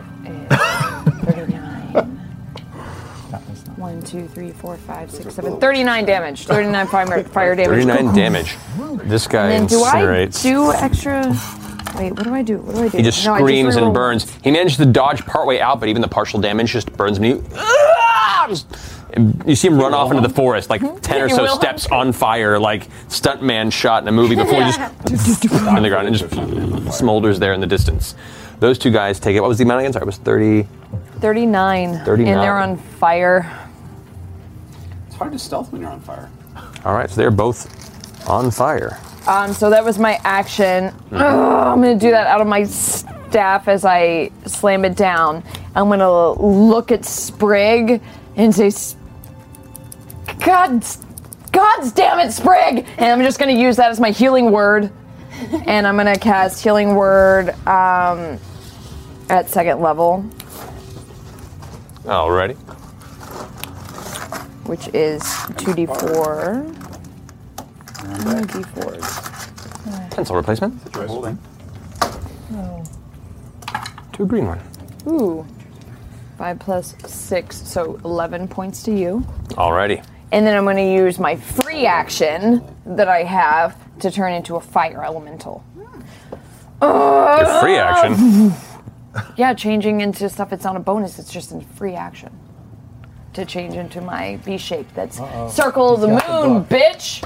One, two, three, four, five, six, seven. Thirty-nine damage. Thirty-nine fire, fire damage.
39 damage. This guy
And then do I
incinerates.
do extra? Wait, what do I do? What do I do?
He just
No, I
screams
reroll.
and burns. He managed to dodge partway out, but even the partial damage just burns him. He, Ah! Just- you see him run off into the forest, like 10 or
He
so
will.
steps on fire, like stuntman shot in a movie before he just on the ground and just smolders there in the distance. Those two guys take it. What was the amount again? Sorry, it was 30.
Thirty-nine.
39.
And they're on fire.
It's hard to stealth when you're on fire.
All right, so they're both on fire.
Um, so that was my action.
Mhm.
Ugh, I'm gonna do that out of my staff as I slam it down. I'm gonna look at Sprig and say, "S- "God, God's damn it, Sprig!" And I'm just gonna use that as my healing word, and I'm gonna cast healing word um, at second level,
Alrighty.
which is two d4. D4.
Pencil replacement.
Holding.
To a green one.
Ooh. Five plus six, so 11 points to you.
Alrighty.
And then I'm going to use my free action that I have to turn into a fire elemental. Uh,
Your free action.
Yeah, changing into stuff, it's not a bonus, it's just a free action. To change into my V shape that's circle of the
He's got the
moon, bitch!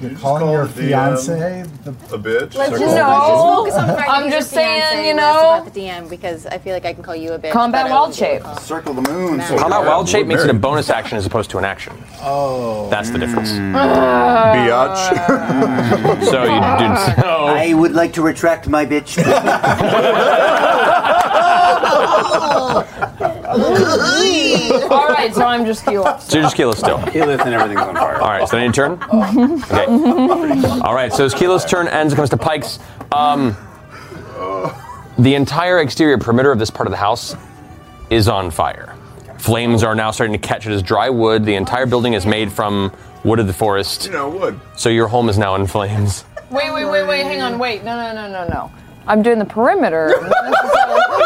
You're calling your
the DM
fiance the,
bitch.
Let's just,
No.
let's just focus on trying to
I'm
get your
just saying,
fiance
you
less
know.
about the DM because I feel like I can call you a bitch.
Combat
but I
wild
won't be able
shape.
to call-
Circle the moon.
How about wild shape makes it a bonus action as opposed to an action?
Oh.
That's the difference.
Biatch.
so you did so.
I would like to retract my bitch.
All right, so I'm just you.
So you're just keyless still.
Keyless and everything's on fire.
All right, so then your turn. All right, so as Keyless' turn ends, it comes to Pike's. Um, the entire exterior perimeter of this part of the house is on fire. Flames are now starting to catch it as dry wood. The entire building is made from wood of the forest.
You know, wood.
So your home is now in flames.
Wait, wait, wait, wait, hang on, wait. No, no, no, no, no. I'm doing the perimeter.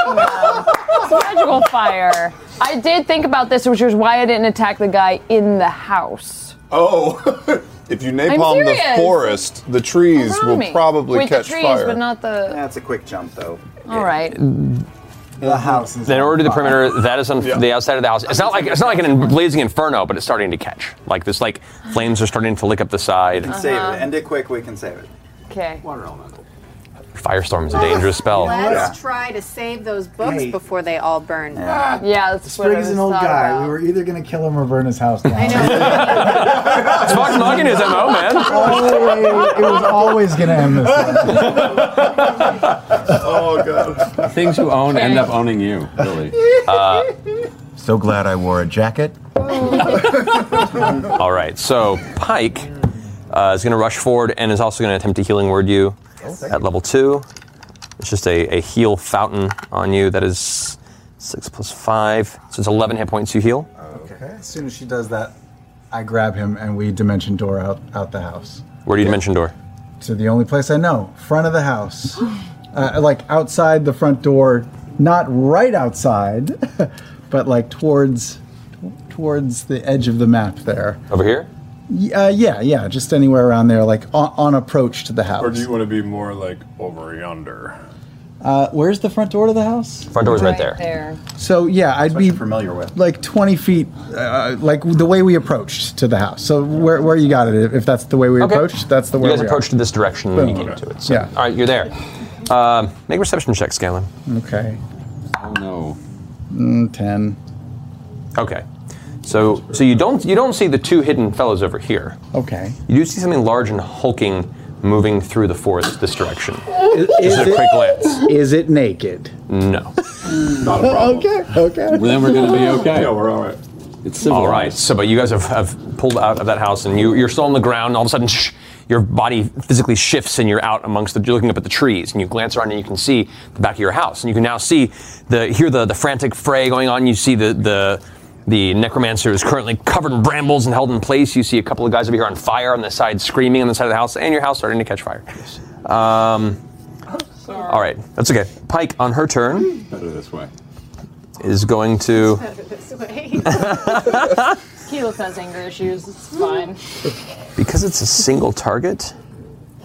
It's magical fire. I did think about this, which is why I didn't attack the guy in the house.
Oh, if you napalm
serious.
the forest, the trees
Around
will
me.
probably
Wait,
catch
the trees,
fire.
but not the.
That's a quick jump though.
All right.
The house is.
Then in order to the perimeter, that is on the outside of the house. It's not like it's not like an blazing inferno, but it's starting to catch. Like this, like flames are starting to lick up the side.
We can save
Uh-huh.
it. End it quick. We can save it.
Okay.
Water element.
Firestorm is a dangerous spell.
Yeah.
Let's try to save those books
Hey.
before they all burn.
Yeah.
that's
Sprig is an old guy. We were either going to kill him or burn his house down. I know.
It's Vox Machina is MO, man.
Always, it was always going to end this way.
oh,
God. Things you own end up owning you, really.
Uh,
so glad I wore a jacket.
All right, so Pike uh, is going to rush forward and is also going to attempt to healing word you at level two. It's just a, a heal fountain on you that is six plus five, so it's 11 hit points you heal.
Okay. As soon as she does that, I grab him and we dimension door out out the house
Where do you dimension door?
to the only place I know, front of the house, uh, like outside the front door, not right outside, but like towards towards the edge of the map there.
Over here?
Y- Uh, yeah, yeah, just anywhere around there, like on, on approach to the house.
Or do you want to be more like over yonder?
Uh, where's the front door to the house?
Front door's right
there.
There.
So yeah, I'd be familiar with like twenty feet, uh, like the way we approached to the house. So where, where you got it? If that's the way we approached, that's the way
you guys
we are.
approached in this direction when you
Boom.
came to it. So.
Yeah.
All right, you're there. Um make a reception check, Scanlan.
Okay.
Oh no.
Mm, Ten.
Okay. So so you don't you don't see the two hidden fellows over here.
Okay.
You do see something large and hulking moving through the forest this direction.
Is,
Just a quick glance.
Is it naked?
No.
Not a problem. okay. Okay.
we're all right. It's All right. So, but you guys have, have pulled out of that house, and you, you're still on the ground. And all of a sudden, shh, your body physically shifts, and you're out amongst the. You're looking up at the trees, and you glance around, and you can see the back of your house, and you can now see the hear the the frantic fray going on. You see the the. The necromancer is currently covered in brambles and held in place. You see a couple of guys over here on fire on the side, screaming on the side of the house, and your house starting to catch fire. Um, all right, that's okay. Pike, on her turn, better this way, is going to.
this way. Keyleth has anger issues. It's fine.
Because it's a single target.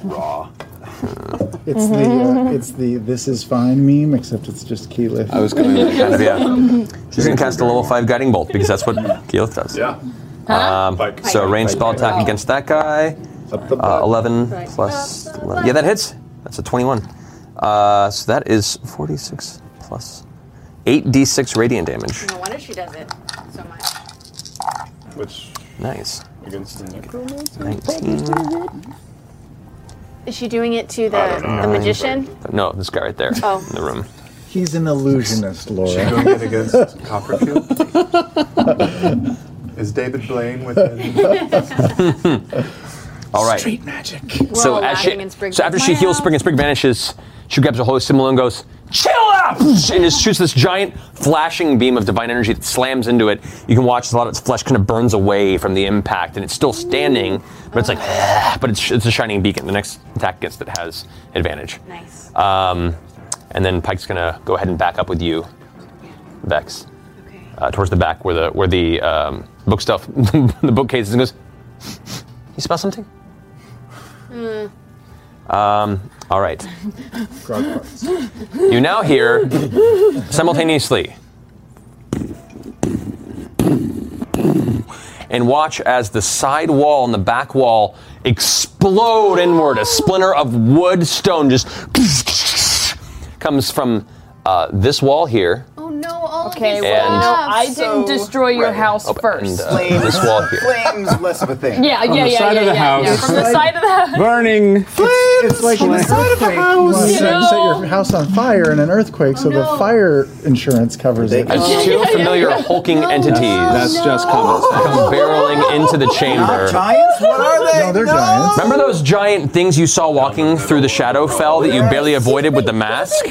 Raw. It's the uh, it's the this is fine meme, except it's just keyless.
I was going to kind of, yeah. She's going to cast a level five guiding bolt because that's what Keyleth does. Yeah. Um, so range spell attack
Oh.
against that guy. Uh, Eleven plus. 11. Yeah, that hits. That's a twenty-one. Uh, so that is forty-six plus eight d6 radiant damage.
No wonder she does it so much.
Which
nice.
against the necromancer?
Is she doing it to the, the
Nine.
magician?
No, this guy right there
Oh.
in the room.
He's an illusionist, Laura.
She's doing it
against
Copperfield? Is David Blaine with
All right.
Street magic.
so
We're all
as she-
laughing in Sprig
so after
goes,
she heals Sprig and Sprig vanishes, she grabs a holy symbol and goes, "Chill out!" and just shoots this giant flashing beam of divine energy that slams into it. You can watch a lot of its flesh kind of burns away from the impact, and it's still standing, but it's like, but it's, it's a shining beacon. The next attack against it has advantage. Nice. Um, and then Pike's gonna go ahead and back up with you, Vex, uh, towards the back where the where the um, book stuff, the bookcase is, and goes. You smell something?
Mm.
Um, all right.
Grog farts.
You now hear simultaneously and watch as the side wall and the back wall explode inward. A splinter of wood stone just comes from uh, this wall here.
Oh no! All okay,
these
well,
And-
no, I didn't
So-
destroy your house
Oh,
first.
and, uh, this wall here.
Flames, less of a thing.
Yeah, yeah, yeah, yeah, yeah, yeah. From the side of the house.
Burning.
Flames. It's like
From
an
the side of the
earthquake.
house.
You want to
You
set,
know?
set your house on fire in an earthquake, so the fire insurance covers it.
Oh.
As two familiar hulking entities That's just come barreling into the chamber.
Giants? What are they? No, they're giants.
Remember those giant things you saw walking through the shadow fell that you barely avoided with the mask?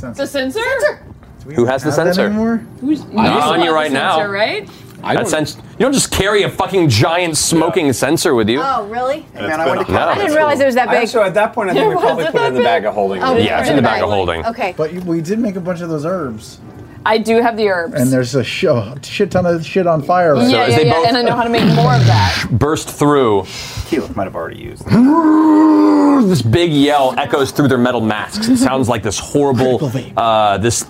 The sensor? sensor.
Who has the sensor?
Who's
Not on you right now.
Sensor, right?
That sens- you don't just carry a fucking giant smoking sensor with you.
Oh, really?
Hey, man, I went to- No.
I didn't realize it was that big.
So at that point, I
It
think we probably
wasn't
put it in the
that
bag of holding.
Oh,
yeah, it's in the bag of
Right.
holding.
Okay.
But you- we did make a bunch of those herbs,
I do have the herbs.
and there's a sh- a shit ton of shit on fire.
yeah,
Right
yeah,
now.
yeah, and I know how to make more of that.
Burst through.
Keyleth might have already used.
This big yell echoes through their metal masks. It sounds like this horrible. Uh, this.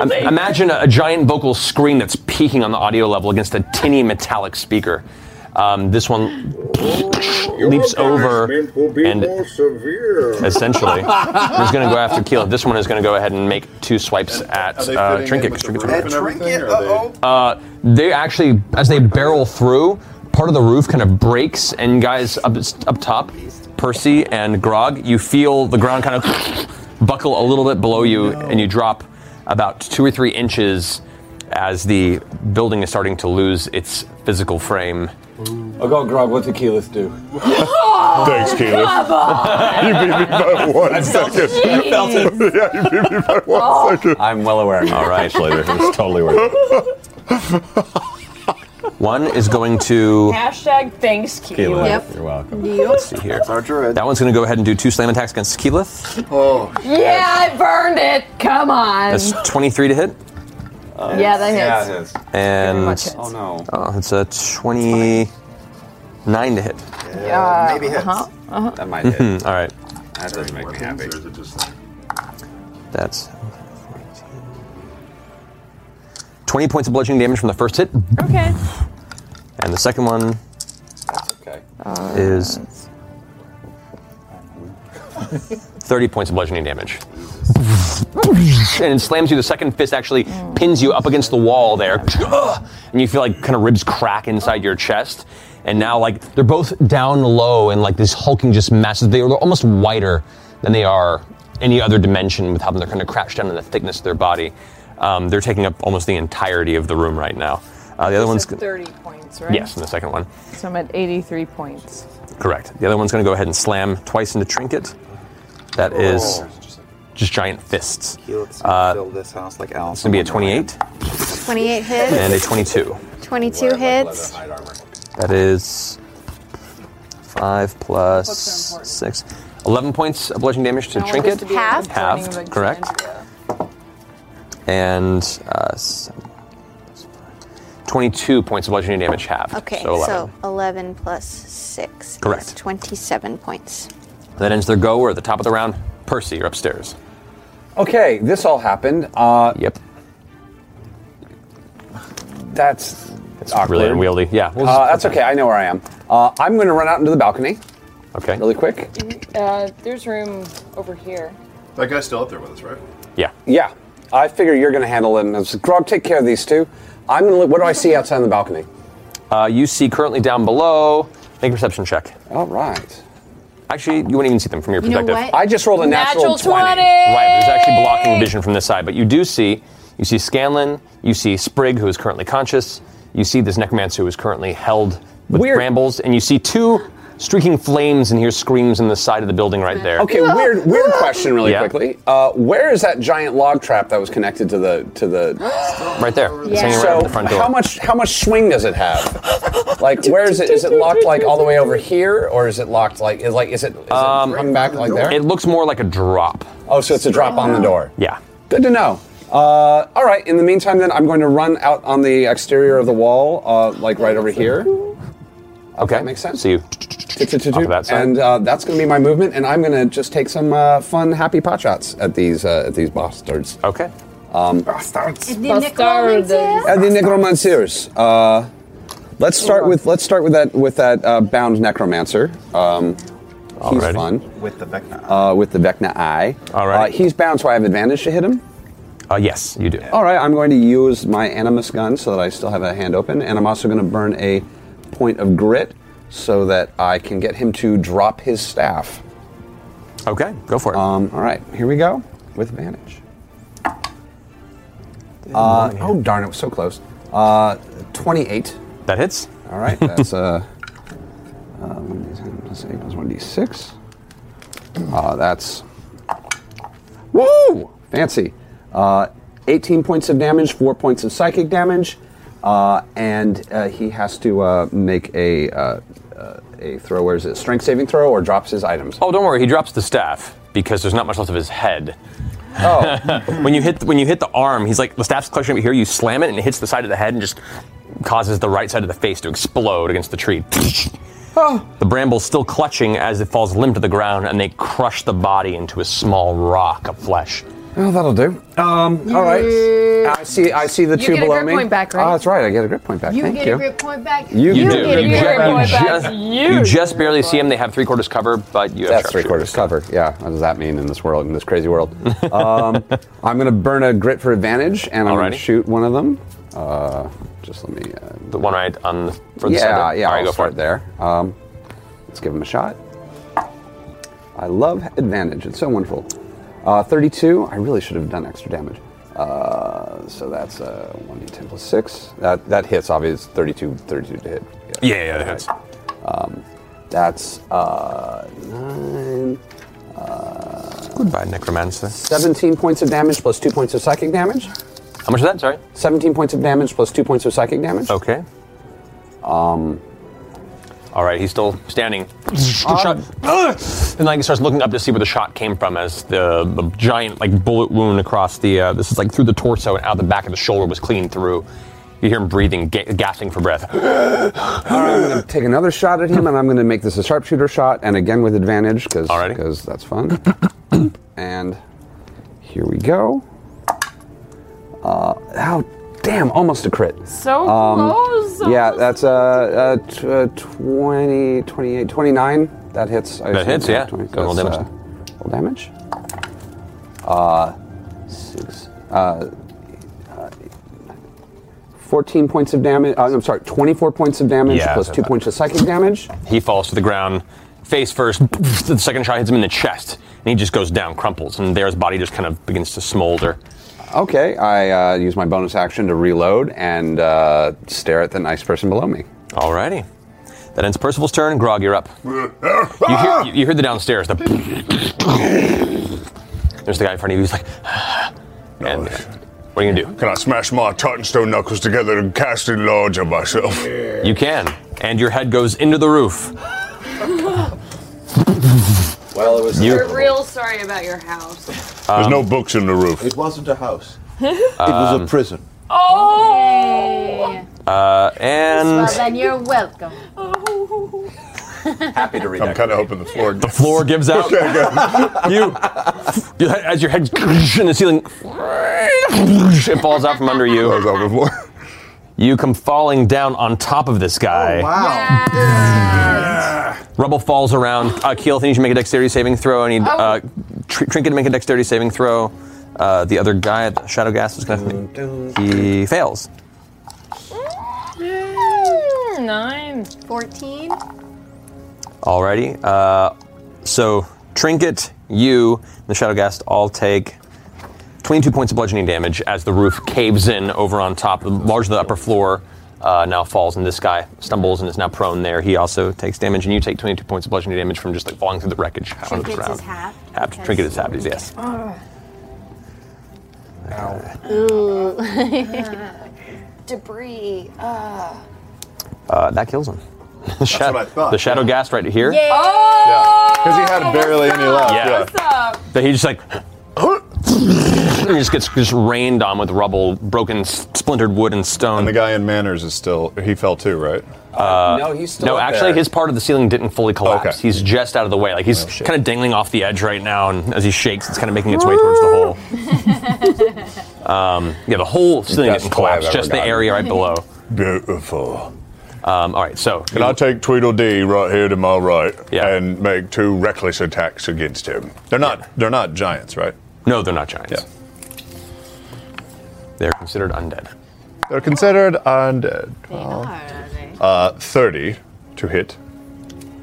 im- imagine a, a giant vocal scream that's peaking on the audio level against a tinny metallic speaker. Um, this one leaps over and essentially is going to go after Keela. This one is going to go ahead and make two swipes at
they
uh,
fitting in
Trinket.
with
because
the
Trinket's
roof
right.
and everything, or are they-
Uh, they actually, as they barrel through, part of the roof kind of breaks, and guys up up top, Percy and Grog, you feel the ground kind of buckle a little bit below you, and you drop about two or three inches as the building is starting to lose its physical frame.
Oh God, Grog, what's Keyleth do?
Thanks, Keyleth.
come on!
you beat me by one
I felt
second.
it. I felt it.
yeah, you beat me by one second.
I'm well aware.
All right,
later.
It's totally worth it. One is going to.
Hashtag thanks, Keyleth.
welcome.
Yep.
Let's see here. That one's going to go ahead and do two slam attacks against Keyleth.
Oh.
Yeah, I burned it. Come on. Uh,
That's 23 to hit.
yeah, that hits.
And
much hits.
Oh,
no. it's a 29 to hit.
Yeah, maybe hits. Uh-huh, uh-huh.
That might
Mhm, All right.
That doesn't make me happy.
That's 20 points of bludgeoning damage from the first hit.
Okay.
And the second one
Okay.
Uh,
is 30 points of bludgeoning damage. And it slams you. The second fist actually pins you up against the wall there. And you feel like kind of ribs crack inside your chest. And now, like, they're both down low and like this hulking, just massive. They're almost whiter than they are any other dimension with how they're kind of crouched down in the thickness of their body. Um, they're taking up almost the entirety of the room right now. Uh, the other one's.
Thirty points, right?
Yes, and the second one.
So I'm at eighty-three points.
Correct. The other one's going to go ahead and slam twice into Trinket. That is
Oh.
just giant fists. Uh,
Fill this house like Alice.
it's going to be a 28
28 hits.
and a 22.
22 hits.
That is 5 plus 6. 11 points of bludgeoning damage to
I want this
Trinket.
to be a Halved.
Halved,
warning of
correct. And uh, seven plus five. 22 points of bludgeoning damage halved.
Okay,
so 11.
so 11 plus 6 is
Correct.
27 points.
That ends their go. We're at the top of the round. Percy, you're upstairs.
Okay, this all happened. Uh,
yep.
That's it's awkward.
Really unwieldy. Yeah. we'll just-
Uh, that's okay. I know where I am. Uh, I'm going to run out into the balcony.
Okay.
Really quick.
Uh, there's room over here.
That guy's still up there with us, right?
Yeah.
Yeah. I figure you're going to handle them. I said, Grog, take care of these two. I'm going to look. What do I see outside on the balcony?
Uh, you see currently down below. Make a perception check.
All right.
Actually, you wouldn't even see them from your
You know
perspective.
what? I just rolled a natural Natural 20. 20.
Right, there's actually blocking vision from this side, but you do see you see Scanlan, you see Sprig, who is currently conscious, you see this necromancer who is currently held with brambles, and you see two streaking flames and hear screams in the side of the building right there.
Okay, weird, weird question, really
Yeah.
quickly. Uh, where is that giant log trap that was connected to the to the?
Right there. It's hanging right
So
over the front door.
how much how much swing does it have? Like, where is it? Is it locked like all the way over here, or is it locked like is like is it, is it hung back like there?
Um, It looks more like a drop.
Oh, so it's a drop on the door.
Yeah.
Good to know. Uh, all right. In the meantime, then I'm going to run out on the exterior of the wall, uh, like right over here.
Okay, that makes
sense.
So you
And uh, that's going to be my movement, and I'm going to just take some uh, fun, happy pot shots at these uh, at these bastards.
Okay.
Um, bastards.
And the
At the necromancers. Uh, let's start with let's start with that with that uh, bound necromancer. Um, he's
Alrighty.
fun
With the Vecna.
uh, with the Vecna Eye. All right. Uh, he's bound, so I have advantage to hit him.
Uh, yes, you do.
All right, I'm going to use my animus gun so that I still have a hand open, and I'm also going to burn a point of grit so that I can get him to drop his staff.
Okay, go for it.
Um, all right, here we go with advantage. Uh, oh darn! It was so close. Uh, Twenty-eight.
That hits.
All right, that's uh, uh, one d10 plus eight plus one d6. Uh, that's woo fancy. Uh, Eighteen points of damage, four points of psychic damage, uh, and uh, he has to uh, make a uh, uh, a throw. Where is it? Strength saving throw or drops his items.
Oh, don't worry. He drops the staff because there's not much left of his head. Oh. when you hit when you hit the arm, he's like the staff's clutching up here. You slam it and it hits the side of the head and just causes the right side of the face to explode against the tree.
Oh,
The bramble's still clutching as it falls limp to the ground, and they crush the body into a small rock of flesh.
well, Oh, that'll do. Um, all right. I see. I see the
You
two
get a
below
grip
me.
point back, right?
Oh, that's right. I get a grip point back.
You
Thank
get
you.
a grip point back.
You You do.
get a
You
grip
get-
point
you
back.
just-
You.
You just barely see him. They have three quarters cover, but you have
That's three quarters cover. Yeah. What does that mean in this world, in this crazy world? um, I'm going to burn a grit for advantage, and I'm going
Alrighty.
to shoot one of them. Uh, just let me. Uh,
the one right on the for the
yeah,
center?
yeah.
All right,
I'll
go for
start
it.
there. Um, let's give him a shot. I love advantage. It's so wonderful. Uh, 32. I really should have done extra damage. Uh, so that's uh, 1d10 plus 6. That, that hits, obviously. 32, 32 to hit.
Yeah, yeah, it hits.
Um, that's uh, 9.
Goodbye, Necromancer.
17 points of damage plus 2 points of psychic damage.
How much is that? Sorry?
17 points of damage plus 2 points of psychic damage.
Okay.
Um.
All right, he's still standing. Good shot. Ugh! And like he starts looking up to see where the shot came from, as the, the giant like bullet wound across the uh, this is like through the torso and out the back of the shoulder was clean through. You hear him breathing, ga- gasping for breath.
All right, I'm going to take another shot at him, and I'm going to make this a sharpshooter shot, and again with advantage, because that's fun. and here we go. Uh, oh, damn, almost a crit. Um,
So close,
Yeah, that's uh, uh, t- uh, 20, 28, 29. That hits. I
That
assume.
hits, yeah.
20, so
Go roll
that's,
damage.
Uh, roll damage. Uh, six, uh, 14 points of damage. Uh, I'm sorry, 24 points of damage
Yeah,
plus
so
two
that-
points of psychic damage.
He falls to the ground, face first. The second shot hits him in the chest, and he just goes down, crumples, and there his body just kind of begins to smolder.
Okay, I uh, use my bonus action to reload and uh, stare at the nice person below me.
Alrighty. That ends Percival's turn. Grog, you're up. You
Ah!
hear, you, you hear the downstairs. The There's the guy in front of you. He's like, and, what are you gonna do?
Can I smash my Titanstone knuckles together and cast enlarge on myself?
you can, and your head goes into the roof.
Well, it was.
We're real sorry about your house.
There's
Um,
no books in the roof.
It wasn't a house.
It was a
prison.
Oh!
Uh, and
then you're welcome.
Happy to read.
I'm kind of hoping the floor. The
floor gives out.
Okay, good.
you, you, as your head in the ceiling, it falls out from under you. You come falling down on top of this
Oh
guy.
Wow.
Rubble falls around. Uh, Keelth, I need you to make a dexterity saving throw. I need uh, tr- Trinket to make a dexterity saving throw. Uh, the other guy at Shadow Gas is going to. He fails.
Nine. Fourteen.
Alrighty. Uh, so, Trinket, you, and the Shadow Ghast all take 22 points of bludgeoning damage as the roof caves in over on top. Largely the upper floor uh, now falls, and this guy stumbles and is now prone there. He also takes damage, and you take 22 points of bludgeoning damage from just like falling through the wreckage. on this round.
hat.
Half- Trinket is half, yes. Uh,
Debris. Uh.
Uh, that kills him. The shadow,
thought,
the shadow ghast right here.
Oh!
Because he had barely any left.
Yeah.
up?
That he just like and just gets just rained on with rubble, broken, s- splintered wood and stone. And the
guy in Manners is still he fell too, right?
Uh,
No, he's still
no.
up
actually,
there.
his part of the ceiling didn't fully collapse.
Okay. Oh,
He's just out of the way. Like he's kind of dangling off the edge right now, and as he shakes, it's kind of making its way towards the hole. um, yeah, the whole ceiling
Best
didn't
play I've
collapse,
ever
just the
gotten.
area right below.
Beautiful.
Um, all right, so
can I take Tweedledee right here to my right and make two reckless attacks against him? They're not they're not giants, right?
No, they're not giants. They're considered undead.
They're considered undead. They Uh, Thirty to hit.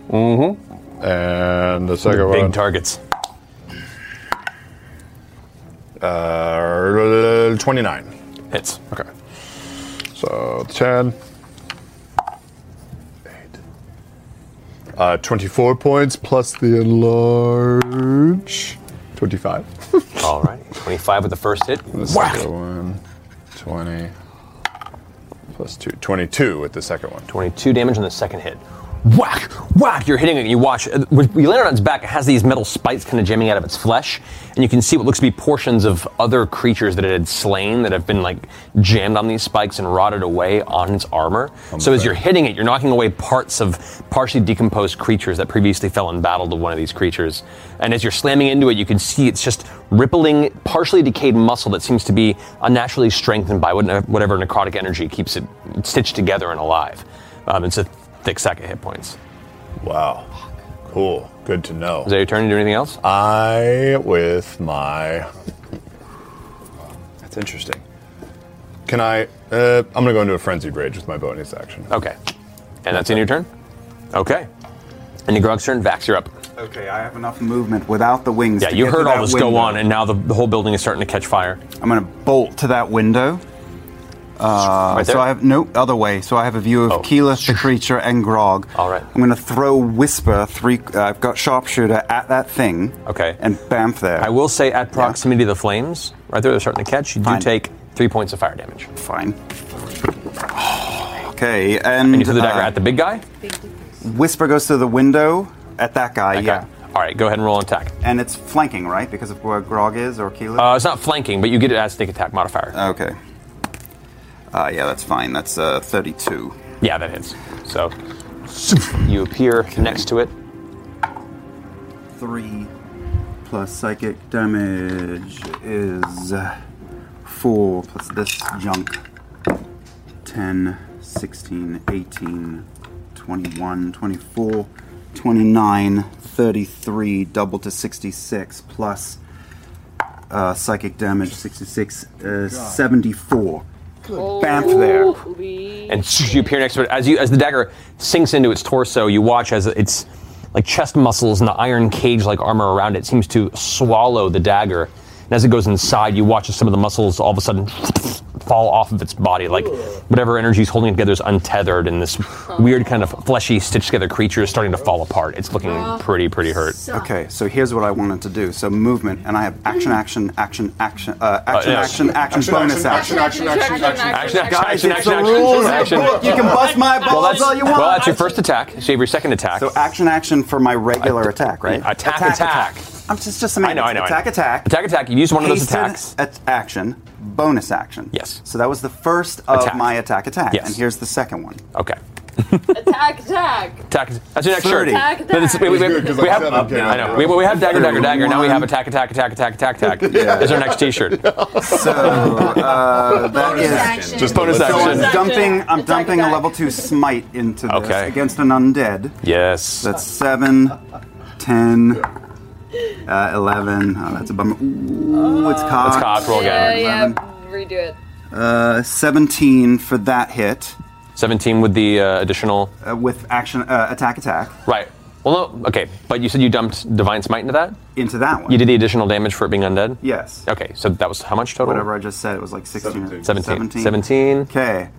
Mm-hmm. And the second
They're
one.
big targets.
Uh, twenty-nine
hits.
Okay. So ten. Uh, 24 points plus the enlarge. 25.
All right, 25 with the first hit.
The second one. 20. Plus 2. 22 with the second one.
22 damage on the second hit. Whack! Whack! You're hitting it, and you watch. uh, when You land it on its back, it has these metal spikes kind of jamming out of its flesh, and you can see what looks to be portions of other creatures that it had slain that have been like jammed on these spikes and rotted away on its armor. so as you're hitting it, you're knocking away parts of partially decomposed creatures that previously fell in battle to one of these creatures. And as you're slamming into it, you can see it's just rippling, partially decayed muscle that seems to be unnaturally strengthened by what- whatever necrotic energy keeps it stitched together and alive. Um, it's a thick sack of hit points.
Wow. Cool. Good to know. Is
that your turn to do anything else?
I, with my. That's interesting. Can I? Uh, I'm going to go into a frenzied rage with my bonus action.
Okay. And that's in your turn? Okay. And Grog's turn, Vax, you're up.
Okay, I have enough movement without the wings.
Yeah,
to
you
get to
heard all
that
this
window.
go on, and now the, the whole building is starting to catch fire.
I'm gonna bolt to that window. Uh,
Right
so
there? Oh.
I have no other way. So I have a view of Keyleth, the creature, and Grog. All right. I'm gonna throw Whisper three. Uh, I've got sharpshooter at that thing.
Okay.
And bamf there.
I will say at proximity to the flames, right there, they're starting to catch, you
Fine.
do take three points of fire damage.
Fine. Okay, and, uh,
you threw the dagger at the big guy.
Whisper goes through the window at that guy. Yeah.
All right, go ahead and roll an attack.
And it's flanking, right? Because of where Grog is or Keyleth.
Uh, it's not flanking, but you get it as sneak attack modifier.
Okay. Uh, yeah, that's fine. That's uh, 32.
Yeah, that hits. So you appear next to it.
Three plus psychic damage is uh, four plus this junk 10, 16, 18, 21, 24, 29, 33, double to 66 plus uh, psychic damage 66, uh, 74. Bamf there.
and you appear next to it as you as the dagger sinks into its torso. You watch as its like chest muscles and the iron cage-like armor around it seems to swallow the dagger. And as it goes inside, you watch as some of the muscles all of a sudden fall off of its body, like whatever energy's holding it together is untethered, and this weird kind of fleshy, stitched-together creature is starting to fall apart. It's looking pretty, pretty hurt.
Okay, so here's what I wanted to do. So movement, and I have action, action, action, action, uh, action,
yes.
action, action,
Mm-hmm. Action,
bonus
action,
action.
action, action, action, action, action,
Guys,
action,
it's the
action,
rules of
action,
the book.
action.
You can bust my
Well,
balls
that's-
all you want.
Well, that's your first attack. So you have your second attack.
So action, action for my regular attack, right?
Attack, attack.
I'm just just
I know, I know. I know.
Attack, attack.
Attack, attack. You use one of those
Hasted
attacks.
at- action, bonus action. Yes. So that was the first of
Attack.
my attack, attack.
Yes.
And here's the second one.
Okay.
attack, attack.
Attack. That's your
30.
next shirt.
Attack,
But it's- we, we-
attack. It's weird 'cause
we
like
have,
seven came
I
out.
know. We, we have dagger, dagger, dagger. Now we have
Thirty-one.
attack, attack, attack, attack, attack, attack.
Yeah.
Is our next T-shirt?
So uh, that is
action. Just bonus
so
action.
I'm dumping. I'm dumping a level two smite into this
Okay.
against an undead.
Yes.
That's seven, ten, uh, eleven. Oh, that's a bummer. Ooh, it's cocked.
It's cocked. Roll
Yeah,
again.
yeah. Redo it.
Uh, seventeen for that hit.
Seventeen with the uh, additional.
Uh, with action, uh, attack, attack.
Right. Well, no. Okay. But you said you dumped divine smite into that.
Into that one.
You did the additional damage for it being undead.
Yes.
Okay. So that was how much total?
Whatever I just said, it was like sixteen.
Seventeen.
Seventeen.
Seventeen.
Okay.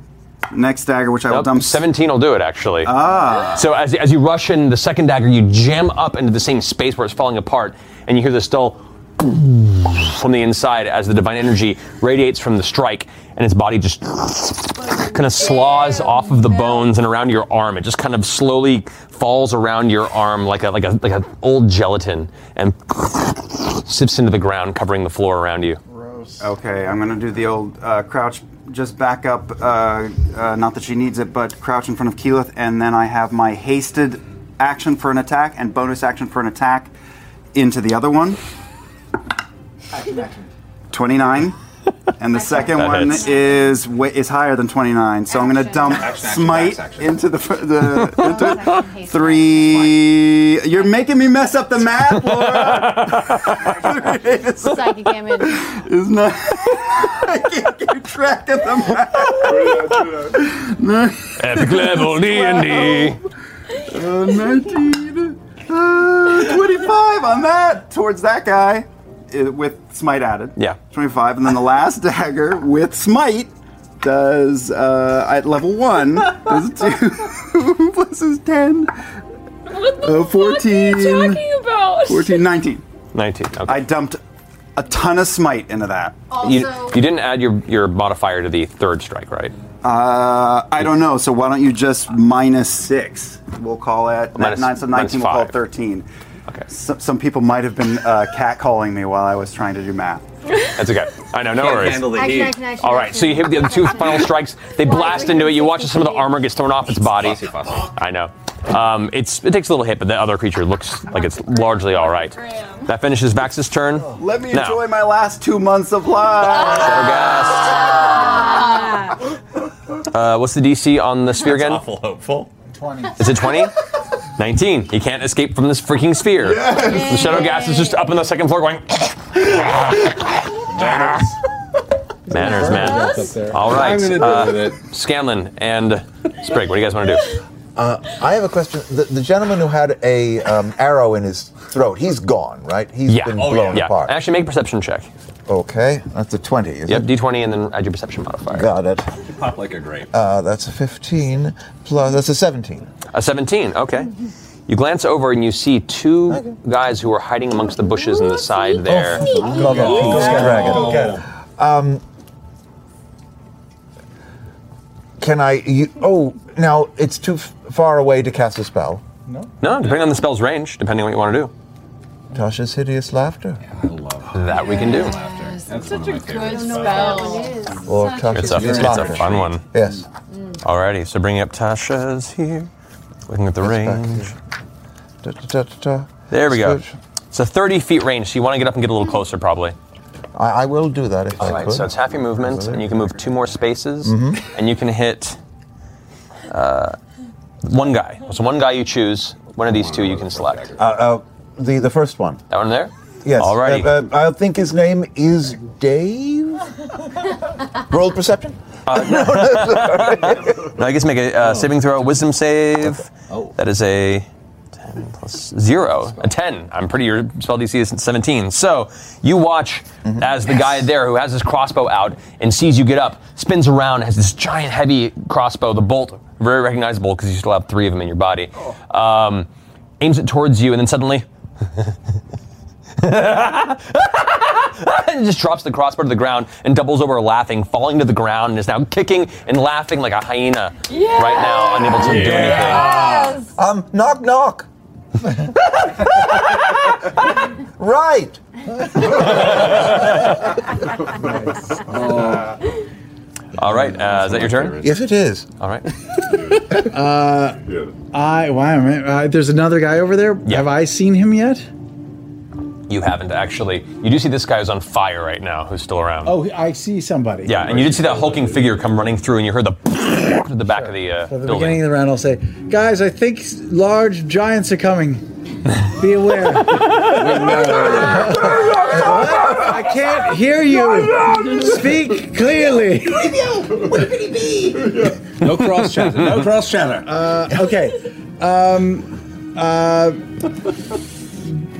Next dagger, which I will
Nope,
dump.
17 will do it, actually.
Ah.
So as, as you rush in the second dagger, you jam up into the same space where it's falling apart, and you hear this dull from the inside as the divine energy radiates from the strike, and its body just kind of slaws off of the bones and around your arm. It just kind of slowly falls around your arm like a like a like an old gelatin, and sips into the ground, covering the floor around you.
Okay, I'm gonna do the old uh, crouch, just back up. Uh, uh, not that she needs it, but crouch in front of Keyleth, and then I have my hasted action for an attack and bonus action for an attack into the other one. 29, and the second
That
one
hits.
is wa- is higher than 29. So I'm gonna dump
Action, action,
smite
action,
into the, fir- the into three. You're making me mess up the map.
Psychic damage.
It's not. I can't keep track of them.
Epic level D and D.
Uh, 19. Uh, 25 on that towards that guy uh, with smite added.
Yeah.
25. And then the last dagger with smite does, uh, at level 1, does 2 plus is 10.
What
Uh,
the 14.
fuck are you talking about?
14, 19.
19. Okay.
I dumped a ton of smite into that.
You, you didn't add your, your modifier to the third strike, right?
Uh, I don't know. So why don't you just minus six? We'll call it
Minus-
nine, so
minus
nineteen. We'll call it
five.
thirteen. Okay. Some, some people might have been uh, catcalling me while I was trying to do math.
That's okay. I know, no
Can't
worries.
handle the Action, heat. action, action,
All right, so you hit the other two final strikes. They blast into it. You watch as some of the armor gets thrown off its body. I know. Um, it's it takes a little hit, but the other creature looks like it's largely all right. That finishes Vax's turn.
Let me
Now-
enjoy my last two months of life.
Uh, what's the DC on the sphere again?
Awful hopeful.
20.
Is it 20? 19. He can't escape from this freaking sphere.
Yes!
The shadow gas is just up on the second floor going. Manners. Manners, man.
Yes.
All right. uh,
I'm gonna deal with
Scanlan and Sprig, what do you guys want to do?
Uh, I have a question. The, the gentleman who had a um, arrow in his throat, he's gone, right? He's
yeah.
been blown
yeah.
apart.
Actually, make a perception check.
Okay, that's a 20, is
yep,
it?
d20 and then add your perception modifier.
Got it.
Pop like a grape.
Uh, that's a 15 plus, that's a 17.
A 17, okay. You glance over and you see two guys who are hiding amongst the bushes in the side there.
I love a peace dragon. Um, can I, you, oh, now it's too f- far away to cast a spell.
No, depending on the spell's range, depending on what you want to do.
Tasha's hideous laughter.
That we can do.
That's such a good
spell. Or Tasha's
It's a,
hideous
it's
laughter.
a fun one.
Yes.
Alrighty, so bringing up Tasha's here. Looking at the range.
Da, da, da, da, da.
There we go. It's a 30 feet range, so you want to get up and get a little closer, probably.
I, I will do that if I
Alright,
could.
so it's half your movement, and you can move two more spaces,
Mhm.
and you can hit uh, one guy. So one guy you choose, one of these two you can select.
Uh, uh, the, the first one.
That one there?
Yes.
Alrighty.
Uh, uh, I think his name is Dave. Roll perception.
no, I guess make a
Oh.
uh, saving throw, wisdom save. That is a 10 plus 0. A 10. I'm pretty, your spell DC is 17. So you watch as the guy there who has his crossbow out and sees you get up, spins around, has this giant heavy crossbow, the bolt, very recognizable because you still have three of them in your body, um, aims it towards you, and then suddenly. and just drops the crossbow to the ground and doubles over laughing, falling to the ground, and is now kicking and laughing like a hyena right now, unable to do anything.
Um, knock, knock. right.
All right, uh, is that your turn?
Yes, it is.
All right.
Uh, I wow, man, uh, there's another guy over there. Have I seen him yet?
You haven't actually. You do see this guy who's on fire right now, who's still around.
Oh, I see somebody.
Yeah, and you did see that hulking figure come running through, and you heard the to the back of the uh,
At the
building.
beginning of the round, I'll say, guys, I think s- large giants are coming. Be aware. I can't hear you. Speak clearly.
No cross chatter. No cross chatter.
Uh, okay. Um, uh,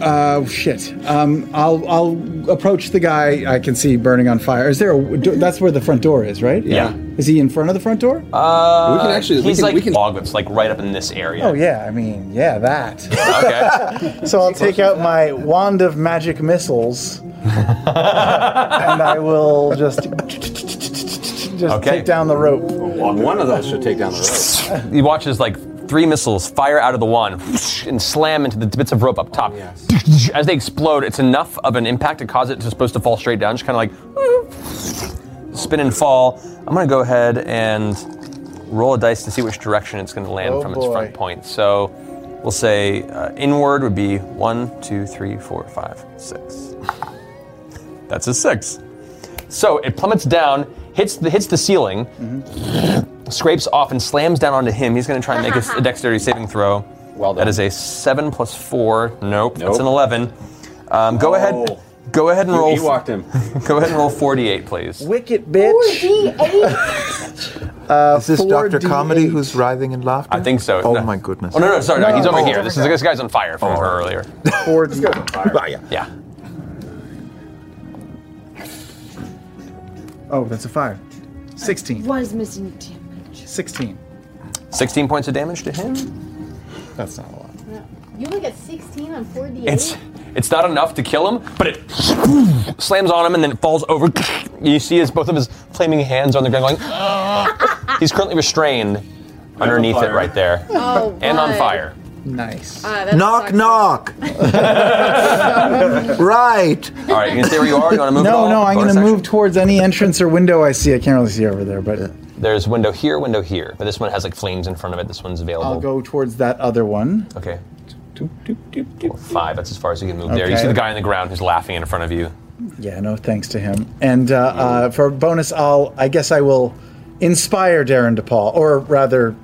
uh, shit. Um, I'll I'll approach the guy I can see burning on fire. Is there a? do- That's where the front door is, right?
Yeah.
Is he in front of the front door?
Uh,
We can actually- we
He's
can-
like
we can-
Boglets, like right up in this area.
Oh yeah. I mean, yeah, that.
Okay.
so I'll take out my wand of magic missiles, and I will just just
Okay.
take down the rope.
One of those should take down the rope. He watches like three missiles fire out of the wand and slam into the bits of rope up top. As they explode, it's enough of an impact to cause it to supposed to fall straight down, just kind of like spin and fall. I'm gonna go ahead and roll a dice to see which direction it's gonna land
Oh,
from
boy.
its front point. So we'll say uh, inward would be one, two, three, four, five, six. That's a six. So it plummets down, hits the hits the ceiling, scrapes off and slams down onto him. He's going to try and make a, a dexterity saving throw. Well done. That is a seven plus four. Nope. That's an eleven. Um, go ahead. Go ahead and
You
roll.
Ewok'd
him. go ahead and roll forty-eight, please.
Wicked bitch.
is this Doctor Comedy who's writhing in laughter?
I think so.
Oh
No.
my goodness.
Oh no, no, sorry, no, he's over
Oh.
here. This is this guy's on fire from her earlier.
Four
Yeah.
Oh, that's a five. Sixteen.
Was missing damage.
Sixteen.
Sixteen points of damage to him.
That's not a lot.
You only get 16 on 4d8.
It's it's not enough to kill him, but it slams on him and then it falls over. You see his both of his flaming hands on the ground going. He's currently restrained underneath it
fire.
right there.
Oh,
and on
boy.
fire.
Nice.
knock, knock. right.
All right, you can stay where you are. You want to move?
no,
at all?
no, I'm going
Bonus
to
action?
move towards any entrance or window I see. I can't really see over there, but
There's window here, window here, but this one has like flames in front of it. This one's available.
I'll go towards that other one.
Okay. Five. That's as far as you can move there. You
Okay.
see the guy on the ground who's laughing in front of you.
Yeah, no thanks to him. And uh, uh, for bonus, I'll I guess I will inspire Darren DePaul, or rather,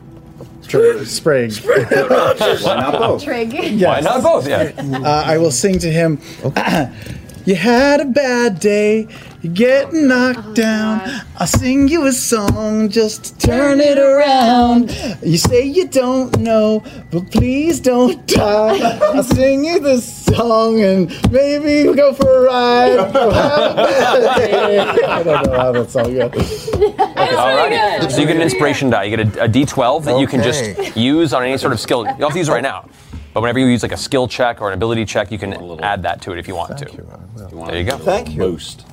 Tr- Sprague.
Trig.
Yes.
Why not both? Yeah.
Uh, I will sing to him. You had a bad day. You're getting knocked down. I'll sing you a song just to turn it around. You say you don't know, but please don't die. I'll sing you this song and maybe we'll go for a ride. Go have a bad day. I don't know how that song goes.
All right. So you get an inspiration die. You get a, a D12 that you can just
Okay.
use on any sort of skill. You don't have to use it right now. But whenever you use like a skill check or an ability check, you can add that to it if you want to. there you go.
Thank you.
Boost.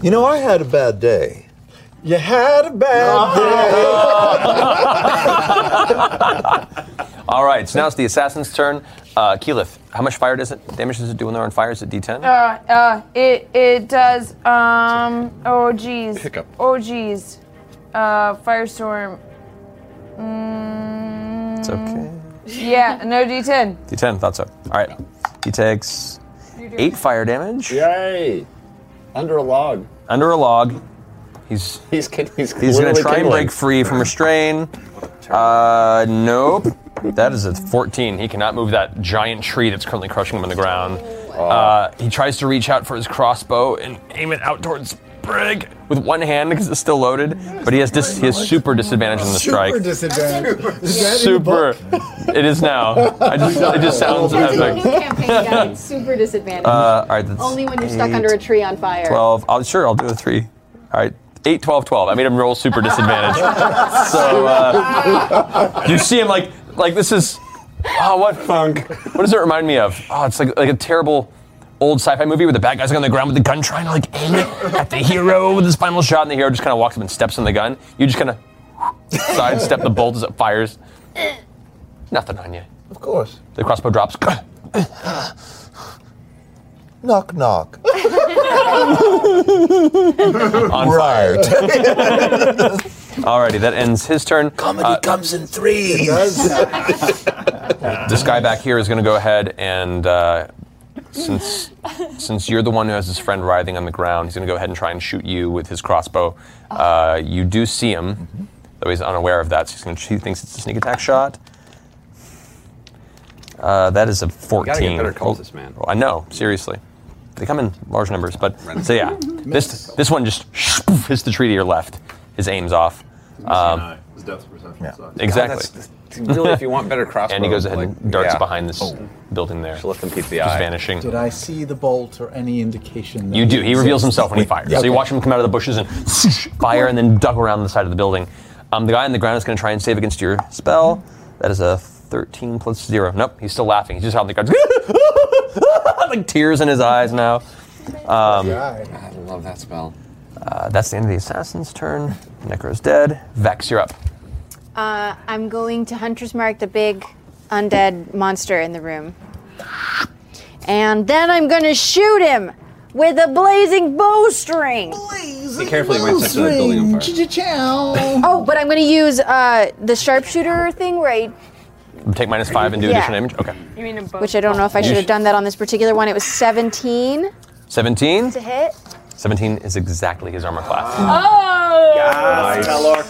You know, I had a bad day.
You had a
Ah.
bad
All right. So now it's the assassin's turn. Uh, Keyleth, how much fire does it damage does it do when they're on fire? Is it D10?
Uh,
Um,
uh, it it does. Um. Oh geez.
Hiccup.
Oh geez. Uh, firestorm. Mm,
It's okay.
Yeah. No D10.
D10. Thought so. All right. He takes eight fire damage.
Yay! Under a log.
Under a log. He's
he's he's,
He's going to
literally
try and
kindling.
break free from restrain. Uh, nope. That is a 14. He cannot move that giant tree that's currently crushing him on the ground.
Oh.
Uh, he tries to reach out for his crossbow and aim it out towards Brig with one hand because it's still loaded, but he has dis- he has super disadvantage on the strike.
Super disadvantage. Is that in the
Super. It is now. I just, it just sounds
That's a
epic.
new
campaign guide.
Super disadvantage.
Uh, all right, that's
Only when you're stuck
eight,
under a tree on fire.
12. I'll, sure, I'll do a 3. All right. 8, 12, 12. I made him roll super disadvantage. so uh, you see him like, like this is, oh, what funk. What does it remind me of? Oh, it's like, like a terrible old sci-fi movie where the bad guy's like on the ground with the gun trying to like aim it at the hero with his final shot and the hero just kind of walks up and steps on the gun. You just kind of side step the bolt as it fires. Nothing on you.
Of course.
The crossbow drops.
Knock, knock.
right.
right.
Alrighty, that ends his turn.
Comedy
Uh,
comes in threes.
this guy back here is going to go ahead and uh, since since you're the one who has his friend writhing on the ground, he's going to go ahead and try and shoot you with his crossbow. Uh, you do see him, though he's unaware of that, so he's gonna, he thinks it's a sneak attack shot. Uh, that is a 14.
gotta get better
Roll-
calls, this man.
roll- I know, seriously. They come in large numbers, but so yeah, this this one just hits the tree to your left. His aim's off. Um,
His depth perception sucks.
Exactly.
really, if you want better crossbow,
and he goes ahead and darts
yeah.
behind this building there. So let them keep the just vanishing.
Did I see the bolt or any indication? That
You do.
it
He reveals
exists?
himself when he fires.
Yeah,
So you
okay.
watch him come out of the bushes and fire, and then duck around the side of the building. Um, the guy on the ground is going to try and save against your spell. That is a 13 plus zero. Nope. He's still laughing. He's just out on the ground, like tears in his eyes now. Um,
I love that spell.
uh, that's the end of the assassin's turn. Necro's dead. Vex, you're up.
Uh, I'm going to Hunter's Mark the big undead monster in the room. And then I'm going to shoot him with a blazing bowstring.
Be careful, you might set the building on fire.
oh, but I'm going to use uh, the sharpshooter thing where I
Take minus five and do
Yeah.
additional damage. Okay.
You mean Which I don't know if I
You
should have
sh-
done that on this particular one. It was 17
17.
to hit.
17 is exactly his armor class.
Oh!
Nice. tell our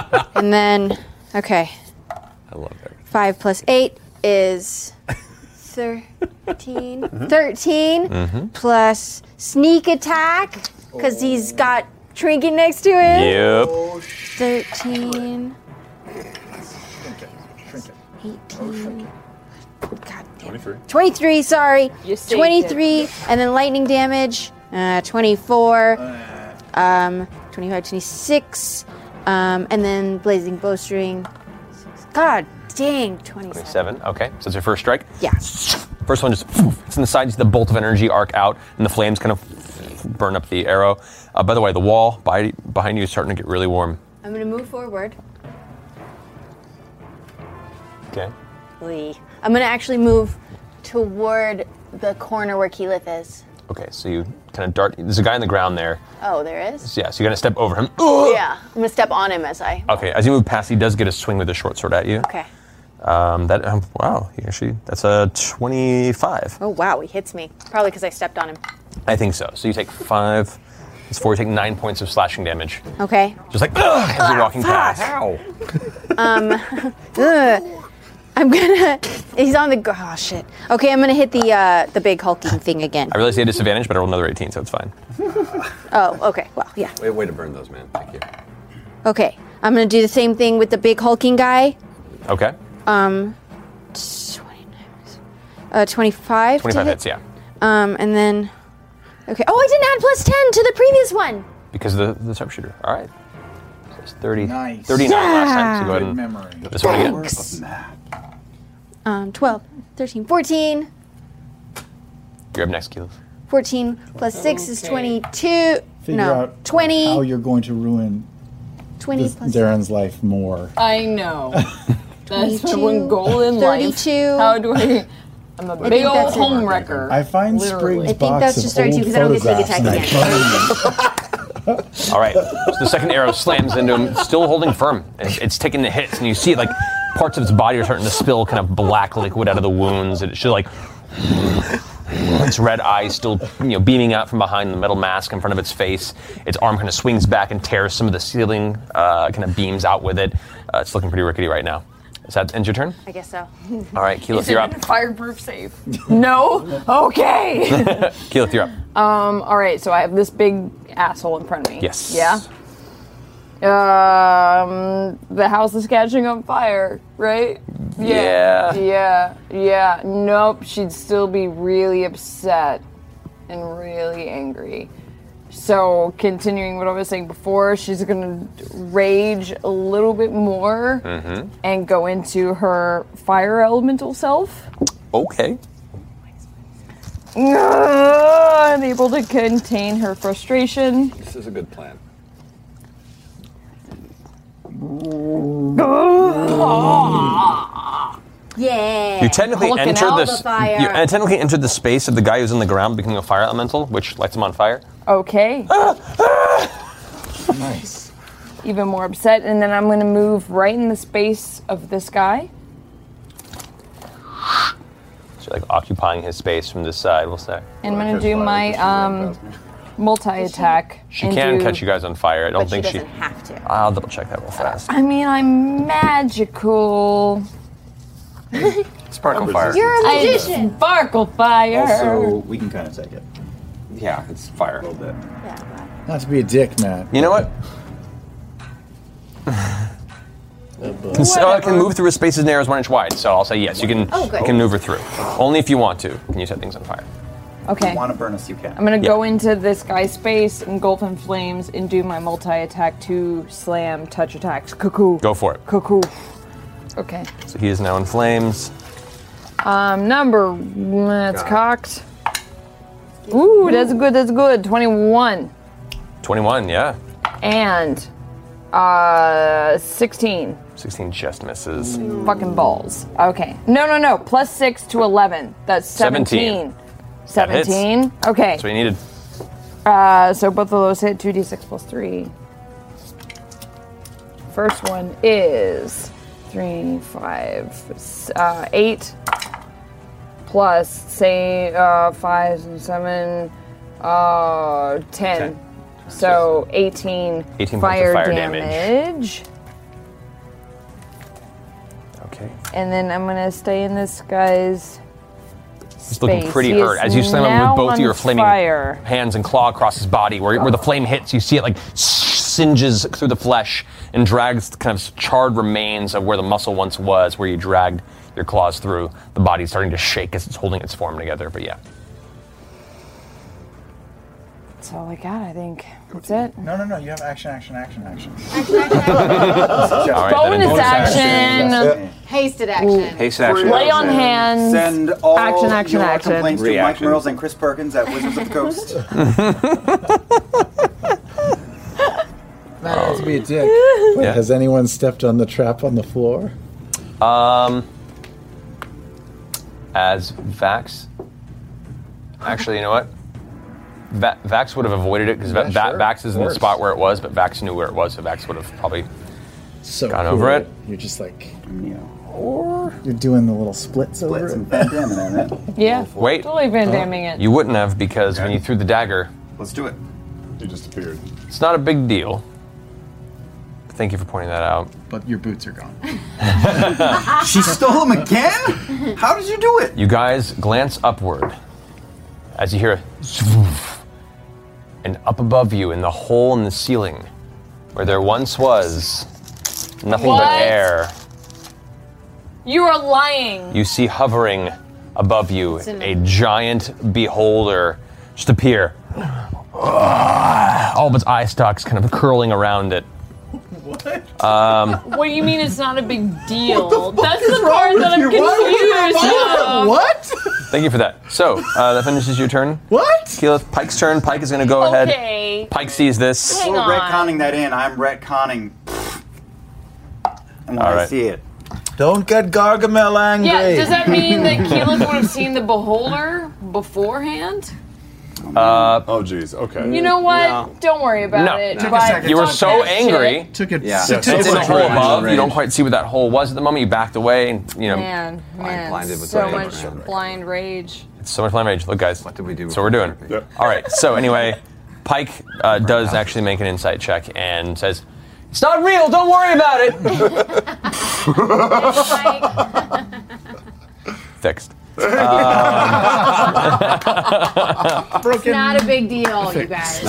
okay. And then, okay.
I love that.
5 plus 8 is 13.
Mm-hmm.
13
Mhm.
plus sneak attack, because he's got trinket next to him.
Yep.
13. 18.
23.
23, sorry.
saved
23, and then lightning damage. Uh, 24, um, 25, 26, um, and then blazing bowstring. God dang, 27.
27. Okay. So it's your first strike.
Yeah.
First one just it's in the sides, the bolt of energy arc out, and the flames kind of burn up the arrow. Uh, by the way, the wall by, behind you is starting to get really warm.
I'm going to move forward.
Okay.
Lee. I'm going to actually move toward the corner where Keyleth is.
Okay. So you kind of dart. There's a guy on the ground there.
Oh, there is?
So yeah. So you're gonna step over him.
Yeah. I'm going to step on him as I.
Okay. As you move past, he does get a swing with a short sword at you.
Okay.
Um, that um, wow. He actually that's a 25.
Oh, wow. He hits me. Probably because I stepped on him.
I think so. So you take five. It's four. You take nine points of slashing damage.
Okay.
Just like ugh, as you're walking
fuck.
past. Ow.
Um, ugh. I'm gonna. He's on the. gr- Oh shit. Okay, I'm gonna hit the uh, the big hulking thing again.
I realize he had disadvantage, but I rolled another 18, so it's fine.
Oh, okay. Well, yeah.
Way, way to burn those, man. Thank you.
Okay, I'm gonna do the same thing with the big hulking guy.
Okay.
Um, 29, uh, 25. to
25
hit?
hits, yeah.
Um, and then, okay. Oh, I didn't add plus 10 to the previous one.
Because of the, the sharpshooter. All right. So it's 30,
Nice.
39 last time, so
Yeah.
go ahead and this one again.
Um, 12, 13, 14.
You're up next, Keyleth.
14 plus 6 is 22. no, 20.
how you're going to ruin
20
this-
plus-
Darren's life more.
I know. That's my
22,
one goal in life.
32.
How do I? I'm a
I
big
think
old
that's it.
home wrecker.
I find
Literally.
Sprig's box of old photographs and I
All right. So the second arrow slams into him, still holding firm. It's, it's taking the hits, and you see like parts of its body are starting to spill kind of black liquid out of the wounds, and it's just like its red eye still you know beaming out from behind the metal mask in front of its face. Its arm kind of swings back and tears some of the ceiling, uh, kind of beams out with it. Uh, it's looking pretty rickety right now. Is that end your turn?
I guess so.
All right, Keyleth,
Is it
you're up.
Fireproof safe. No. Okay.
Keyleth, you're up.
Um, all right, so I have this big asshole in front of me.
Yes.
Yeah. Um, the house is catching on fire, right?
Yeah.
Yeah. Yeah. Nope. She'd still be really upset and really angry. So, continuing what I was saying before, she's gonna rage a little bit more
Mm-hmm.
and go into her fire elemental self.
Okay.
Unable Ah, to contain her frustration.
This is a good plan.
Yeah.
You technically
Hulking
entered
out
this.
the fire.
You technically entered the space of the guy who's in the ground becoming a fire elemental, which lights him on fire.
Okay.
Nice.
Even more upset, and then I'm gonna move right in the space of this guy.
So you're like occupying his space from this side. What's that?
And I'm gonna do my um, multi attack.
She can catch you guys on fire. I don't think she.
have to.
I'll double check that real fast.
I mean, I'm magical.
Sparkle fire.
I sparkle fire.
Also, we can kind of take it.
Yeah, it's fire. A little bit.
Not to be a dick, Matt.
You know what? Can- so I can move through a space as narrow as one inch wide. So I'll say yes. You can.
Oh, good.
you can move her through. Only if you want to. Can you set things on fire?
okay.
want to burn us, you can.
I'm gonna go into this guy's space, engulf in flames, and do my multi attack two slam touch attacks. Cuckoo.
Go for it.
Cuckoo. Okay.
So he is now in flames.
Um, number that's cocked. Ooh, that's good. That's good. Twenty-one
21. Yeah.
and uh, sixteen.
16 just misses.
Mm. Fucking balls. Okay. No, no, no. Plus six to eleven. That's seventeen.
Seventeen. That hits.
Seventeen. Okay.
That's what you needed.
Uh, so both of those hit 2d6 plus 3. First one is 3, 5, s- uh, 8, plus, say, uh, 5 and 7, uh, 10.
Ten.
So 18,
18 points of
fire,
fire
damage.
damage. Okay.
And then I'm going to stay in this guy's.
He's looking
space.
pretty
He
hurt
is
as you slam him
now
with both of
on
your flaming
fire.
hands and claw across his body. Where, where the flame hits, you see it like singes through the flesh and drags kind of charred remains of where the muscle once was, where you dragged your claws through. The body's starting to shake as it's holding its form together. But yeah,
That's all I got, I think. That's it.
No, no, no. You have action, action, action, action.
right, then
bonus
bonus
action.
Hasted action.
Hasted action.
Lay on hands.
Send all
action, action,
your
action.
complaints to Mike
Reaction.
Merles and Chris Perkins at Wizards of the Coast.
Not to be a dick. Wait,
Yeah.
has anyone stepped on the trap on the floor?
Um, as Vax, actually, you know what? Va- Vax would have avoided it because
Yeah, sure,
Vax is
of
in the
course.
spot where it was, but Vax knew where it was, so Vax would have probably
So
gone
cool.
over it.
You're just like, or you're doing the little splits, over it.
Yeah.
Wait,
Totally Van Damming it.
You wouldn't have because when you threw the dagger,
let's do it.
You just appeared. It's not a big deal. But Thank you for pointing that out.
But your boots are gone.
she
stole them again?
How did you do it? You guys glance upward as you hear a zwoof. and up above you in the hole in the ceiling where there once was nothing
What?
but air.
You are lying.
You see hovering above you
It's in-
a giant beholder just appear. All of its eye stalks kind of curling around it. What? Um,
What do you mean it's not a big deal?
fuck
That's
is
the
wrong
part
with
that I'm
you? Why would I
confused.
bother?
of.
What?
Thank you for that. So uh, that finishes your turn.
What?
Keyleth, Pike's turn. Pike is going to go
Okay.
ahead. Pike sees this.
We're retconning that in. I'm retconning. And when
All
I
right.
see it.
Don't get Gargamel angry.
Yeah, does that mean that Keelan would have seen the beholder beforehand?
Uh, oh, jeez. Okay.
You know what?
No.
Don't worry about
Mm, No.
it.
Took a
but-
You were so angry.
Took it.
Yeah.
six
it's in the
seconds.
hole above. You
Range.
don't quite see where that hole was at the moment. You backed away, and you know.
man, man,
blinded with
so
the
much
rain.
blind rage.
It's so much flame rage. Look, guys. What did we do? So we're doing. All right. So anyway, Pike uh, does actually make an insight check and says, "It's not real. Don't worry about it." Fixed. Um,
It's not a big deal, you guys.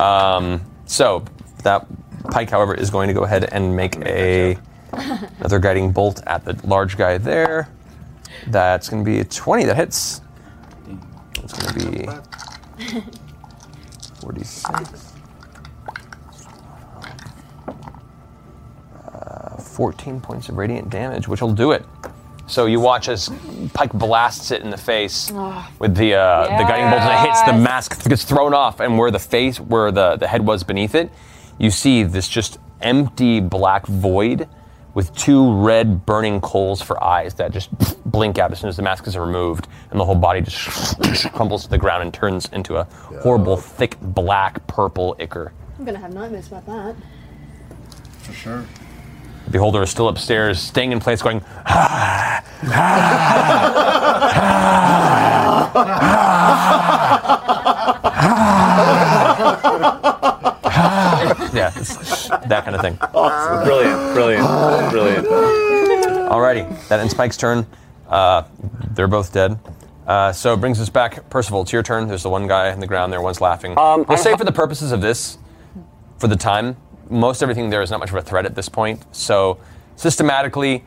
Um, so that Pike, however, is going to go ahead and make a another guiding bolt at the large guy there. That's going to be a twenty. That hits. It's going to be forty-six. Uh, Fourteen points of radiant damage, which will do it. So you watch as Pike blasts it in the face
Ah.
Oh.
with the uh, the guiding bolt, and it hits the
Yes.
mask gets thrown off, and where the face, where the, the head was beneath it, you see this just empty black void with two red burning coals for eyes that just blink out as soon as the mask is removed, and the whole body just crumbles to the ground and turns into a horrible, thick, black, purple ichor.
I'm gonna have nightmares about that.
For sure.
The beholder is still upstairs, staying in place, going, yeah, it's that kind of thing.
Awesome.
Brilliant, brilliant, brilliant. Alrighty, that ends Pike's turn. Uh, they're both dead. Uh, so it brings us back, Percival. It's your turn. There's the one guy in the ground there. One's laughing.
Um,
we'll
I'm
say
hu-
for the purposes of this, for the time, most everything there is not much of a threat at this point. So systematically,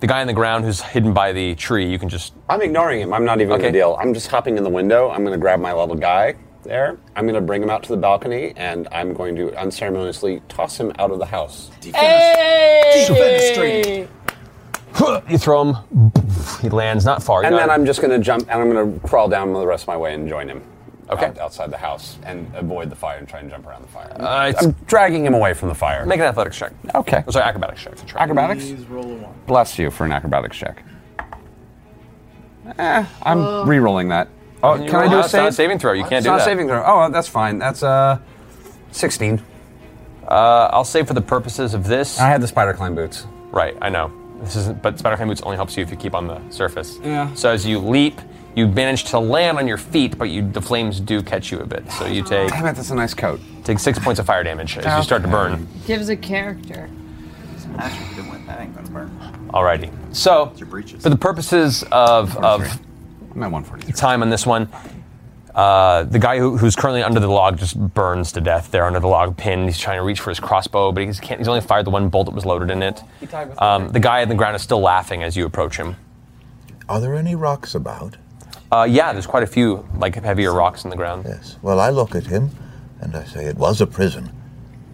the guy in the ground who's hidden by the tree, you can just
I'm ignoring him. I'm not even
Okay.
a deal. I'm just hopping in the window. I'm going to grab my little guy there. I'm going to bring him out to the balcony, and I'm going to unceremoniously toss him out of the house.
Hey!
you throw him. He lands not far.
and
You're
then
not-
I'm just going to jump, and I'm going to crawl down the rest of my way and join him.
Okay.
out- outside the house and avoid the fire and try and jump around the fire.
Uh, it's-
I'm dragging him away from the fire.
Make an athletics check. Oh,
Okay.
Sorry, acrobatics check.
Acrobatics. Bless you for an acrobatics check. Eh, I'm
Oh.
re-rolling that. Oh,
You
can I
roll-
do a
it's not a saving throw. You
It's
can't do
not a
that.
saving throw. Oh, that's fine. That's uh, sixteen.
Uh, I'll say for the purposes of this. I
had the spider climb boots.
Right, I know. This isn't, but spider climb boots only helps you if you keep on the surface.
Yeah.
So as you leap, you manage to land on your feet, but you, the flames do catch you a bit. So you take.
Damn it, that's a nice coat.
Take six points of fire damage as you start to burn.
Gives a character.
That ain't gonna burn.
Alrighty. So, for the purposes of, of time on this one, uh, the guy who, who's currently under the log just burns to death there under the log pin. He's trying to reach for his crossbow, but he's, can't, he's only fired the one bolt that was loaded in it. Um, the guy on the ground is still laughing as you approach him.
Are there any rocks about?
Uh, yeah, there's quite a few like heavier rocks in the ground. Yes.
Well, I look at him and I say, It was a prison,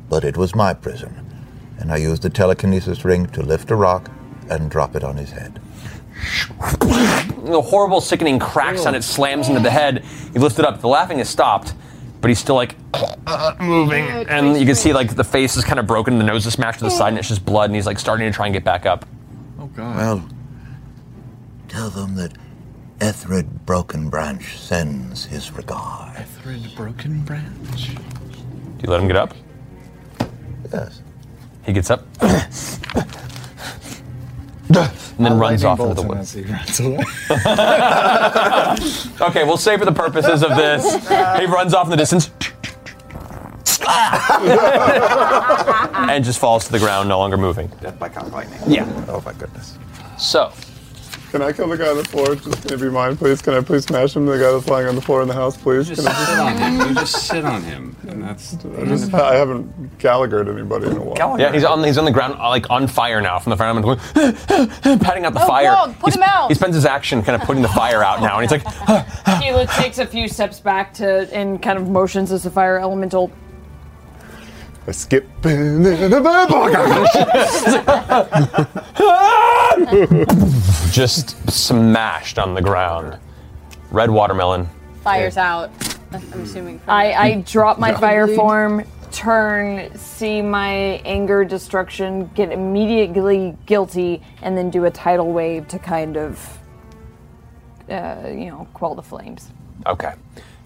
but it was my prison. And I use the telekinesis ring to lift a rock and drop it on his head.
The horrible, sickening crack sound it slams into the head. You lift it up. The laughing has stopped, but he's still like moving, and you can see like the face is kind of broken, the nose is smashed to the side, and it's just blood. And he's like starting to try and get back up.
Oh, God. Well, tell them that Ethred Broken Branch sends his regard.
Thread broken branch.
Do you let him get up?
Yes.
He gets up. And then runs off into the woods. okay, we'll say for the purposes of this, he runs off in the distance. and just falls to the ground, no longer moving.
Death by lightning.
Yeah.
Oh my goodness.
So.
Can I kill the guy on the floor? Just can it be mine, please? Can I please smash him? The guy that's lying on the floor in the house, please.
Just
Can I
sit on him. You just sit on him, and that's.
I, just, I haven't Gallaghered anybody in a while.
Yeah, he's on he's on the ground uh, like on fire now from the fireman going patting out the
Oh,
fire.
Grog, put
He's-
him out.
He spends his action kind of putting the fire out now, and he's like,
Keela takes a few steps back to and kind of motions as the fire elemental.
I skip in the
just smashed on the ground. Red watermelon.
Fires out. I'm assuming. from-
I, I drop my
Yeah.
fire
Indeed.
form, turn, see my anger, destruction, get immediately guilty, and then do a tidal wave to kind of, uh, you know, quell the flames.
Okay,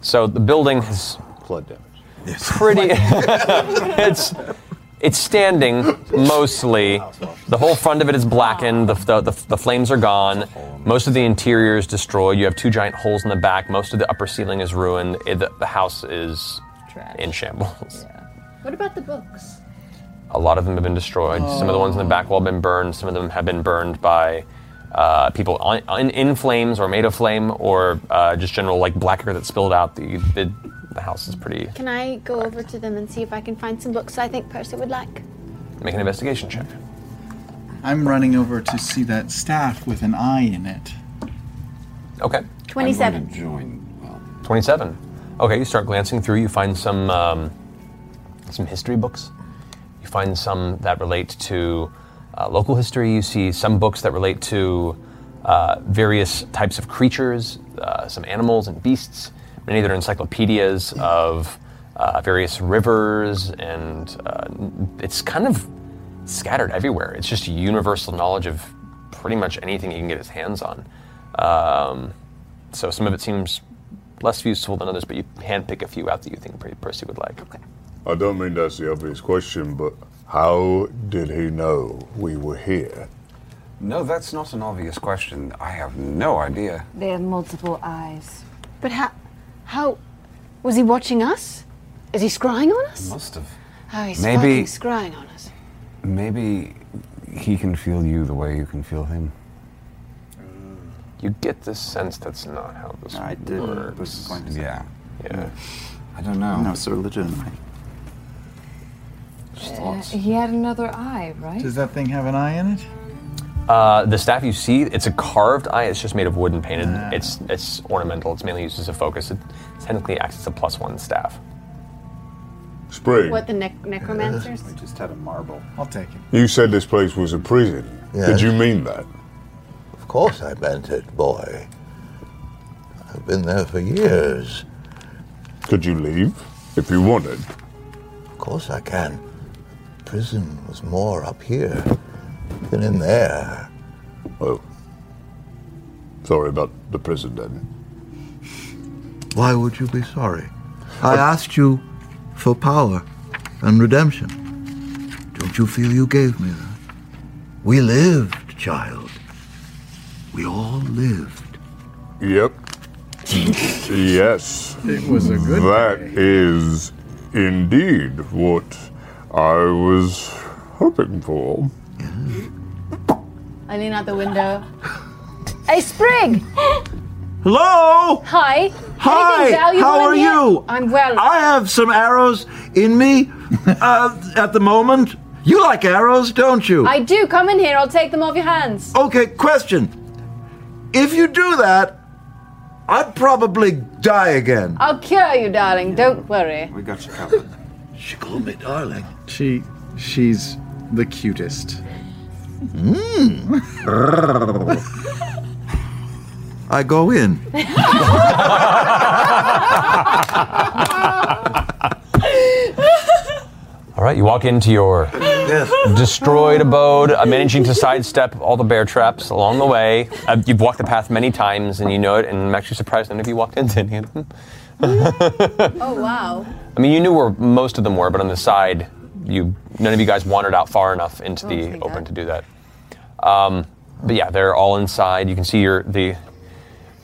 so the building is
flood damage.
Pretty. it's it's standing mostly. The whole front of it is blackened. The, the, the, the flames are gone. Most of the interior is destroyed. You have two giant holes in the back. Most of the upper ceiling is ruined. It- the, the house is in shambles.
What about the books?
A lot of them have been destroyed. Some of the ones in the back wall have been burned. Some of them have been burned by uh, people on, in, in flames or made of flame or uh, just general like black air that spilled out. The, the, the house is pretty.
Can I go over to them and see if I can find some books I think Percy would like?
Make an investigation check.
I'm running over to see that staff with an eye in it.
Okay.
27.
Join. 27. Okay, you start glancing through. You find some um, some history books. You find some that relate to uh, local history. You see some books that relate to uh, various types of creatures, uh, some animals and beasts. Many that are encyclopedias of uh, various rivers, and uh, it's kind of scattered everywhere. It's just universal knowledge of pretty much anything you can get his hands on. Um, so some of it seems less useful than others, but you handpick a few out that you think Per- Percy would like. Okay.
I don't mean that's the obvious question, but how did he know we were here?
No, that's not an obvious question. I have no idea.
They have multiple eyes.
But how? How? Was he watching us? Is he scrying on us?
Must have.
Oh, he's fucking
Maybe-
scrying on us.
Maybe he can feel you the way you can feel him.
You get the sense that's not how this
I
did. works.
Yeah.
Yeah.
I don't know.
Oh, No, so legitimate.
Uh, he had another eye, right?
Does that thing have an eye in it?
Uh, the staff you see, it's a carved eye. It's just made of wood and painted. It's it's ornamental. It's mainly used as a focus. It technically acts as a plus one staff.
Spring,
What the nec- necromancers?
We just had a marble.
I'll take it.
you said this place was a prison. Did
Yes.
you mean that?
Of course I meant it, boy. I've been there for years.
Could you leave if you wanted?
Of course I can. Prison was more up here than in there.
Oh. Sorry about the prison then.
Why would you be sorry? I asked you for power and redemption. Don't you feel you gave me that? We lived, child. We all lived.
Yep. yes.
It was a good
That is indeed what I was hoping for.
I lean out the window. hey, Sprig!
Hello?
Hi.
Hi,
Anything valuable
how
in
are
here?
you?
I'm well.
I have some arrows in me uh, at the moment. You like arrows, don't you?
I do. Come in here. I'll take them off your
Oh.
hands.
Okay, question. If you do that, I'd probably die again.
I'll cure you, darling. Don't worry.
We got you covered.
She called me darling.
She, she's the cutest.
Hmm.
I go in.
All right, you walk into your destroyed abode, uh, managing to sidestep all the bear traps along the way. Uh, you've walked the path many times, and you know it. And I'm actually surprised none of you walked into any of them.
Oh, wow.
I mean, you knew where most of them were, but on the side, you none of you guys wandered out far enough into the open to do that. Um, but yeah, they're all inside. You can see your the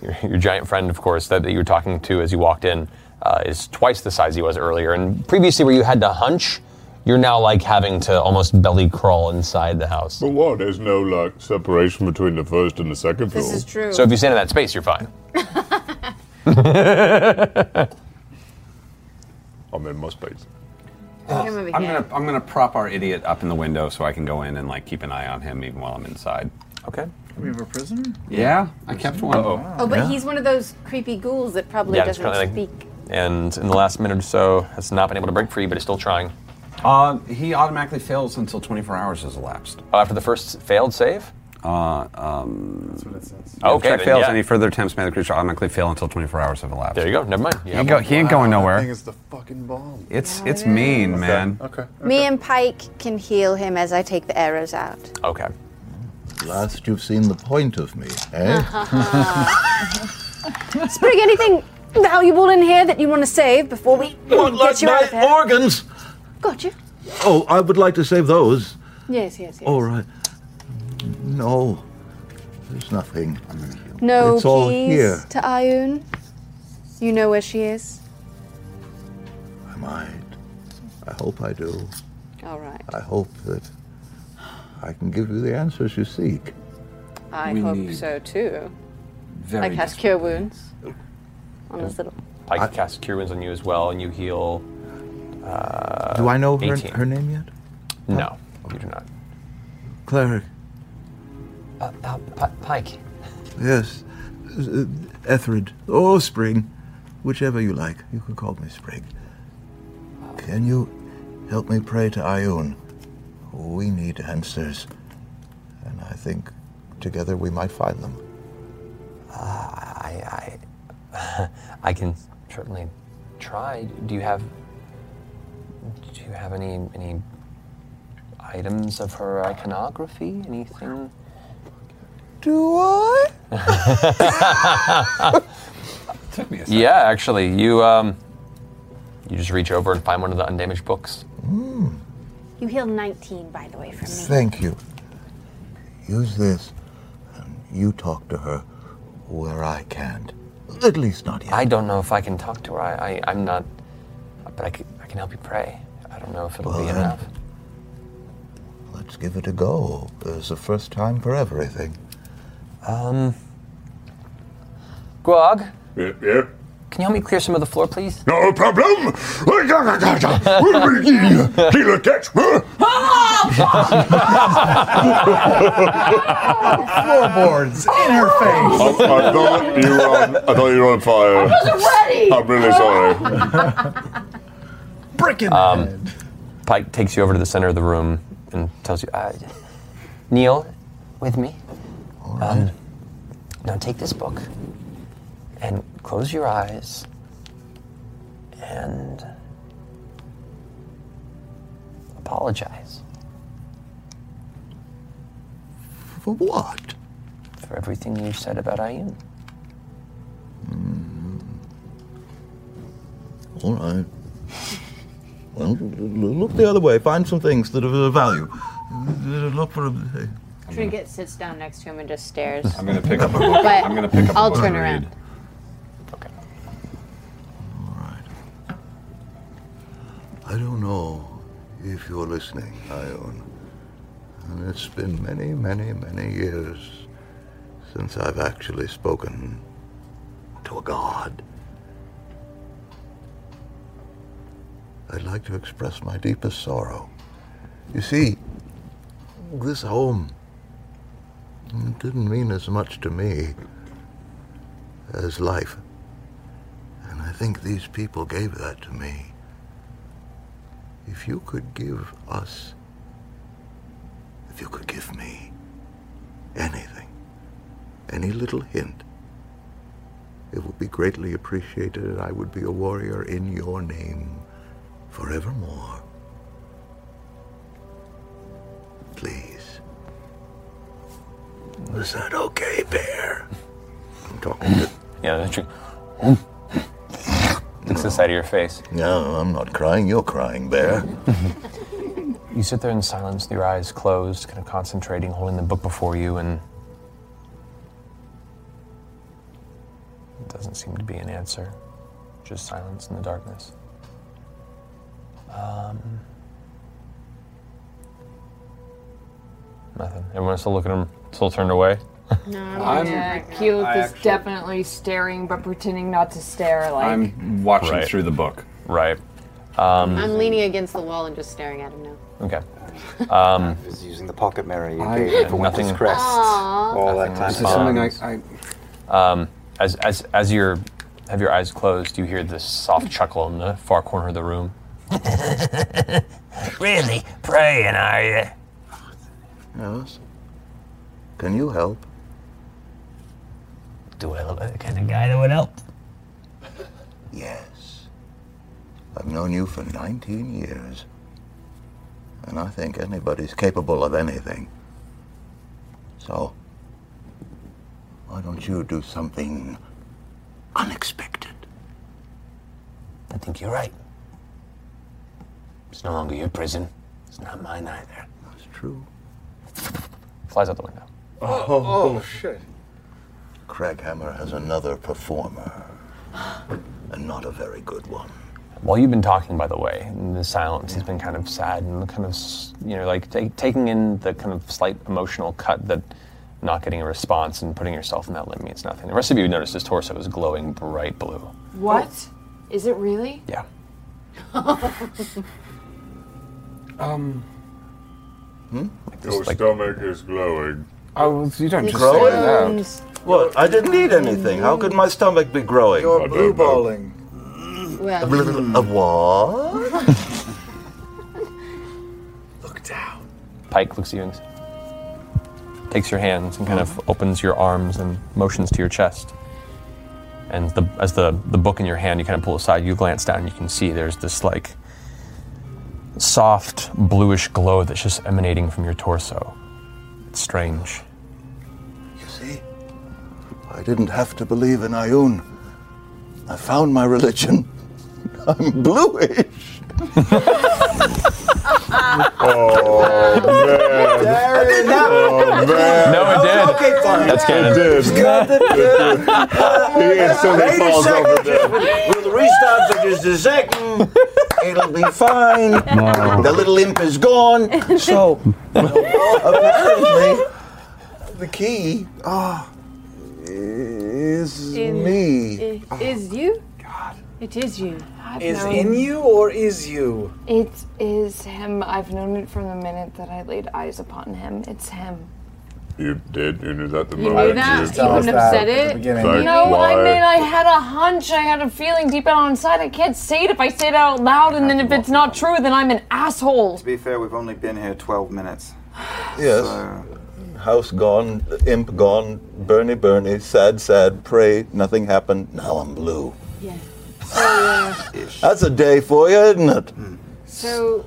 your, your giant friend, of course, that, that you were talking to as you walked in. uh, is twice the size he was earlier. And previously, where you had to hunch, you're now like having to almost belly crawl inside the house.
But what? There's no like separation between the first and the second floor.
This is true. So if you stand in that space, you're fine.
I'm in my space.
Uh, I'm gonna I'm gonna prop our idiot up in the window so I can go in and like keep an eye on him even while I'm inside.
Okay.
We have a prisoner?
Yeah, I kept one.
Oh, but he's one of those creepy ghouls that probably
Yeah, it's
doesn't
currently,
speak.
And in the last minute or so, has not been able to break free, but is still trying.
Uh, he automatically fails until 24 hours has elapsed.
Uh, after the first failed save?
Uh, um, That's what it says.
Okay,
Okay.
then,
fails
yeah.
any further attempts made the creature automatically fail until 24 hours have elapsed.
There you go. Never mind.
He
You have
ain't, go,
one.
he ain't going nowhere.
is the fucking bomb.
It's it's mean, man.
Okay.
Me and Pike can heal him as I take the arrows out.
Okay.
Last you've seen the point of me, eh?
Sprig, anything valuable in here that you want to save before we
Not
get
like
you out of
my
here?
organs!
Got you.
Oh, I would like to save those.
Yes, yes, yes.
All right. No, there's nothing. I'm gonna heal.
No
it's all
keys
here.
to Ayun. You know where she is.
I might. I hope I do.
All right.
I hope that I can give you the answers you seek.
I
We
hope
need
so too.
very Oh.
I cast cure wounds on this little.
Pike casts Cure Wounds on you as well, and you heal. Uh,
do I know her,
18.
her name yet?
No, you do not.
Cleric.
Uh, uh, Pike.
Yes. Uh, Ethered. Or Spring. Whichever you like. You can call me Spring. Can you help me pray to Ion? We need answers. And I think together we might find them.
I, I, I can certainly try. Do you have? Do you have any any items of her iconography? Anything?
Do I?
Took me a second. Yeah, actually, you um, you just reach over and find one of the undamaged books.
You heal 19, by the way, from me.
Thank you. Use this. And you talk to her where I can't. At least not yet.
I don't know if I can talk to her. I, I I'm not, but I can, I can help you pray. I don't know if it'll
Well,
be
then.
enough.
Let's give it a go. There's a first time for everything.
Um. Guag.
Yeah. yeah.
Can you help me clear some of the floor, please?
No problem. Kilo catch.
Floorboards in her face.
I, I thought you were on. I thought you were on fire. I wasn't
ready.
I'm really sorry.
Brick in the
Um, Pike takes you over to the center of the room and tells you, uh, "Kneel with me. Um, now take this book and close your eyes and apologize
For what?
for everything you said about Ayun."
All right. Well, look the other way. Find some things that are of value. Look for a.
Trinket sits down next to him and just stares.
I'm gonna pick up a book.
But
I'm gonna pick up a
I'll
book and
turn around.
I don't know if you're listening, Ion. And it's been many, many, many years since I've actually spoken to a god. I'd like to express my deepest sorrow. You see, this home it didn't mean as much to me as life. And I think these people gave that to me if you could give us, if you could give me anything, any little hint, it would be greatly appreciated, and I would be a warrior in your name forevermore. Please. Is that okay, bear? I'm talking to.
Yeah, that's true. Looks the side of your face.
No, I'm not crying. You're crying, bear.
You sit there in silence with your eyes closed, kind of concentrating, holding the book before you, and it doesn't seem to be an answer. Just silence in the darkness. Um, nothing. Everyone's still looking at him, still turned away.
No,
I'm-
yeah, Keelith
I
is
actually-
definitely staring but pretending not to stare. Like
I'm watching
Right.
through the book.
Right. Um,
I'm leaning against the wall and just staring at him now.
okay. Um,
Is using the pocket mirror you
I-
gave for
nothing-
Winter's Crest.
Aw.
All that
Nothing
time.
responds. Um, as as as your have your eyes closed, you hear this soft chuckle in the far corner of the room.
really praying, are you?
uh,
Yes. Can you help?
Do I look like the kind of guy that would help?
Yes. I've known you for 19 years. And I think anybody's capable of anything. So, why don't you do something unexpected?
I think you're right. It's no longer your prison. It's not mine either.
That's true.
Flies out the window.
Oh,
oh,
shit. Craghammer has another performer. And not a very good one.
While you've been talking, by the way, in the silence, he's been kind of sad and kind of, s- you know, like ta taking in the kind of slight emotional cut that not getting a response and putting yourself in that limb means nothing. The rest of you notice his torso is glowing bright blue.
what? Is it really?
Yeah.
Um.
Your stomach is glowing.
Oh, you don't
just
Growing?
say that.
What? I didn't eat anything. How could my stomach be growing?
You're blue balling.
A little- a what?
Look down. Pike looks at you and s- takes your hands and kind of opens your arms and motions to your chest. And the, as the, the book in your hand, you kind of pull aside, you glance down, you can see there's this like soft bluish glow that's just emanating from your torso. It's strange.
You see, I didn't have to believe in Ayun. I found my religion. I'm bluish.
oh, man. Oh, man.
No, it did. Okay, fine. That's canon.
It did. He instantly
Wait a
falls
second.
over dead.
We'll restart for just a second. It'll be fine. The little imp is gone. So, apparently, the key ah, is me. Oh,
i- is you? God. It is you.
Is in
you
or is you?
It is him. I've known it from the minute that I laid eyes upon him. It's him.
You did. You knew that the
You
moment.
knew that.
just
You
told
wouldn't
us
have
that
said
at the
it.
beginning.
No,
Fact,
I
why?
mean I had a hunch. I had a feeling deep down inside. I can't say it if I say it out loud, and then if it's not true, then I'm an asshole.
To be fair, we've only been here 12 minutes.
Yes. House gone, imp gone, Bernie Bernie, sad, sad, pray, nothing happened, now I'm blue.
Yeah. uh,
That's a day for you, isn't it?
So,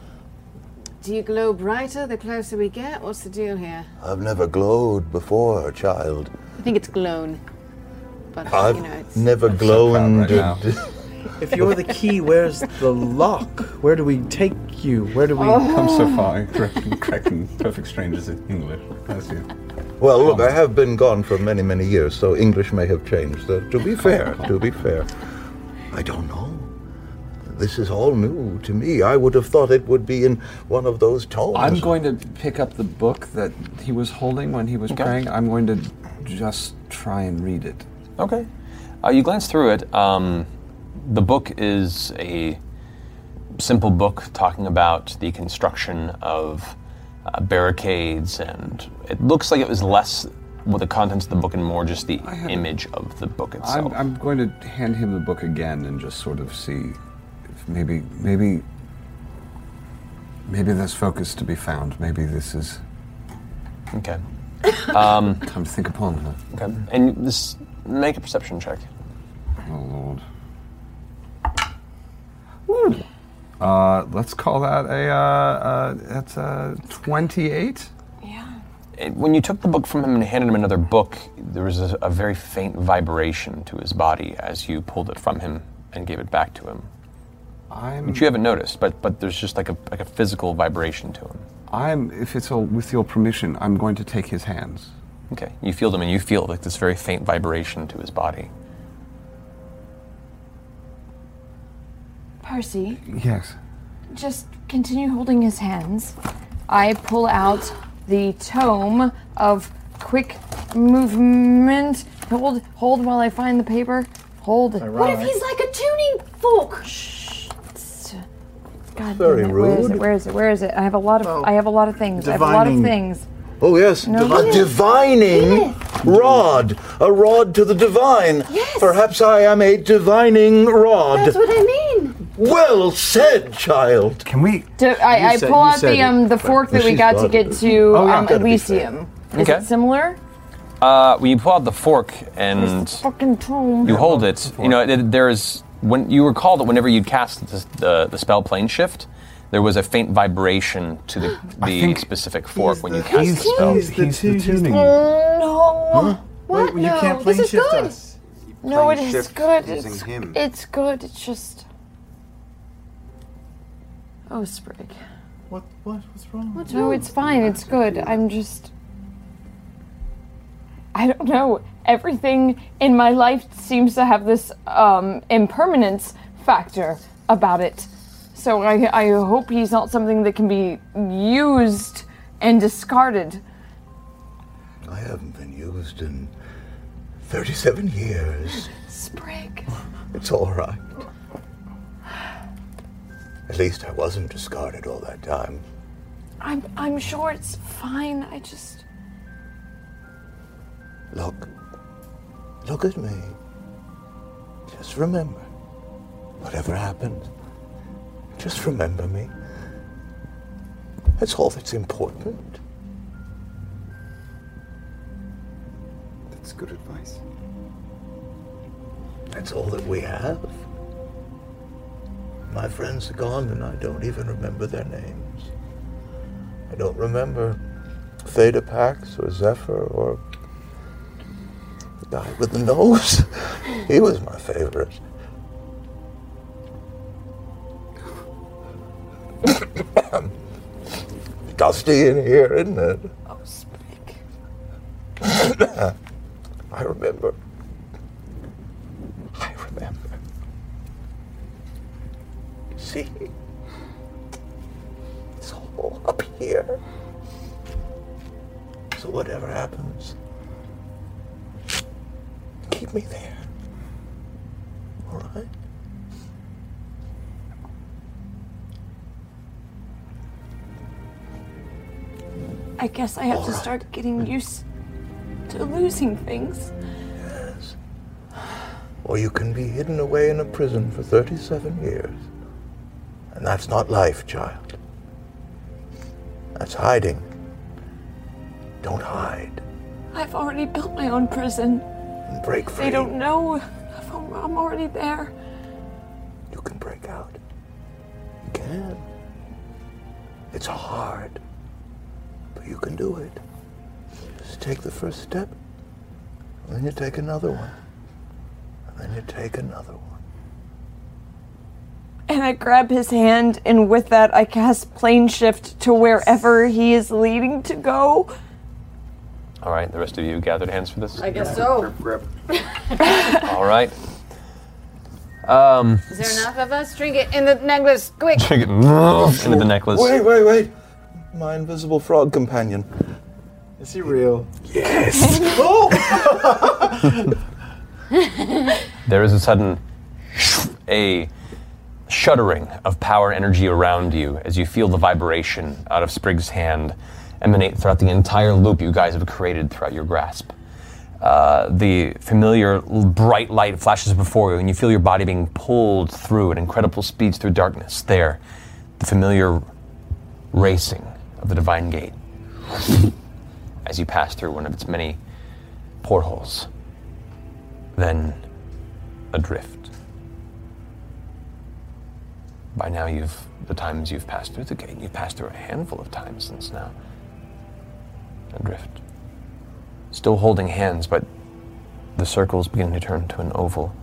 do you glow brighter the closer we get? What's the deal here?
I've never glowed before, child.
I think it's glown. But,
I've
you know, it's.
never glowed.
now.
If you're the key, where's the lock? Where do we take you? Where do we
Oh,
I'm so far correcting, correcting perfect strangers in English. That's you.
Well, look, I have been gone for many, many years, so English may have changed. Uh, to be fair, to be fair, I don't know. This is all new to me. I would have thought it would be in one of those tones.
I'm going to pick up the book that he was holding when he was praying. I'm going to just try and read it.
Okay. Uh, you glance through it. Um, the book is a simple book talking about the construction of uh, barricades, and it looks like it was less with the contents of the book and more just the image of the book
I'm,
itself.
I'm going to hand him the book again and just sort of see if maybe maybe maybe there's focus to be found. Maybe this is
okay. Um,
time to think upon her.
Okay. And this, make a perception check.
Oh lord. Ooh. Uh, let's call that a uh, uh, that's a twenty-eight.
it- when you took the book from him and handed him another book, there was a, a very faint vibration to his body as you pulled it from him and gave it back to him.
I'm-
Which you haven't noticed, but but there's just like a like a physical vibration to him.
I'm, if it's all with your permission, I'm going to take his hands.
Okay, you feel them and you feel like this very faint vibration to his body.
Percy,
Yes.
just continue holding his hands. I pull out the tome of quick movement. Hold, hold while I find the paper. Hold.
What if he's like a tuning fork?
God
Very
damn it, Where is
rude.
it? Where is it? Where is it? I have a lot of.
Oh.
I have a lot of things. I have a lot of
Divining.
things.
Oh, yes.
No,
divi-
Edith.
a divining rod. A rod to the divine. Yes. Perhaps I am a divining rod.
That's what I mean.
Well said, child.
Can we?
Do- I, I
You said-
pull
you
out
said
the um
it,
the
but-
fork that
Well,
we
she's
got to
got
get
it.
to
Oh, yeah.
um,
Gotta be
Elysium. Is
Okay.
it similar?
Uh, when you pull out the fork and
Fucking tome.
you hold it, you know it, there's when you recall that whenever you'd cast the, the, the spell plane shift, there was a faint vibration to the, the specific fork when you cast the
um,
spell.
Mm, No. What?
Wait, you
no.
can't
this
plane
is
shift
good.
us.
No, it
Plane
is
shift
good.
using
It's,
him.
it's good. It's just. Oh, Sprig.
What? What? What's wrong?
What's
no,
wrong?
it's fine. It's good. I'm just. I don't know. Everything in my life seems to have this um, impermanence factor about it. So I, I hope he's not something that can be used and discarded.
I haven't been used in 37 years.
Sprig.
It's all right. At least I wasn't discarded all that time.
I'm, I'm sure it's fine. I just.
Look. Look at me. Just remember. Whatever happens, just remember me. That's all that's important.
That's good advice.
That's all that we have. My friends are gone, and I don't even remember their names. I don't remember Theta Pax or Zephyr or the guy with the nose. he was my favorite. Dusty in here, isn't it?
Oh, Sprig.
I remember. I remember. See? It's all up here. So whatever happens, keep me there. All right?
I guess I have to start getting used to losing things.
Yes. Or you can be hidden away in a prison for 37 years. And that's not life, child. That's hiding. Don't hide
I've already built my own prison.
and break free.
They don't know. I've- I'm already there.
You can break out. You can. It's hard, but you can do it. Just take the first step, and then you take another one, and then you take another one.
And I grab his hand, and with that, I cast plane shift to wherever he is leading to go.
All right, the rest of you gathered hands for this.
so.
All right. Um,
Is there enough of us? Drink it in the necklace, quick. Ah,
Drink it into the necklace.
Oh, Wait, wait, wait. My invisible frog companion.
Is he real?
Yes.
Oh!
There is a sudden a shuddering of power energy around you as you feel the vibration out of Sprig's hand emanate throughout the entire loop you guys have created throughout your grasp. Uh, the familiar l- bright light flashes before you, and you feel your body being pulled through at incredible speeds through darkness. There, the familiar racing of the Divine Gate as you pass through one of its many portholes. Then adrift. By now, you've the times you've passed through the gate, you've passed through a handful of times since now. Adrift. Still holding hands, but the circles begin to turn to an oval.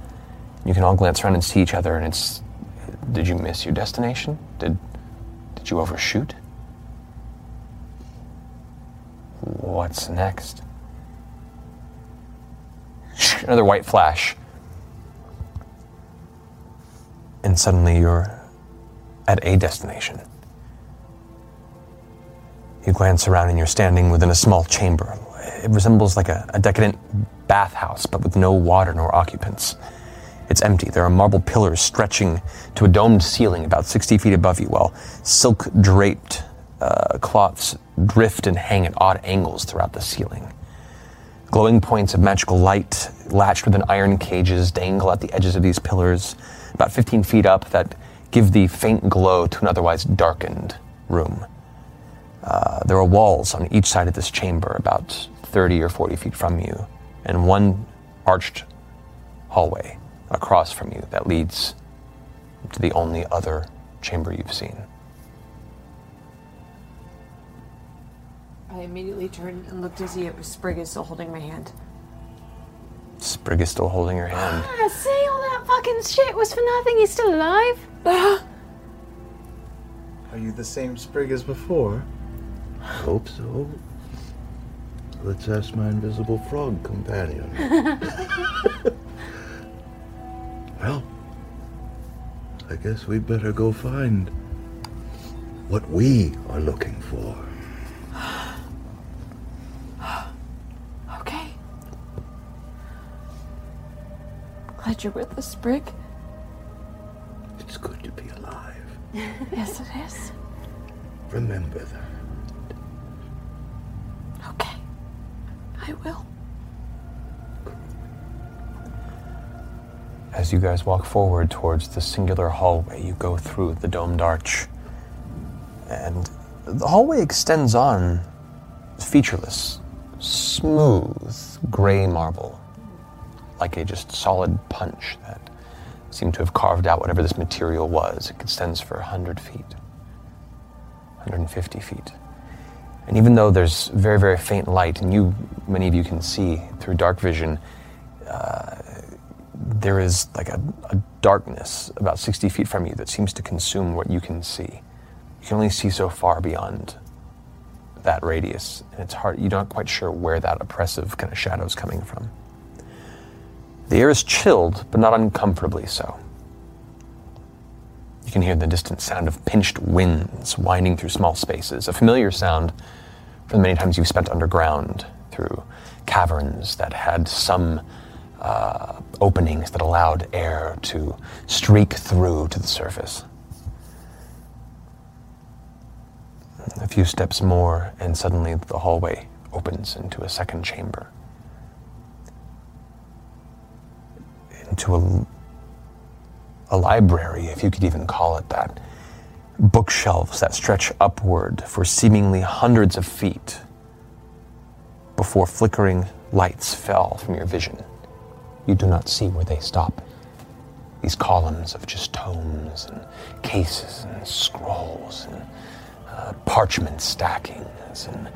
You can all glance around and see each other, and it's. Did you miss your destination? Did did you overshoot? What's next? Another white flash. and suddenly you're at a destination. You glance around and you're standing within a small chamber. It resembles like a, a decadent bathhouse, but with no water nor occupants. It's empty. There are marble pillars stretching to a domed ceiling about 60 feet above you, while silk draped uh, cloths drift and hang at odd angles throughout the ceiling. Glowing points of magical light, latched within iron cages, dangle at the edges of these pillars, about 15 feet up, that give the faint glow to an otherwise darkened room. Uh, there are walls on each side of this chamber, about 30 or 40 feet from you, and one arched hallway across from you that leads to the only other chamber you've seen.
I immediately turned and looked to see if Sprig is still holding my hand.
Sprig is still holding her hand.
Ah, see, all that fucking shit was for nothing. He's still alive.
Ah.
Are you the same sprig as before?
Hope so. Let's ask my invisible frog companion. well, I guess we better go find what we are looking for.
Okay. Glad you're with us, Sprig.
It's good to be alive.
yes, it is.
Remember that.
Okay. I will.
As you guys walk forward towards the singular hallway, you go through the domed arch. And the hallway extends on featureless, smooth gray marble, like a just solid punch that seemed to have carved out whatever this material was. It extends for 100 feet, 150 feet. And even though there's very, very faint light, and you, many of you can see through dark vision, uh, there is like a, a darkness about 60 feet from you that seems to consume what you can see. You can only see so far beyond that radius, and it's hard, you're not quite sure where that oppressive kind of shadow is coming from. The air is chilled, but not uncomfortably so. You can hear the distant sound of pinched winds winding through small spaces, a familiar sound from the many times you've spent underground through caverns that had some uh, openings that allowed air to streak through to the surface. A few steps more, and suddenly the hallway opens into a second chamber. Into a, a library, if you could even call it that. Bookshelves that stretch upward for seemingly hundreds of feet before flickering lights fell from your vision. You do not see where they stop. These columns of just tomes and cases and scrolls and uh, parchment stackings and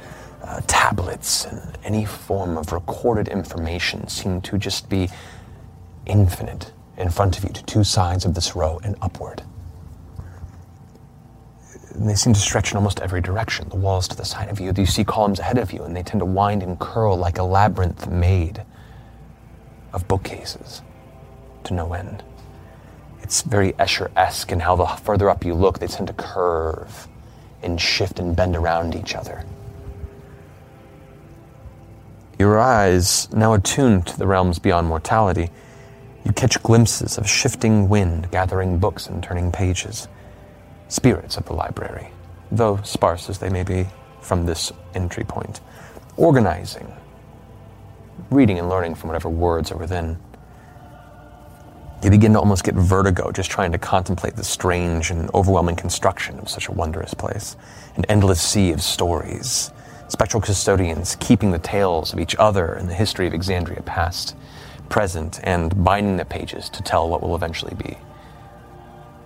uh, tablets and any form of recorded information seem to just be infinite in front of you to two sides of this row and upward. And they seem to stretch in almost every direction. The walls to the side of you, you see columns ahead of you, and they tend to wind and curl like a labyrinth made of bookcases to no end. It's very Escher esque in how the further up you look, they tend to curve and shift and bend around each other. Your eyes, now attuned to the realms beyond mortality, you catch glimpses of shifting wind gathering books and turning pages, spirits of the library, though sparse as they may be from this entry point, organizing, reading and learning from whatever words are within. You begin to almost get vertigo just trying to contemplate the strange and overwhelming construction of such a wondrous place. An endless sea of stories, spectral custodians keeping the tales of each other and the history of Exandria past, present, and binding the pages to tell what will eventually be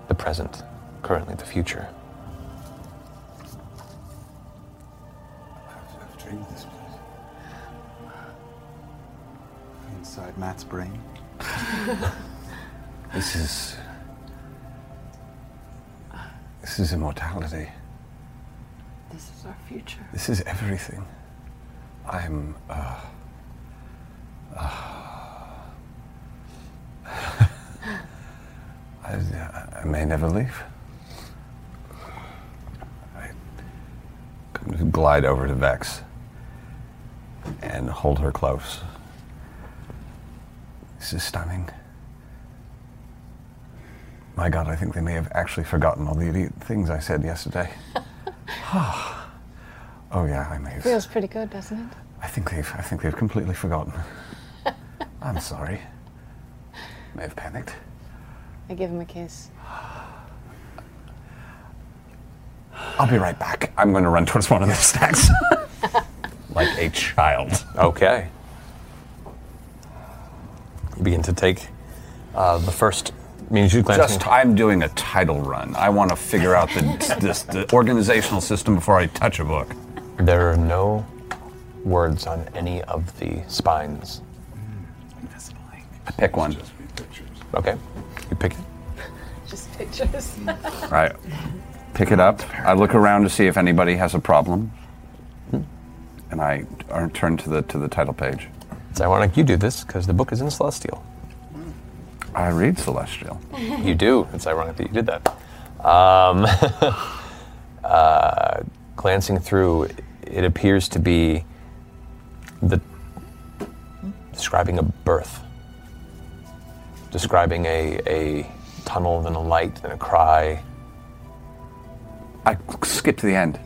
the present, currently the future.
I've dreamed this place. Inside Matt's brain.
This is. This is immortality.
This is our future.
This is everything. I'm. Uh, uh, I I, I may never leave. I come to glide over to Vex and hold her close. This is stunning. My God, I think they may have actually forgotten all the idiot things I said yesterday. oh yeah, I may have.
Feels pretty good, doesn't it?
I think they've. I think they've completely forgotten. I'm sorry. May have panicked.
I give him a kiss.
I'll be right back. I'm going to run towards one of the stacks. like a child.
Okay. You begin to take uh, the first. I mean, you glance
Just, I'm doing a title run. I want to figure out the, this, the organizational system before I touch a book.
There are no words on any of the spines.
Pick one.
Okay. You pick it.
Just pictures.
All right. Pick it up. I look around to see if anybody has a problem, and I uh, turn to the to the title page.
It's ironic you do this because the book is in Celestial.
I read Celestial.
you do. It's ironic that you did that. Um, uh, glancing through, it appears to be the describing a birth, describing a a tunnel, then a light, then a cry.
I skip to the end,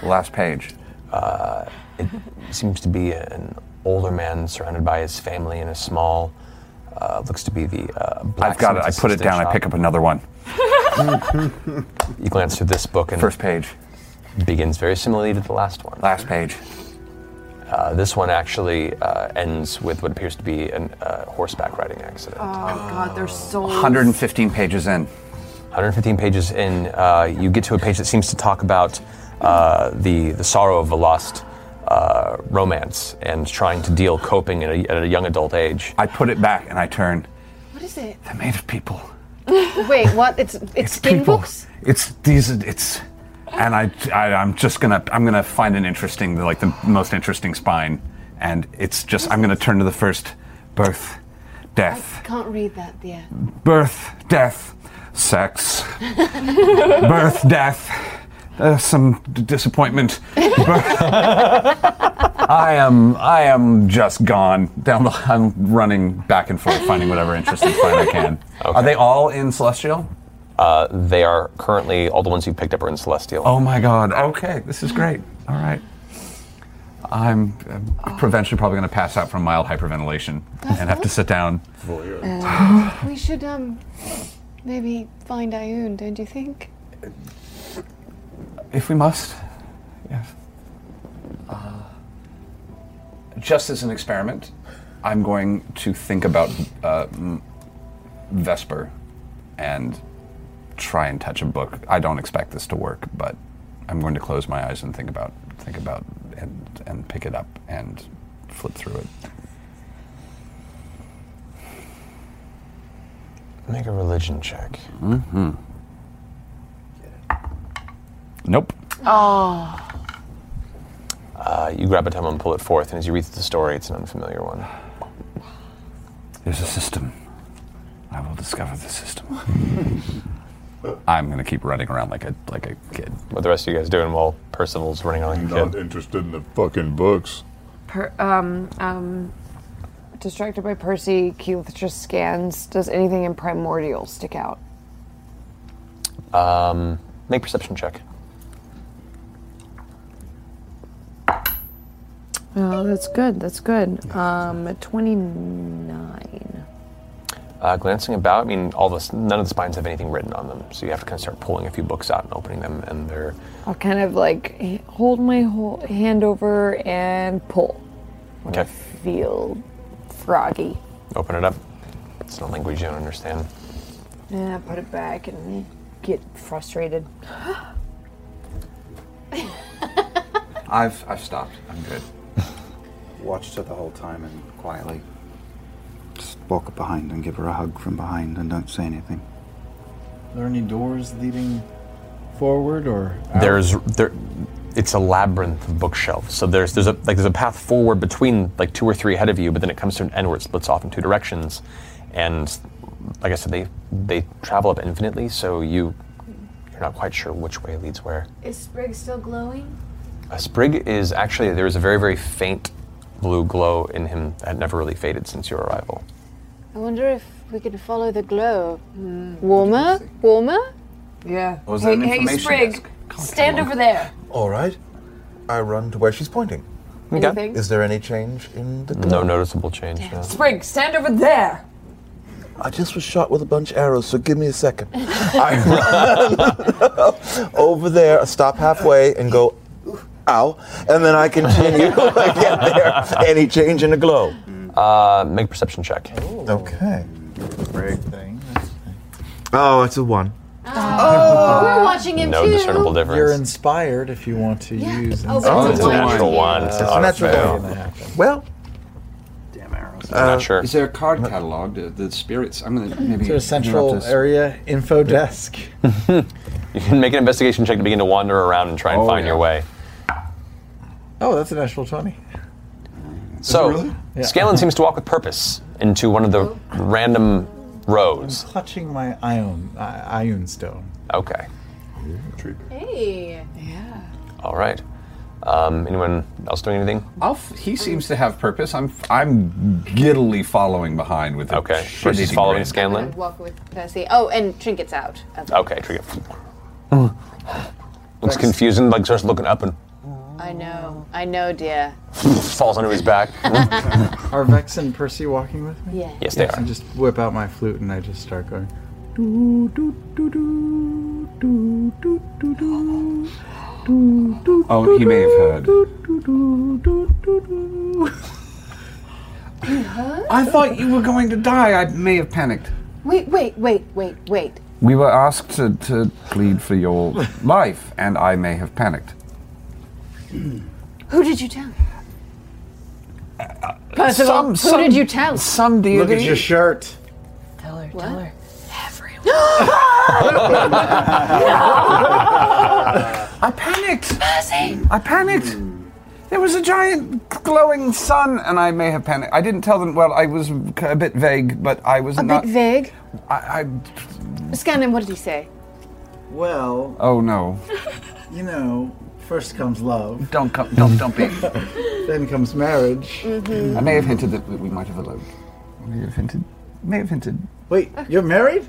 the last page.
Uh, it seems to be an older man surrounded by his family in a small. Uh, looks to be the uh, black.
I've got it. I put it down. I pick up another one.
You glance through this book and
First page
begins very similarly to the last one.
Last page.
Uh, this one actually uh, ends with what appears to be a uh, horseback riding accident.
Oh, God, they're so.
115 pages in.
115 pages in, uh, you get to a page that seems to talk about uh, the the sorrow of a lost uh, romance and trying to deal coping at a, at a young adult age.
I put it back and I turn.
What is it?
They're made of people.
Wait, what? It's it's, spin books.
It's these. It's and I, I I'm just gonna I'm gonna find an interesting like the most interesting spine, and it's just I'm gonna turn to the first birth, death,
Can't read that, yeah.
birth, death, sex, birth, death, uh, some d- disappointment. Birth. I am I am just gone down the. I'm running back and forth, finding whatever interesting find I can. Are they all in Celestial?
Uh, they are currently all the ones you picked up are in Celestial.
Oh my God! Okay, this is great. All right. I'm, i eventually probably going to pass out from mild hyperventilation and have to sit down.
Uh, we should um maybe find Ayun, don't you think?
If we must, yes. Uh, just as an experiment, I'm going to think about uh, m- Vesper and try and touch a book. I don't expect this to work, but I'm going to close my eyes and think about think about and and pick it up and flip through it.
Make a religion check.
Mm-hmm. Nope.
Oh,
Uh, you grab a tome and pull it forth, and as you read through the story, it's an unfamiliar one.
There's a system. I will discover the system. I'm going to keep running around like a like a kid.
What the rest of you guys doing while Percival's running around like a
Not
kid?
interested in the fucking books.
Per, um, um, distracted by Percy, Keith just scans. Does anything in primordial stick out?
Um, make perception check.
Oh, that's good. That's good. Um, twenty-nine.
Uh, glancing about, I mean, all this, none of the spines have anything written on them, so you have to kind of start pulling a few books out and opening them, and they're
I'll kind of like h- hold my whole hand over and pull.
okay.
Feel froggy.
Open it up. It's in a language you don't understand.
Yeah, put it back and get frustrated.
I've I've stopped. I'm good.
Watched her the whole time and quietly. Just walk up behind and give her a hug from behind and don't say anything.
Are there any doors leading forward or out?
There's there, it's a labyrinth of bookshelves. So there's there's a like there's a path forward between like two or three ahead of you, but then it comes to an end where it splits off in two directions, and like I said, they they travel up infinitely, so you you're not quite sure which way leads where.
Is Sprig still glowing?
A sprig is actually there is a very very faint blue glow in him that had never really faded since your arrival.
I wonder if we could follow the glow. Warmer? Warmer?
Yeah.
Was that an information desk?
stand over there.
All right. I run to where she's pointing.
Okay. Anything?
Is there any change in the
No noticeable change. no.
Sprig, stand over there.
I just was shot with a bunch of arrows, so give me a second. I run over there, stop halfway, and go, ow, and then I continue. I get there. Any change in the glow?
Uh, make a perception check.
Okay. Oh, it's a one.
Oh, we're watching him too.
difference.
You're inspired if you want to use.
Oh,
inspired.
that's a one.
one.
It's
It's
a
not a
natural
fail.
one.
Well,
I'm not sure.
Is there a card catalog? The, the spirits. I'm gonna maybe.
Is there a central
interrupt us.
area info desk?
You can make an investigation check to begin to wander around and try and
Oh,
find your
yeah.
way.
Oh, that's a national 20.
So,
Yeah.
Scanlan seems to walk with purpose into one of the random rows.
Clutching my ion, I- ion stone.
Okay.
Hey. Yeah.
All right. Um, anyone else doing anything?
I'll f- he seems to have purpose. I'm I'm giddily following behind with the okay.
First he's following Scanlan.
Walk with Percy. Oh, and trinkets out.
Okay, trigger. Looks confused and like starts looking up and
I know. I know, dear.
falls onto his back.
Are Vex and Percy walking with me?
Yeah.
Yes, they are.
I just whip out my flute and I just start going.
Oh, he may have heard.
You heard?
I thought you were going to die. I may have panicked.
Wait, wait, wait, wait, wait.
We were asked to, to plead for your life, and I may have panicked.
Who did you tell? Percival, who did you tell?
Some deity.
Look at your shirt.
Tell her, tell her.
I panicked. I panicked. There was a giant glowing sun, and I may have panicked. I didn't tell them. Well, I was a bit vague, but I was
A
not.
bit vague.
I, I.
Scanlan, what did he say?
Well,
Oh no.
you know, first comes love.
Don't come. Don't don't be. Mm-hmm.
then comes marriage.
Mhm.
I may have hinted that we- we might have eloped. I may have hinted. May have hinted.
Wait, you're married?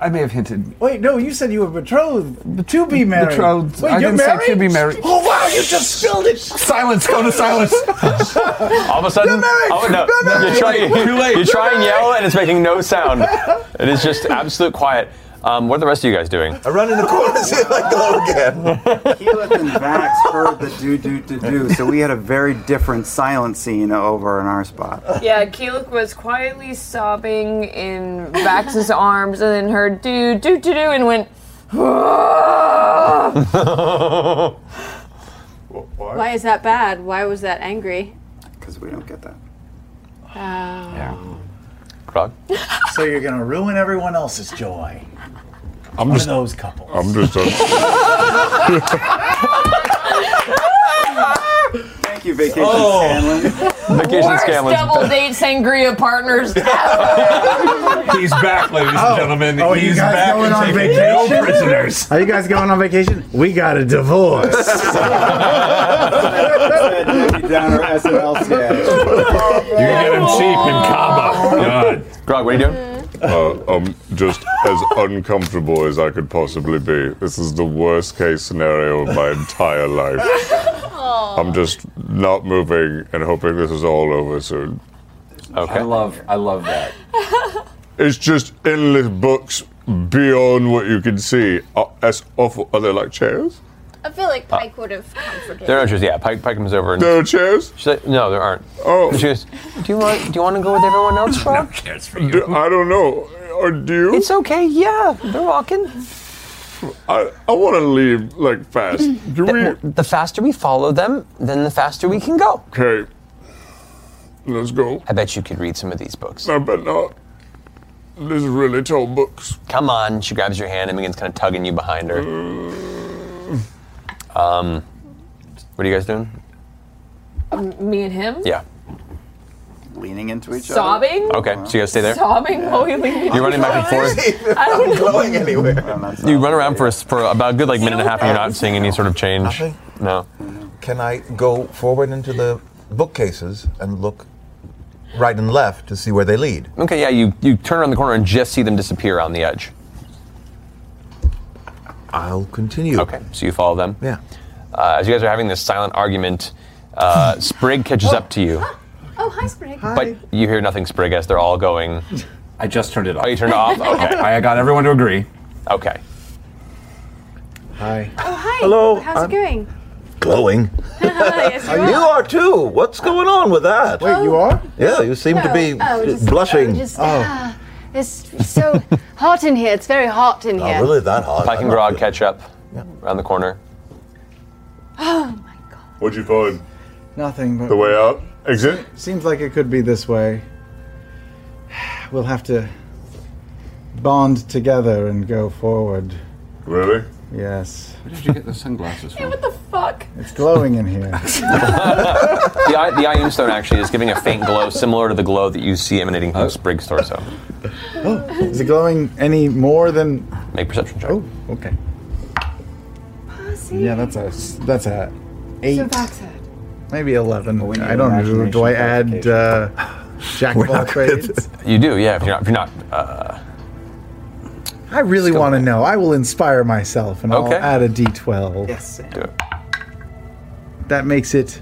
I may have hinted.
Wait, no, you said you were betrothed to be married.
Betrothed.
Wait,
I
you're
didn't say
married?
to be married.
Oh wow, you just spilled it.
Silence. Go to silence.
All of a sudden, oh, no, you try, you try and yell, and it's making no sound. It is just absolute quiet. Um, what are the rest of you guys doing?
I run in the corner and see if I glow again.
Keyleth and Vax heard the do do do do, so we had a very different silence scene over in our spot.
Yeah, Keelik was quietly sobbing in Vax's arms and then heard do do do do and went.
Why is that bad? Why was that angry?
Because we don't get that.
Uh,
Yeah. Krog?
So you're gonna ruin everyone else's joy.
I'm
One
just
of those couples.
I'm just.
Thank you, Vacation
Oh. Vacation
"Ah, Worst
Scanlan's
double date sangria partners.
He's back, ladies and gentlemen.
Oh, you guys going on vacation? Are you guys going on vacation? We got a divorce.
Downer SNL
You can get him cheap in Cabo. God.
Grog, what are you doing?
Uh, I'm just as uncomfortable as I could possibly be. This is the worst case scenario of my entire life. I'm just not moving and hoping this is all over soon.
Okay. I
love I love that. It's just endless books beyond what you can see. Uh, that's awful. Are there like chairs?
I feel like Pike would have comforted.
There are no chairs. Yeah, Pike, Pike comes over. And
There are chairs.
She's like, no, there aren't.
Oh.
She goes, do you want? Do you want to go with everyone else, Krog?
D- I don't know. Or do you?
It's okay, yeah. They're walking.
I, I want to leave like fast. Do we?
The, the faster we follow them, then the faster we can go.
Okay. Let's go.
I bet you could read some of these books.
I bet not. This is really tall books.
Come on. She grabs your hand and begins kind of tugging you behind her.
Uh.
Um, what are you guys doing?
Um, Me and him?
Yeah.
leaning into each
Sobbing?
Okay, so you guys stay there.
Sobbing while we leave.
You're running back and forth.
I don't know.
going anywhere.
You run around for, a s for about a good like minute and a half, and you're not seeing any sort of change. No.
Can I go forward into the bookcases and look right and left to see where they lead?
Okay, yeah, you, you turn around the corner and just see them disappear on the edge.
I'll continue.
Okay, so you follow them.
Yeah.
Uh, as you guys are having this silent argument, uh, Sprig catches up to you,
Oh, hi, Sprig.
but you hear nothing, Sprig, as they're all going.
I just turned it off.
Oh, you turned it off? Okay.
I got everyone to agree.
Okay.
Hi.
Oh, hi.
Hello,
How's
I'm-
it going?
Glowing.
yes, you are.
you are too. What's going on with that?
Wait, you
are? Yeah, you seem to be
Oh, oh, just-
blushing.
oh, just, ah, it's so hot in here. It's very hot in here.
Not Oh, really that hot.
Pike and Grog catch up around the corner.
Oh,
What'd you find?
Nothing. But
The way out? Exit?
Seems like it could be this way. We'll have to bond together and go forward.
Really?
Yes.
Where did you get the sunglasses from?
What the fuck?
It's glowing in here.
the, I- the Ion Stone actually is giving a faint glow similar to the glow that you see emanating
Oh.
from Sprig's torso.
Oh, Is it glowing any more than?
Make perception check.
Oh, okay. Yeah, that's a s- that's a eight, maybe eleven. I don't know. Do I add uh, jack of all trades?
You do, yeah. If you're not, if you're not uh,
I really want to know. I will inspire myself, and
Okay.
I'll add a d12.
Yes. Do it.
That makes it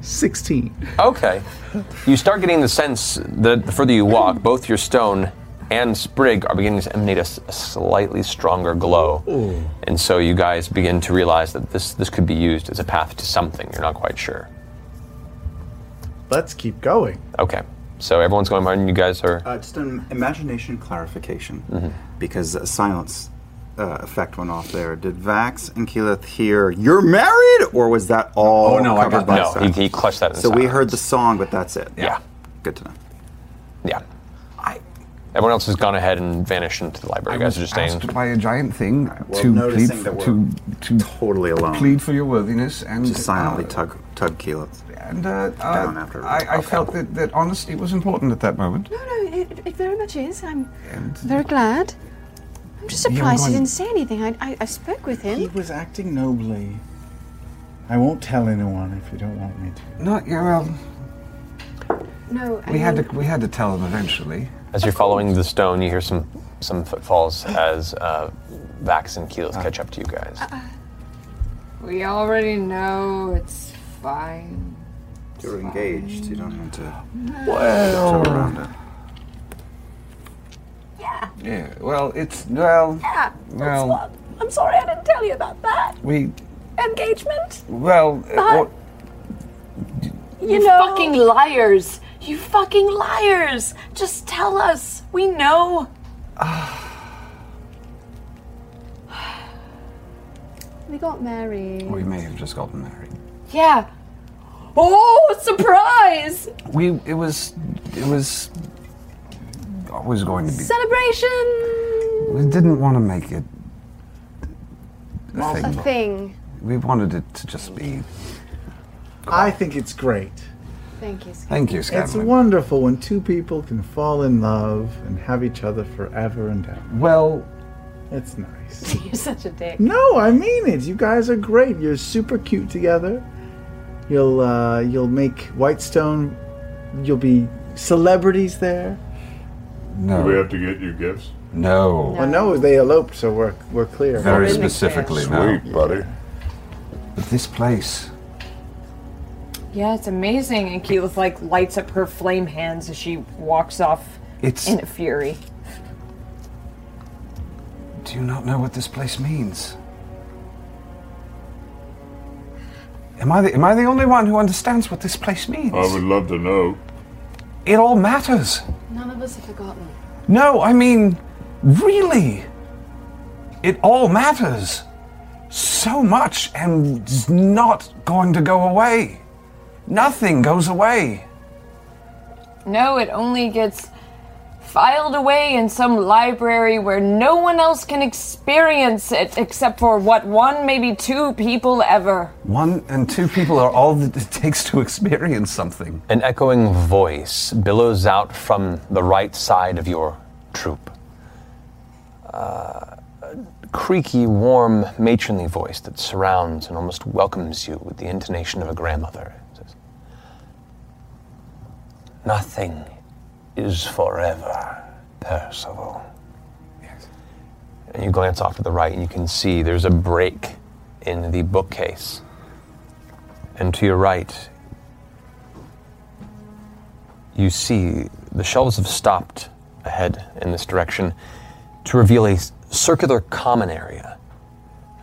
sixteen.
Okay. You start getting the sense that the further you walk, both your stone and sprig are beginning to emanate a, s- a slightly stronger glow.
Ooh.
Uh,
And so you guys begin to realize that this, this could be used as a path to something. You're not quite sure.
Let's keep going.
Okay. So everyone's going behind you guys are.
Uh, just an imagination clarification,
Mhm.
because a silence uh, effect went off there. Did Vax and Keelith hear "You're married," or was that all?
Oh, no, I
covered
got
by
that. No,
silence?
he- he clutched that in
so we
silence.
heard the song, but that's it.
Yeah.
Good to know.
Yeah. Everyone else has gone ahead and vanished into the library.
I
you guys
was
are just staying.
asked by a giant thing
well,
to plead
noticing
f-
that we're
to to
totally alone.
plead for your worthiness and
Just silently
uh,
tug tug Keelith.
and uh, uh,
down after.
I, I felt that, that honesty was important at that moment.
No, no, it, it very much is. I'm
And
very glad. I'm just
Yeah, I'm
surprised he
going-
didn't say anything. I, I, I spoke with him.
He was acting nobly. I won't tell anyone if you don't want me to.
Not yeah, well,
No, I
we had
mean-
to we had to tell them eventually.
As you're following the stone, you hear some some footfalls as uh, Vax and Keyleth catch up to you guys.
We already know it's fine.
You're engaged. You don't need to.
Well.
tiptoe around it.
Yeah. Well, it's well.
Yeah,
Well,
I'm sorry I didn't tell you about that.
we
Engagement?
well. uh,
But-
what-
You, fucking liars. You fucking liars. Just tell us. We know.
We got married.
we may have just gotten married.
Yeah. Oh, surprise!
We it was it was always going to be.
Celebration!
We didn't want to make it a
A
thing.
thing.
We wanted it to just be.
I think it's great.
Thank you.
Thank you,
It's
Scanlan.
wonderful when two people can fall in love and have each other forever and ever.
Well,
it's nice.
You're such a dick.
No, I mean it. You guys are great. You're super cute together. You'll uh, you'll make Whitestone. You'll be celebrities there.
No.
Do we have to get you gifts?
No.
Well, no, they eloped, so we're we're clear.
Oh. Very specifically, no.
Sweet, buddy.
But this place.
Yeah, it's amazing. And Keyleth like lights up her flame hands as she walks off
It's-
in a fury.
Do you not know what this place means? Am I the, am I the only one who understands what this place means?
I would love to know.
It all matters.
None of us have forgotten.
No, I mean, really. It all matters. So much and it's not going to go away. Nothing goes away.
No, it only gets filed away in some library where no one else can experience it except for what one, maybe two people ever.
One and two people are all that it takes to experience something.
An echoing voice billows out from the right side of your troop. Uh, a creaky, warm, matronly voice that surrounds and almost welcomes you with the intonation of a grandmother. It says, Nothing is forever, Percival. And you glance off to the right and you can see there's a break in the bookcase. And to your right, you see the shelves have stopped ahead in this direction to reveal a s- circular common area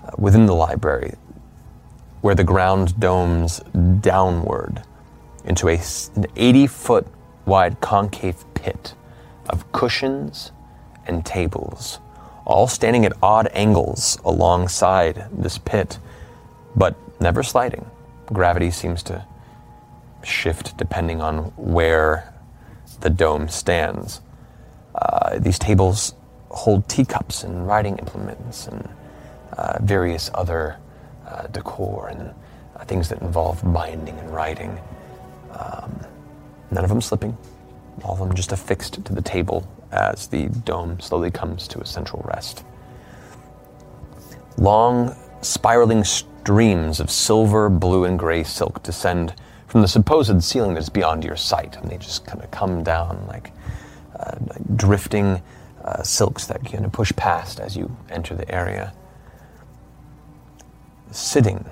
uh, within the library where the ground domes downward into a, s- an 80 foot wide concave pit of cushions and tables, all standing at odd angles alongside this pit, but never sliding. Gravity seems to shift depending on where the dome stands. Uh, these tables hold teacups and writing implements and uh, various other uh, decor and uh, things that involve binding and writing. Um, none of them slipping, all of them just affixed to the table as the dome slowly comes to a central rest. Long, spiraling streams of silver, blue, and gray silk descend from the supposed ceiling that is beyond your sight, and they just kind of come down like, uh, like drifting uh, silks that kind of push past as you enter the area. Sitting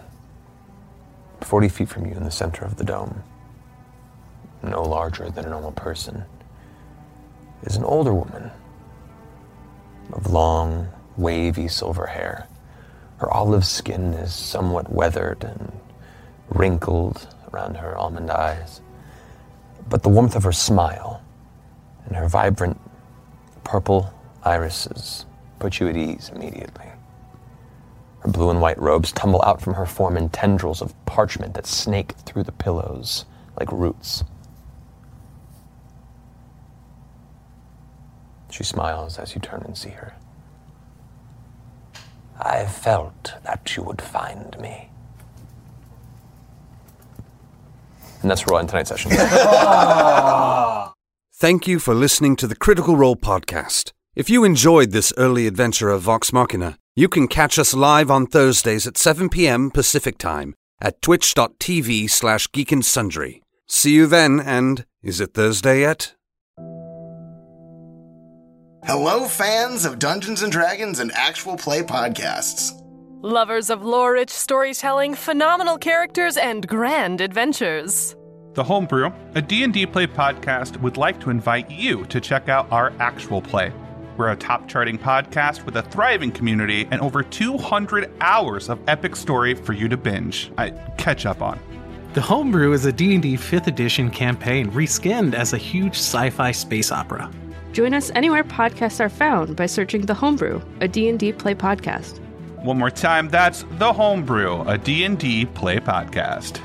40 feet from you in the center of the dome, no larger than a normal person, is an older woman of long, wavy silver hair. Her olive skin is somewhat weathered and wrinkled around her almond eyes, but the warmth of her smile and her vibrant purple irises put you at ease immediately. Her blue and white robes tumble out from her form in tendrils of parchment that snake through the pillows like roots. She smiles as you turn and see her. I felt that you would find me. And that's where we'll end tonight's session.
Thank you for listening to the Critical Role podcast. If you enjoyed this early adventure of Vox Machina, you can catch us live on Thursdays at 7 p.m. Pacific time at twitch.tv slash geek and sundry. See you then, and is it Thursday yet?
Hello, fans of Dungeons and Dragons and actual play podcasts.
Lovers of lore rich storytelling, phenomenal characters, and grand adventures.
The Homebrew, a D&D play podcast, would like to invite you to check out our actual play. We're a top charting podcast with a thriving community and over 200 hours of epic story for you to binge. I catch up on.
The Homebrew is a D&D 5th edition campaign reskinned as a huge sci-fi space opera.
Join us anywhere podcasts are found by searching The Homebrew, a D&D play podcast.
One more time, that's The Homebrew, a D&D play podcast.